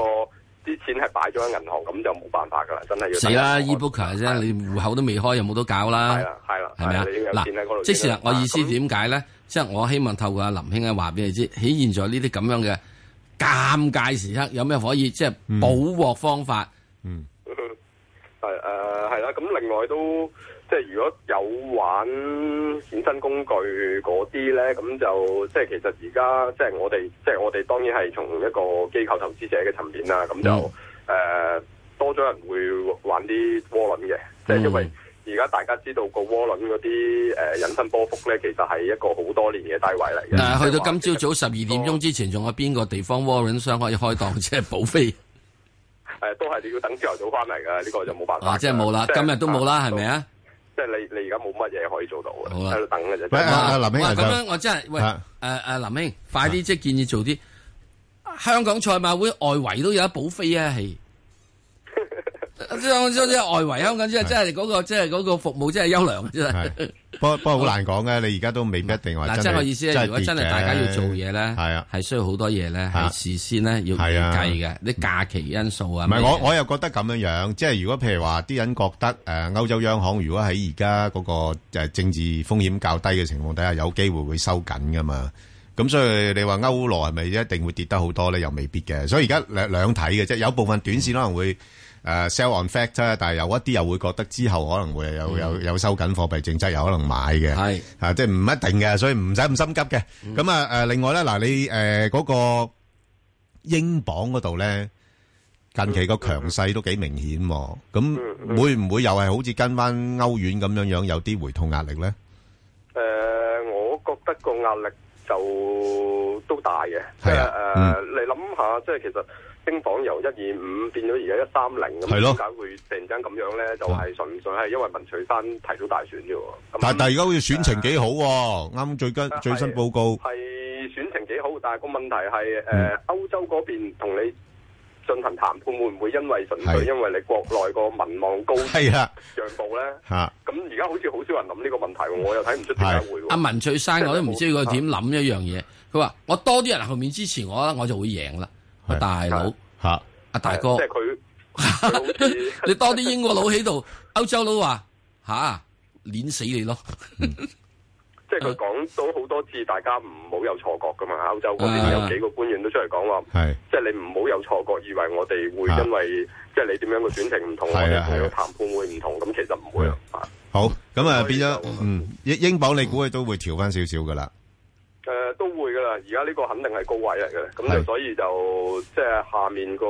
Speaker 23: 啲錢係擺咗喺銀行，咁就冇辦法噶啦，真係要
Speaker 10: 死啦！ebooker 啫，你户口都未開，又冇得搞啦。
Speaker 23: 啊係啦係啦
Speaker 10: 係咪啊
Speaker 23: 係啦你已經？有錢喺嗰度啊
Speaker 10: 嗱，即使我意思點解咧？即係我希望透過阿林兄啊，話俾你知，喺現在呢啲咁樣嘅尷尬時刻，有咩可以即係
Speaker 23: 嗯
Speaker 10: 補獲方法？
Speaker 23: (laughs) 係誒係啦，咁另外都即係如果有玩衍生工具嗰啲咧，咁就即係其實而家即係我哋即係我哋當然係從一個機構投資者嘅層面啦，咁就誒、
Speaker 10: 嗯
Speaker 23: 多咗人會玩啲窩輪嘅，即係因
Speaker 11: 嗯
Speaker 23: 為。而家大家知道個窩輪嗰啲誒引伸波幅咧，其實係一個好多年嘅低位嚟嘅。
Speaker 10: 但啊係去到今朝早十二點鐘之前，仲有邊個地方 Warren 商可以開檔即係補飛？
Speaker 23: 誒都係你要等朝頭早翻嚟㗎，呢個就冇辦法㗎。
Speaker 10: 啊，即係冇啦，今日都冇啦，係咪啊？
Speaker 23: 即係你你而家冇乜嘢可以做到嘅，
Speaker 10: 好啦
Speaker 23: 喺度等嘅啫。
Speaker 9: 啊
Speaker 10: 哇哇咁樣我真係喂，誒誒，林兄，快啲即係建議做啲香港賽馬會外圍都有得補飛啊，
Speaker 23: (laughs)
Speaker 10: 係。即係即係外圍香港，即係即係嗰個即係嗰個服務真係優良，啊真係。
Speaker 9: 不不過好難講嘅，你而家都未必一定話
Speaker 10: 嗱，即
Speaker 9: 真
Speaker 10: 係
Speaker 9: 係
Speaker 10: 我意思咧，如果真係大家要做嘢咧，係
Speaker 9: 啊，
Speaker 10: (laughs) 係需要好多嘢咧，係事先咧要
Speaker 9: 係啊
Speaker 10: 計嘅，啲假期因素啊。
Speaker 9: 唔係，
Speaker 10: 咩嘢
Speaker 9: 我-我又覺得咁樣樣，即係如果譬如話啲人覺得，誒，歐洲央行如果喺而家嗰個，誒，政治風險較低嘅情況底下，有機會會收緊㗎嘛。咁所以你話歐羅係咪一定會跌得好多呢？又未必嘅。所以而家兩-兩睇嘅啫，有部分短線可能會，誒，sell on fact啦，但係有一啲又會覺得之後可能會有-有-有收緊貨幣政策，又可能買嘅。啊，即係唔一定嘅，所以唔使咁心急嘅。咁啊，誒，另外呢，嗱，你，誒，嗰個英鎊嗰度咧，近期個強勢都幾明顯喎。咁會唔會又係好似跟翻歐元咁樣樣有啲回吐壓力咧？
Speaker 23: 誒、呃我覺得個壓力就都大嘅。
Speaker 9: 啊
Speaker 23: 即係誒、呃
Speaker 9: 嗯
Speaker 23: 你諗下，即係其實英鎊由一二五變咗而家一三零咁，
Speaker 9: 係咯
Speaker 23: 點解會突然間咁樣咧？就係、純粹係因為文翠珊提早大選啫喎。啊
Speaker 9: 但但而家好似選情幾好喎，啱最跟最新報告嗯
Speaker 23: 係選情幾好，但係個問題係誒、呃歐洲嗰邊同你進行談判，會唔會因為純
Speaker 9: 係
Speaker 23: 粹因為你國內個民望高
Speaker 9: 係啊
Speaker 23: 讓步咧？
Speaker 9: 嚇
Speaker 23: 咁而家好似好少人諗呢個問題喎，我又睇唔出點解會喎。
Speaker 10: 阿文翠珊，我都唔知
Speaker 23: 啊
Speaker 10: 佢點諗一樣嘢。佢話我多啲人後面支持我啦，我就會贏啦。喂大佬
Speaker 9: 吓，
Speaker 10: 阿大哥
Speaker 23: 即，係佢
Speaker 10: (laughs)
Speaker 23: (laughs)
Speaker 10: 你多啲英國佬喺度，歐洲佬話吓，碾死你咯！
Speaker 23: 即
Speaker 9: 啊
Speaker 23: 係佢講到好多次，大家唔好有錯覺噶嘛。歐洲嗰邊
Speaker 10: 啊
Speaker 23: 有幾個官員都出嚟講話，
Speaker 9: 係啊
Speaker 23: 即係你唔好有錯覺，以為我哋會因為即係你點樣個選情唔同，我
Speaker 9: 係
Speaker 23: 哋
Speaker 9: 啊
Speaker 23: 同
Speaker 9: 係啊
Speaker 23: 個談判會唔同，咁其實唔會啊。
Speaker 9: 好，咁啊變咗，嗯，英英鎊你估佢都會調翻少少噶啦，
Speaker 23: 誒、呃都會噶啦，而家呢個肯定係高位嚟嘅，咁
Speaker 9: 係
Speaker 23: 就所以就即係下面個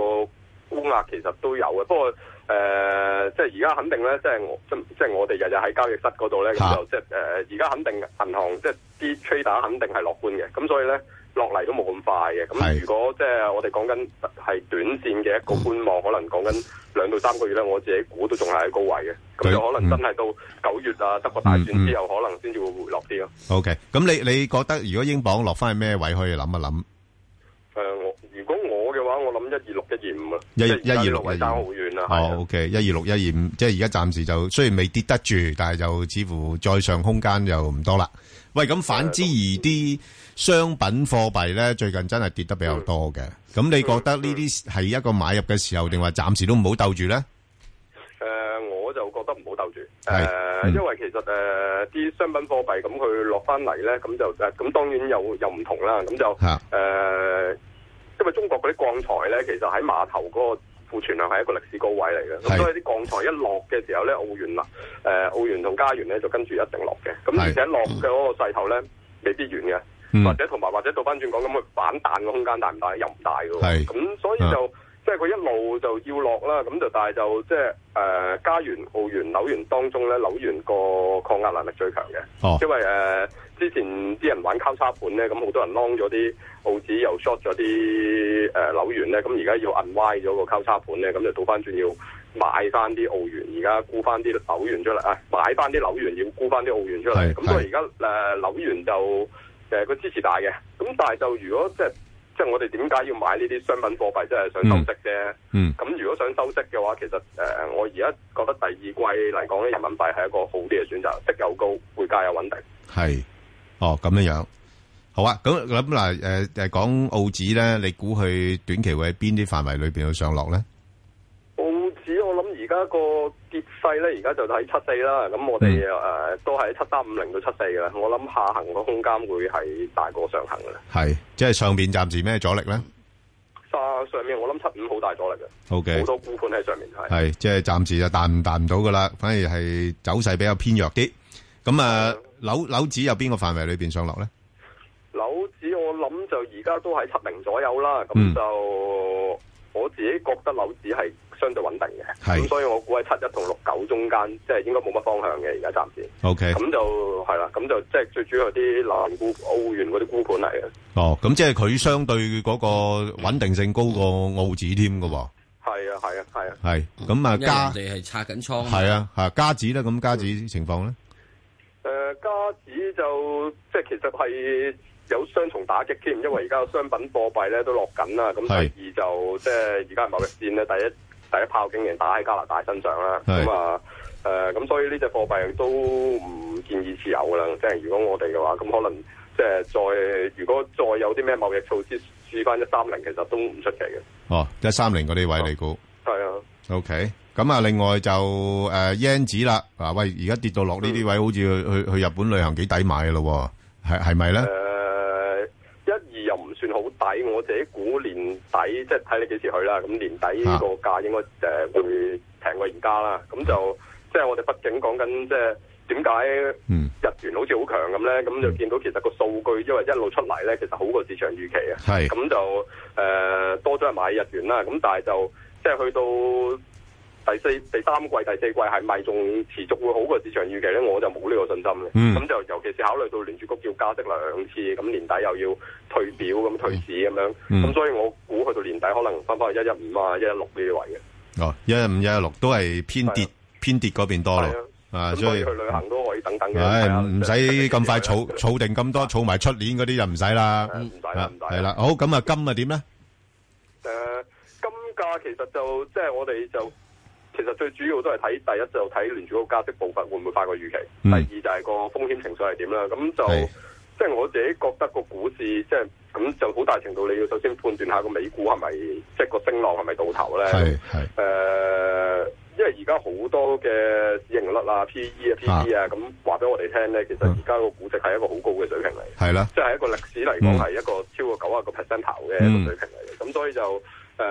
Speaker 23: 沽壓其實都有嘅，不過誒、呃即係而家肯定咧，即係我即即係我哋日日喺交易室嗰度咧，咁就即係誒呃而家肯定銀行即係啲 trader 肯定係樂觀嘅，咁所以咧落嚟都冇咁快嘅，咁如果即係我哋講緊呃係短線嘅一個觀望，可能講緊兩到三個月咧，我自己估都仲係喺高位嘅，咁就可能真係到九月啊德國大選之後，可能先至會回落啲咯。
Speaker 9: OK，咁你你覺得如果英鎊落翻去咩位可以諗一諗？
Speaker 23: 誒、呃我如果我嘅話，我諗一二六、一二五啊，
Speaker 9: 一
Speaker 23: 即
Speaker 9: 一
Speaker 23: 係而家
Speaker 9: 二
Speaker 23: 呢
Speaker 9: 六
Speaker 23: 個位
Speaker 9: 一
Speaker 23: 爭
Speaker 9: 二
Speaker 23: 好
Speaker 9: 五
Speaker 23: 遠啦，係啊
Speaker 9: 哦，OK，一二六一二五，即係而家暫時就雖然未跌得住，但係就似乎再上空間又唔多啦。喂，咁反之而啲商品貨幣咧，最近真係跌得比較多嘅。咁你覺得呢啲係一個買入嘅時候，定話暫時都唔好鬥住咧？
Speaker 23: 誒、呃我就覺得唔好鬥住。誒、
Speaker 9: 係嗯
Speaker 23: 因為其實誒啲、商品貨幣咁佢落翻嚟咧，咁就誒呃咁、當然又又唔同啦。咁就誒、因為中國嗰啲鋼材咧，其實喺碼頭嗰個庫存量係一個歷史高位嚟嘅。咁所以啲鋼材一落嘅時候咧，澳元啦，誒、澳元同加元咧就跟住一定落嘅。咁而且落嘅嗰個勢頭咧，未必完嘅。
Speaker 9: 嗯
Speaker 23: 或者同埋或者倒翻轉講，咁佢反彈嘅空間大唔大？又唔大嘅喎。
Speaker 9: 係
Speaker 23: 咁所以就即係佢一路就要落啦，咁就但係就即係誒加元、澳元、紐元當中咧，紐元個抗壓能力最強嘅，
Speaker 9: 哦
Speaker 23: 因為誒、呃之前啲人玩交叉盤咧，咁好多人 long 咗啲澳紙，又 short 咗啲誒紐元咧，咁而家要 unwind 咗個交叉盤咧，咁就倒翻轉要買翻啲澳元，而家沽翻啲紐元出嚟，啊買翻啲紐元要沽翻啲澳元出嚟，咁所以而家誒紐元就誒個支持大嘅，咁但係就如果即係即係我哋點解要買呢啲商品貨幣，即係想收息啫。
Speaker 9: 嗯
Speaker 23: 咁如果想收息嘅話，其實誒、呃我而家覺得第二季嚟講咧，人民幣係一個好啲嘅選擇，息又高，匯價又穩定。
Speaker 9: 係，哦，咁樣樣，好啊。咁咁嗱，誒誒，講澳紙咧，你估佢短期會喺邊啲範圍裏邊去上落咧？
Speaker 23: 澳紙我諗而家個跌勢咧，而家就喺七四啦。咁我哋誒、呃都係七三五零到七四嘅啦。我諗下行個空間會係大過上行嘅啦。
Speaker 9: 係，即係上邊暫時咩阻力咧？
Speaker 23: 上上面我諗七五好大阻力嘅。
Speaker 9: OK
Speaker 23: 好多沽盤喺上面係。
Speaker 9: 系，即係暫時就彈唔彈唔到噶啦，反而係走勢比較偏弱啲。咁啊，樓樓指有邊個範圍裏邊上落咧？
Speaker 23: 樓指我諗就而家都喺七零左右啦，
Speaker 9: 嗯
Speaker 23: 咁就我自己覺得樓指係相對穩定嘅，
Speaker 9: 係
Speaker 23: 咁所以我估喺七一同六九中間，即係應該冇乜方向嘅而家暫時。
Speaker 9: OK
Speaker 23: 咁就係啦，咁就即係最主要係啲南沽澳元嗰啲沽盤嚟嘅，
Speaker 9: 哦，咁即係佢相對嗰個穩定性高過澳指添噶喎。
Speaker 23: 係啊係啊係啊。
Speaker 9: 係，咁啊加
Speaker 10: 因為人哋係拆緊倉，
Speaker 9: 係，啊吓加指咧，咁加指情況咧？
Speaker 23: 誒、呃加指就即係其實係有雙重打擊添，因為而家商品貨幣咧都落緊啦。咁第
Speaker 9: 係
Speaker 23: 二就即係而家貿易戰咧，第一第一炮竟然打喺加拿大身上啦。
Speaker 9: 係
Speaker 23: 咁啊誒，咁、所以呢只貨幣都唔建議持有噶啦。即係如果我哋嘅話，咁可能即係再如果再有啲咩貿易措施試翻一三零，其實都唔出奇嘅。
Speaker 9: 哦，一三零嗰啲位你估
Speaker 23: 係啊。
Speaker 9: ？OK，咁啊，另外就誒 yen 指啦，啊喂，而家跌到落呢啲位，好似去去去日本旅行幾抵買嘅咯喎，係係咪咧
Speaker 23: 誒、？呃一二又唔算好抵，我自己估年底，即係睇你幾時去啦。咁年底
Speaker 9: 啊
Speaker 23: 個價應該誒、會平過而家啦。咁就即係我哋畢竟講緊即係點解
Speaker 9: 嗯
Speaker 23: 日元好似好強咁咧？咁就見到其實個數據因為一路出嚟咧，其實好過市場預期啊。
Speaker 9: 係
Speaker 23: 咁就誒、多咗人買日元啦。咁但係就即係去到。第四、第三季、第四季係咪仲持續會好過市場預期咧？我就冇呢個信心嘅。咁、
Speaker 1: 嗯
Speaker 23: 就尤其是考慮到聯儲局要加息兩次，咁年底又要退表咁退市咁樣，咁、
Speaker 9: 嗯
Speaker 23: 所以我估去到年底可能翻返去一一五啊、一一六呢啲位嘅。
Speaker 9: 哦，一一五、一一六都係偏跌偏跌嗰邊多咯，啊，
Speaker 23: 咁
Speaker 9: 所
Speaker 23: 所以
Speaker 9: 以
Speaker 23: 去旅行都可以等等嘅。
Speaker 9: 唉，
Speaker 23: 係啊
Speaker 9: 唔唔使咁快儲儲定咁多，儲埋出年嗰啲就唔使啦，
Speaker 23: 唔使啦
Speaker 9: 啊
Speaker 23: 唔使啦
Speaker 9: 係啦，好，咁啊金啊點咧？
Speaker 23: 誒、金價其實就即係我哋就其實最主要都係睇第一就睇聯儲局加息步伐會唔會快過預期，
Speaker 1: 嗯
Speaker 23: 第二就係個風險情緒係點啦。咁就即係我自己覺得個股市即係咁就好大程度你要首先判斷下個美股係咪即係個升浪係咪到頭咧？
Speaker 9: 係
Speaker 23: 誒、因為而家好多嘅市盈率啊、P/E 啊、P/B 啊，咁話俾我哋聽咧，其實而家個估值係一個好高嘅水平嚟，
Speaker 9: 係啦
Speaker 23: 即係一個歷史嚟
Speaker 9: 嗯
Speaker 23: 講係一個超過九啊個 percent 頭嘅一個水平嚟嘅，咁、所以就。誒、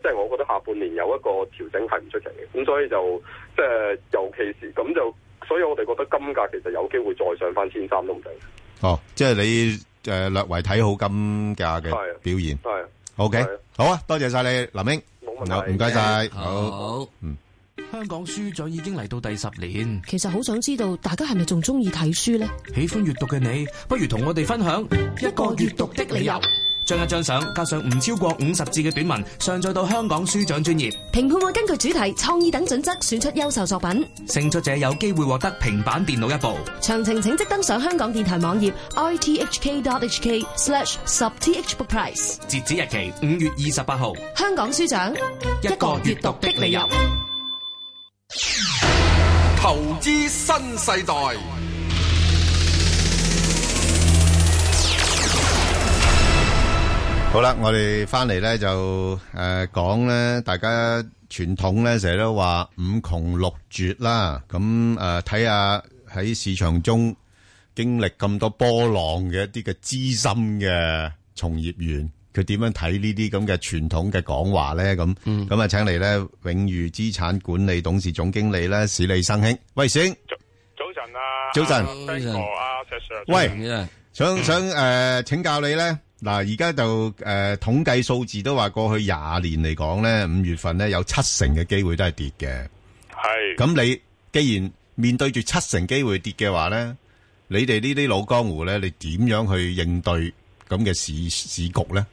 Speaker 23: 即係我覺得下半年有一個調整係唔出奇嘅，咁所以就即係尤其是咁就，所以我哋覺得金價其實有機會再上翻千三都唔定。
Speaker 9: 哦，即系你诶略为睇好金价嘅表现。
Speaker 23: 係
Speaker 9: O K，好啊，多谢晒你，林英。好唔该晒，
Speaker 22: 好。
Speaker 9: 嗯，
Speaker 22: 香港書獎已經嚟到第十年，
Speaker 24: 其實好想知道大家係咪仲中意睇書呢？
Speaker 22: 喜歡閱讀嘅你，不如同我哋分享一個閱讀的理由。將一張相加上唔超過五十字嘅短文，上載到香港書獎專頁，
Speaker 24: 評判會根據主題、創意等準則選出優秀作品。
Speaker 22: 勝出者有機會獲得平板電腦一部。
Speaker 24: 詳情請即登上香港電台網頁 rthk.hk/slash 十 th book prize。
Speaker 22: 截止日期五月二十八號。
Speaker 24: 香港書獎，
Speaker 22: 一個閱讀的理由。
Speaker 4: 投資新世代，
Speaker 9: 好啦，我哋翻嚟咧就诶讲咧，大家傳統咧成日都話五窮六絕啦，咁诶睇下喺市場中經歷咁多波浪嘅一啲嘅資深嘅從業員，佢點樣睇呢啲咁嘅傳統嘅講話咧？咁咁啊，請嚟咧永譽資產管理董事總經理咧史利生兄，喂，史兄。
Speaker 21: 早晨啊，
Speaker 9: 早晨
Speaker 21: 阿 Bang 哥啊石 Sir，
Speaker 9: 喂，想想诶、呃请教你咧，嗱，而家就诶、呃、统计数字都話過去廿年嚟講咧，五月份咧有七成嘅機會都係跌
Speaker 21: 嘅。
Speaker 9: 系。咁你既然面對住七成機會跌嘅話咧，你哋呢啲老江湖咧，你點樣去應對咁嘅市市局咧？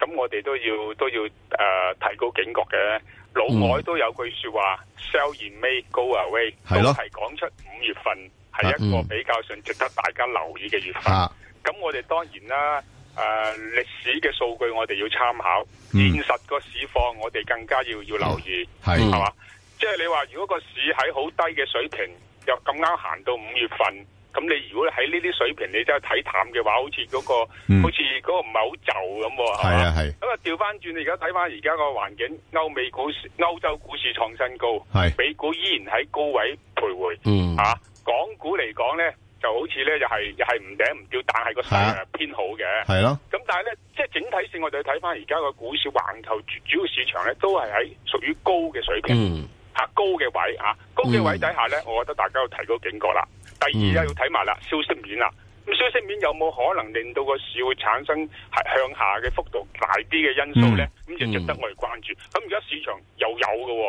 Speaker 21: 咁我哋都要都要誒、呃提高警覺
Speaker 9: 嗯
Speaker 21: 嘅。老外都有句説話，sell in May, go away，
Speaker 9: 係咯
Speaker 21: 都係講出五月份係一個
Speaker 9: 嗯
Speaker 21: 比較上值得大家留意嘅月份。
Speaker 9: 啊，
Speaker 21: 咁我哋當然啦，誒、歷史嘅數據我哋要參考，
Speaker 9: 嗯
Speaker 21: 現實個市況我哋更加要要留意，
Speaker 9: 係
Speaker 21: 係嘛？即係你話如果個市喺好低嘅水平，又咁啱行到五月份，咁你如果喺呢啲水平你真係睇淡嘅話，好似嗰、個、好似嗰個唔係好就咁喎，係
Speaker 9: 嗯係
Speaker 21: 嘛
Speaker 9: 啊係
Speaker 21: 咁啊調翻轉，你而家睇翻而家個環境，歐美股市、歐洲股市創新高，
Speaker 9: 係
Speaker 21: 美股依然喺高位徘徊，
Speaker 9: 嗯
Speaker 21: 啊，港股嚟講咧。就好似咧，又係又係唔頂唔掉，但係個勢
Speaker 9: 係啊
Speaker 21: 係偏好嘅。
Speaker 9: 係咯
Speaker 21: 咁但係咧，即係整體性，我哋睇翻而家個股市環球主要市場咧，都係喺屬於高嘅水平。
Speaker 10: 嗯
Speaker 21: 嚇高嘅位啊，高嘅位底下咧，
Speaker 9: 嗯
Speaker 21: 我覺得大家要提高警覺啦。第二咧、
Speaker 10: 嗯
Speaker 21: 要睇埋啦，消息面啦。咁消息面有冇可能令到個市會產生係向下嘅幅度大啲嘅因素咧？
Speaker 9: 嗯
Speaker 21: 咁、就值得我哋關注。咁而家市場又有嘅喎、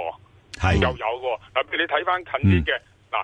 Speaker 9: 係嗯
Speaker 21: 又有嘅喎。嗱，譬如你睇翻近啲嘅嗱，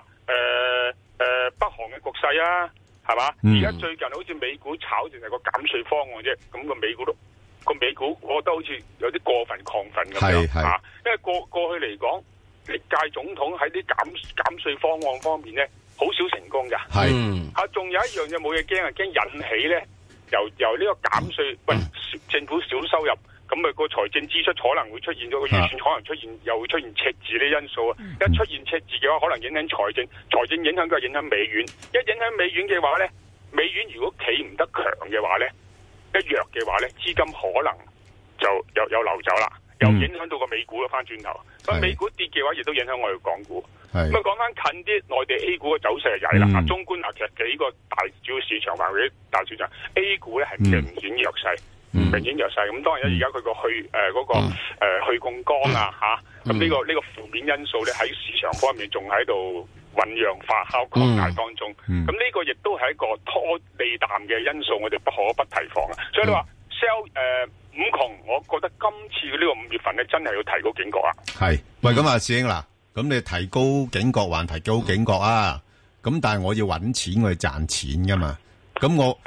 Speaker 21: 誒誒、呃北韓嘅局勢啊，係嘛？
Speaker 9: 嗯
Speaker 21: 而家、最近好似美股炒住係個減税方案啫，咁個美股都個美股，我覺得好似有啲過分亢奮咁
Speaker 9: 係
Speaker 21: 樣
Speaker 9: 係
Speaker 21: 啊。因為過過去嚟講，歷屆總統喺啲減減税方案方面咧，好少成功㗎。
Speaker 9: 係
Speaker 10: 嗯
Speaker 21: 啊，仲有一樣嘢冇嘢驚啊，驚引起咧由由呢個減
Speaker 9: 嗯
Speaker 21: 税，喂少政府少收入，咁咪個財政支出可能會出現咗個預
Speaker 9: 啊
Speaker 21: 算，可能出現又會出現赤字呢因素啊。
Speaker 9: 嗯
Speaker 21: 一出現赤字嘅話，可能影響財政，財政影響佢係影響美元，一影響美元嘅話咧，美元如果企唔得強嘅話咧，一弱嘅話咧，資金可能就又又流走啦。又
Speaker 9: 嗯
Speaker 21: 影響到個美股咯，啊翻轉頭。咁美股跌嘅話，亦都影響我哋港股。
Speaker 9: 係
Speaker 21: 咁啊，講翻近啲內地 A 股嘅走勢係曳啦。
Speaker 9: 嗯
Speaker 21: 啊中觀啊，其實幾個大主要市場或者大市場 A 股咧係明顯弱勢，明顯弱勢。咁當然啦，而家佢個去誒嗰個誒去槓桿啊嚇，咁呢個呢個負面因素咧喺市場方面仲喺度醖釀發酵擴大當中。咁呢個亦都係一個拖地淡嘅因素，我哋不可不提防啊。所以你話 sell 誒五窮，我覺得今次呢個五月份咧真係要提高警覺啊！
Speaker 9: 系，喂，咁啊，師兄嗱，咁你提高警覺還提高警覺啊？咁但係我要揾錢，我要賺錢噶嘛？咁我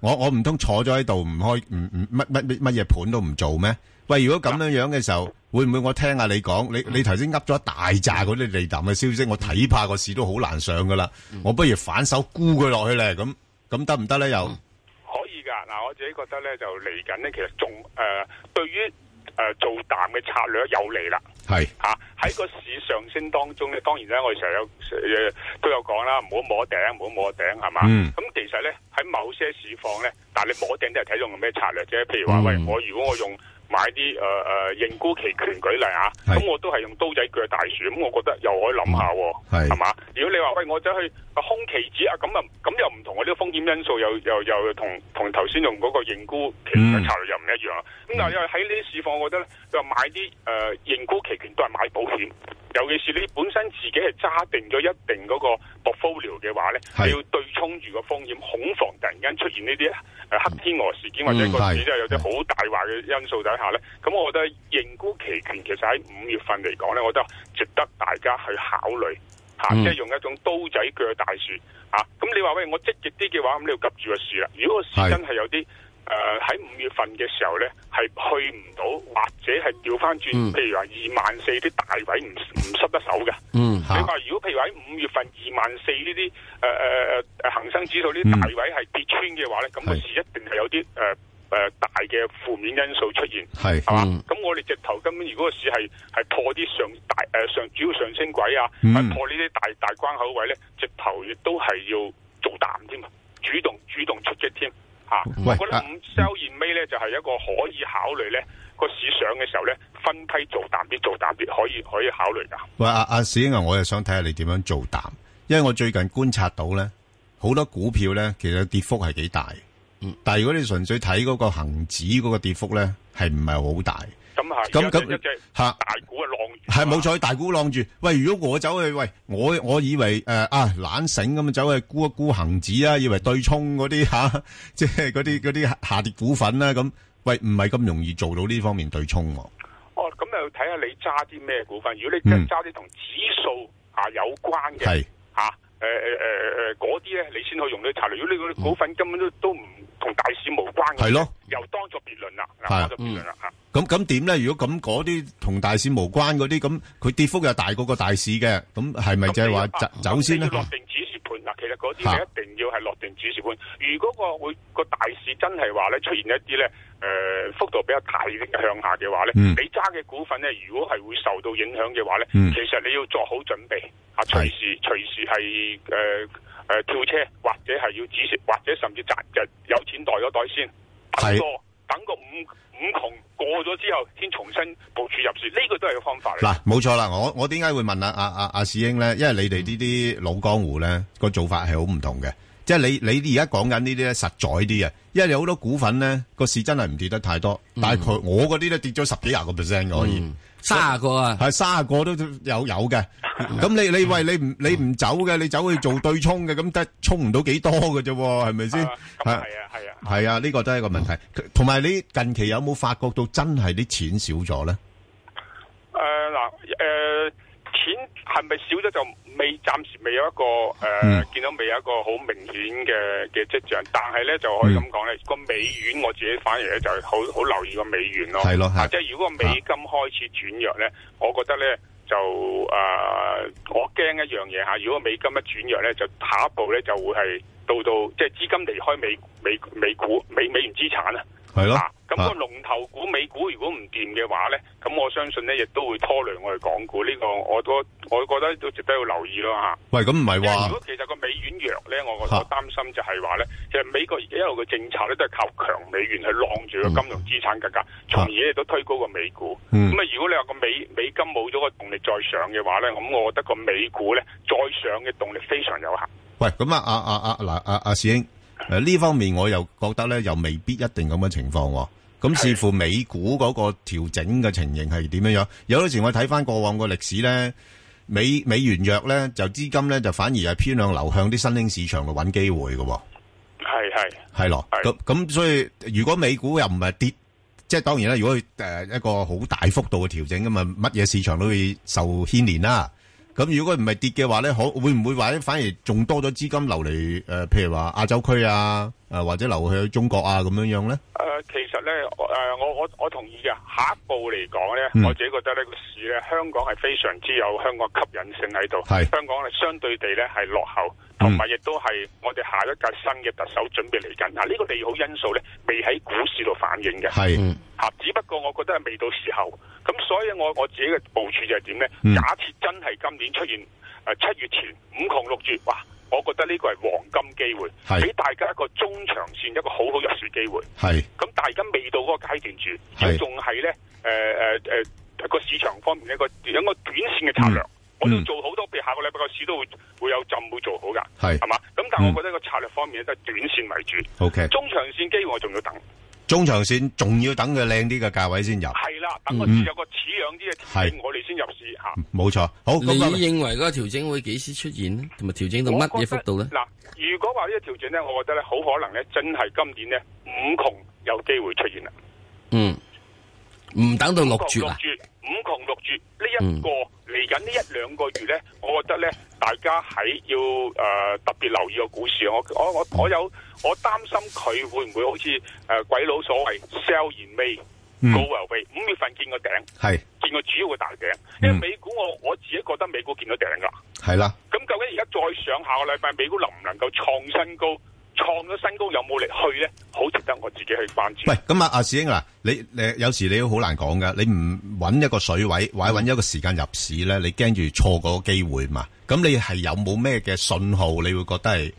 Speaker 9: 我我我唔通坐咗喺度唔開唔唔乜乜乜乜嘢盤都唔做咩？喂，如果咁樣樣嘅時候，會唔會我聽下你講？你你頭先噏咗一大扎嗰啲利淡嘅消息，我睇怕個市都好難上噶啦。我不如反手沽佢落去咧，咁咁得唔得咧？又
Speaker 21: 可以㗎。嗱，我自己覺得咧，就嚟緊咧，其實仲誒、呃，對於誒做淡嘅策略有利啦。
Speaker 9: 係
Speaker 21: 嚇喺個市上升當中咧，當然咧，我哋成日有誒都有講啦，唔好摸頂，唔好摸頂，係嘛？
Speaker 9: 嗯
Speaker 21: 咁其實咧喺某些市況咧，但係你摸頂都係睇用咩策略啫。譬如話，
Speaker 9: 嗯
Speaker 21: 喂，我如果我用買啲誒誒認沽期權舉例啊，
Speaker 9: 係
Speaker 21: 咁我都係用刀仔鋸大樹，咁我覺得又可以諗下喎，
Speaker 9: 嗯係
Speaker 21: 係嘛？如果你話喂，我走去空期指啊，咁啊咁又唔同，我呢個風險因素又又又同同頭先用嗰個認沽期
Speaker 9: 嗯
Speaker 21: 權嘅策略又唔一樣啊。咁但係喺呢啲市況，我覺得咧，就買啲誒認沽期權都係買保險，尤其是你本身自己係揸定咗一定嗰個 portfolio 嘅話咧，
Speaker 9: 係
Speaker 21: 你要對沖住個風險，恐防突然間出現呢啲誒黑天鵝事件或者
Speaker 9: 嗯
Speaker 21: 個
Speaker 9: 係
Speaker 21: 市真係有啲好大壞嘅因素底下咧，咁我覺得認沽期權其實喺五月份嚟講咧，我覺得值得大家去考慮。嚇，
Speaker 1: 嗯
Speaker 21: 即係用一種刀仔鋸大樹嚇。咁、你話喂，我積極啲嘅話，咁你要急住個市啦。如果個市真係有啲誒喺五月份嘅時候咧，係去唔到，或者係調翻轉，
Speaker 10: 嗯
Speaker 21: 譬如話二萬四啲大位唔唔濕得手嘅。
Speaker 10: 嗯
Speaker 21: 你話如果譬如話喺五月份二萬四呢啲呃誒誒誒恆生指數呢
Speaker 9: 嗯
Speaker 21: 啲大位係跌穿嘅話咧，咁個市一定係有啲誒誒大嘅負面因素出現。
Speaker 9: 係
Speaker 21: 係
Speaker 9: 嗯
Speaker 21: 嘛？咁我哋直頭根本如果個市係係破啲上大誒、呃上主要上升軌啊，
Speaker 9: 嗯
Speaker 21: 係破呢啲大大關口位咧，直頭亦都係要做淡添啊，主動主動出擊添嚇。啊
Speaker 9: 喂
Speaker 21: 我覺得五 sell 現尾咧就係、一個可以考慮咧個市上嘅時候咧分批做淡啲，做淡啲可以可以考慮㗎。
Speaker 9: 喂，阿阿史英啊，我又想睇下你點樣做淡，因為我最近觀察到咧，好多股票咧，其實跌幅係幾大。嗯，但係如果你純粹睇嗰個恒指嗰個跌幅咧，係唔係好大？
Speaker 21: 咁係
Speaker 9: 咁
Speaker 21: 有隻
Speaker 9: 咁
Speaker 21: 一隻
Speaker 9: 嚇
Speaker 21: 大股嘅啊浪
Speaker 9: 係冇錯，大股浪住。喂，如果我走去喂，我我以為誒、呃啊懶醒咁走去沽一沽恒指啊，以為對沖嗰啲 (laughs) 吓，即係嗰啲嗰啲下跌股份啦、咁。喂，唔係咁容易做到呢方面對沖喎。
Speaker 21: 哦，咁又睇下你揸啲咩股份。如果你真係揸啲同指數啊有關嘅
Speaker 9: 係
Speaker 21: 嚇，誒誒誒誒嗰啲咧，你先可以用呢啲策略。如果你嗰啲股份根本都都唔同大市無關嘅，
Speaker 9: 係咯，
Speaker 21: 又當作別論啦，嗱
Speaker 9: 係啊
Speaker 21: 當作別論啦啊嚇。
Speaker 9: 咁咁點咧？如果咁嗰啲同大市無關嗰啲，咁佢跌幅又大過個大市嘅，咁係咪就係話走走先咧
Speaker 21: 你？要落定指示盤嗱，其實嗰啲你一定要係落定指示盤。如果個會個大市真係話咧出現一啲咧誒幅度比較大嘅向下嘅話咧，
Speaker 1: 嗯
Speaker 21: 你揸嘅股份咧，如果係會受到影響嘅話咧，
Speaker 1: 嗯
Speaker 21: 其實你要做好準備啊，隨時隨時係誒誒跳車，或者係要指示，或者甚至賺就有錢袋咗袋先，等
Speaker 9: 係
Speaker 21: 個等個五五窮過咗之後，先重新部署入市，呢、個都係個方法嚟。
Speaker 9: 嗱，冇錯啦，我我點解會問啊啊啊啊史英咧？因為你
Speaker 21: 嗯
Speaker 9: 哋呢啲老江湖咧個做法係好唔同嘅，即係你你而家講緊呢啲咧實在啲嘅，因為你好多股份咧個市真係唔跌得太多，
Speaker 21: 嗯
Speaker 9: 但係佢我嗰啲咧跌咗十幾廿個 percent 嘅可以，
Speaker 10: 卅個啊，
Speaker 9: 係卅個都有有嘅。咁你
Speaker 21: 嗯
Speaker 9: 你喂你唔你唔走嘅，你走去做對沖嘅，咁得沖唔到幾多嘅啫喎，係咪先？係啊
Speaker 21: 係啊
Speaker 9: 係啊，呢個都係一個問題。同埋你近期有冇發覺到真係啲錢少咗咧？
Speaker 21: 誒呃嗱誒，錢係咪少咗就未？暫時未有一個誒、
Speaker 9: 嗯
Speaker 21: 見到未有一個好明顯嘅嘅跡象，但係咧就可以咁講
Speaker 9: 嗯
Speaker 21: 咧，個美元我自己反而咧就好好留意個美元咯。
Speaker 9: 係咯係
Speaker 21: 啊即係如果美金開始轉弱咧，我覺得咧。就誒、呃我驚一樣嘢嚇，如果美金一轉弱咧，就下一步咧就會係到到即係資金離開美美美股美美元資產啊。
Speaker 9: 係咯，
Speaker 21: 咁個龍頭股美股如果唔掂嘅話咧，咁我相信咧亦都會拖累我哋港股呢、個，我都我覺得都值得要留意咯嚇。
Speaker 9: 喂，咁唔係
Speaker 21: 因為如
Speaker 9: 話
Speaker 21: 果其實個美元弱咧，我我
Speaker 9: 嚇
Speaker 21: 我擔心就係話咧，其實美國而家一路嘅政策咧都係靠強美元去晾住個金融資產價格，從而亦都推高個美股。咁
Speaker 1: 嗯
Speaker 21: 啊，如果你話個美美金冇咗個動力再上嘅話咧，咁我覺得個美股咧再上嘅動力非常有限。
Speaker 9: 喂，咁啊啊啊啊嗱啊啊史英，誒呢方面我又覺得咧，又未必一定咁嘅情況喎。咁視乎美股嗰個調整嘅情形係點樣樣。有陣時我睇翻過往個歷史咧，美美元弱咧，就資金咧就反而係偏向流向啲新興市場度揾機會嘅喎。
Speaker 21: 係係。
Speaker 9: 係咯，咁咁所以如果美股又唔係跌，即係當然啦，如果佢誒一個好大幅度嘅調整咁啊，乜嘢市場都會受牽連啦。咁如果唔係跌嘅話咧，可會唔會話咧反而仲多咗資金流嚟誒、呃譬如話亞洲區啊、誒、诶或者流去中國啊咁樣樣咧？
Speaker 21: 誒、呃其實咧，誒、我我我同意嘅。下一步嚟講咧，
Speaker 9: 嗯
Speaker 21: 我自己覺得呢個市咧，香港係非常之有香港吸引性喺度。
Speaker 9: 係嗯
Speaker 21: 香港咧，相對地咧係落後，同埋亦都係我哋下一屆新嘅特首準備嚟緊。嗱，呢個利好因素咧，未喺股市度反映嘅。
Speaker 9: 係嗯
Speaker 21: 嚇，只不過我覺得係未到時候。咁所以我我自己嘅部署就係點咧？
Speaker 9: 嗯
Speaker 21: 假設真係今年出現誒七、月前五窮六絕，哇！我覺得呢個係黃金機會，
Speaker 9: 係
Speaker 21: 俾大家一個中長線一個好好入市機會。
Speaker 9: 係
Speaker 21: 咁但係而家未到嗰個階段住，
Speaker 9: 係
Speaker 21: 而家仲係咧誒誒誒個市場方面一個有一個短線嘅策
Speaker 9: 嗯
Speaker 21: 略。我哋做好多，譬如下個禮拜個市都會會有浸會做好㗎，
Speaker 9: 係
Speaker 21: 係嘛？咁但係我覺得個策略方面咧都係短線為主
Speaker 9: OK
Speaker 21: 中長線機會我仲要等。
Speaker 9: 中長線仲要等佢靚啲嘅價位先入。
Speaker 21: 係啦，等個
Speaker 9: 嗯
Speaker 21: 市有個似樣啲嘅調整，
Speaker 9: 係
Speaker 21: 我哋先入市嚇。
Speaker 9: 冇錯，好
Speaker 10: 你
Speaker 9: 咁啊
Speaker 10: 認為嗰個調整會幾時出現呢？同埋調整到乜嘢幅度咧？
Speaker 21: 嗱，如果話呢個調整咧，我覺得咧好可能咧，真係今年咧五窮有機會出現啦。
Speaker 10: 嗯，唔等到六絕啊！嗯
Speaker 21: 五窮六絕呢一個嚟緊呢一兩個月咧，我覺得咧，大家喺要誒、呃特別留意個股市。我我
Speaker 10: 嗯
Speaker 21: 我我有我擔心佢會唔會好似誒、呃鬼佬所謂 sell in May
Speaker 9: 嗯
Speaker 21: go away，五月份見個頂，
Speaker 9: 係
Speaker 21: 見個主要嘅大頂，因
Speaker 9: 嗯
Speaker 21: 為美股我我自己覺得美股見到頂㗎。
Speaker 9: 係啦，
Speaker 21: 咁究竟而家再上下個禮拜美股能唔能夠創新高？創咗新高有冇力去咧？好值得我自己去關注。
Speaker 9: 喂，咁啊，阿師兄嗱，你你有時你都好難講噶，你唔揾一個水位，或者揾一個時間入市咧，你驚住錯過個機會嘛？咁你係有冇咩嘅信號，你會覺得係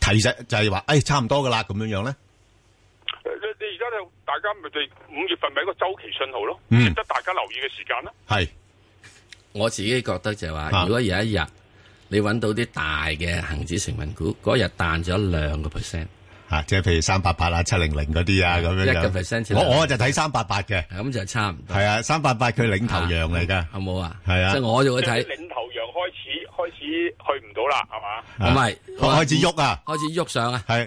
Speaker 9: 提醒就係話，誒哎差唔多噶啦咁樣樣咧？
Speaker 21: 你你而家咧，大家咪就係五月份咪一個周期信號咯，
Speaker 10: 嗯
Speaker 21: 值得大家留意嘅時間啦。
Speaker 9: 係啊
Speaker 10: 我自己覺得就係話，如果有一日你揾到啲大嘅恒指成分股，嗰日彈咗兩個 percent，
Speaker 9: 啊，即係譬如三八八啊、七零零嗰啲啊咁樣
Speaker 10: 嗯一
Speaker 9: 樣
Speaker 10: 個 percent，啊
Speaker 9: 我我就睇三八八嘅，
Speaker 10: 咁就差唔多。
Speaker 9: 係啊，三八八佢領頭羊嚟㗎，
Speaker 10: 好冇啊？
Speaker 9: 係啊，
Speaker 10: 即係我就會睇
Speaker 21: 即係領頭羊開始開始去唔到啦，係嘛？
Speaker 10: 唔係
Speaker 9: 開始喐啊，
Speaker 10: 開始喐上啊，
Speaker 9: 係。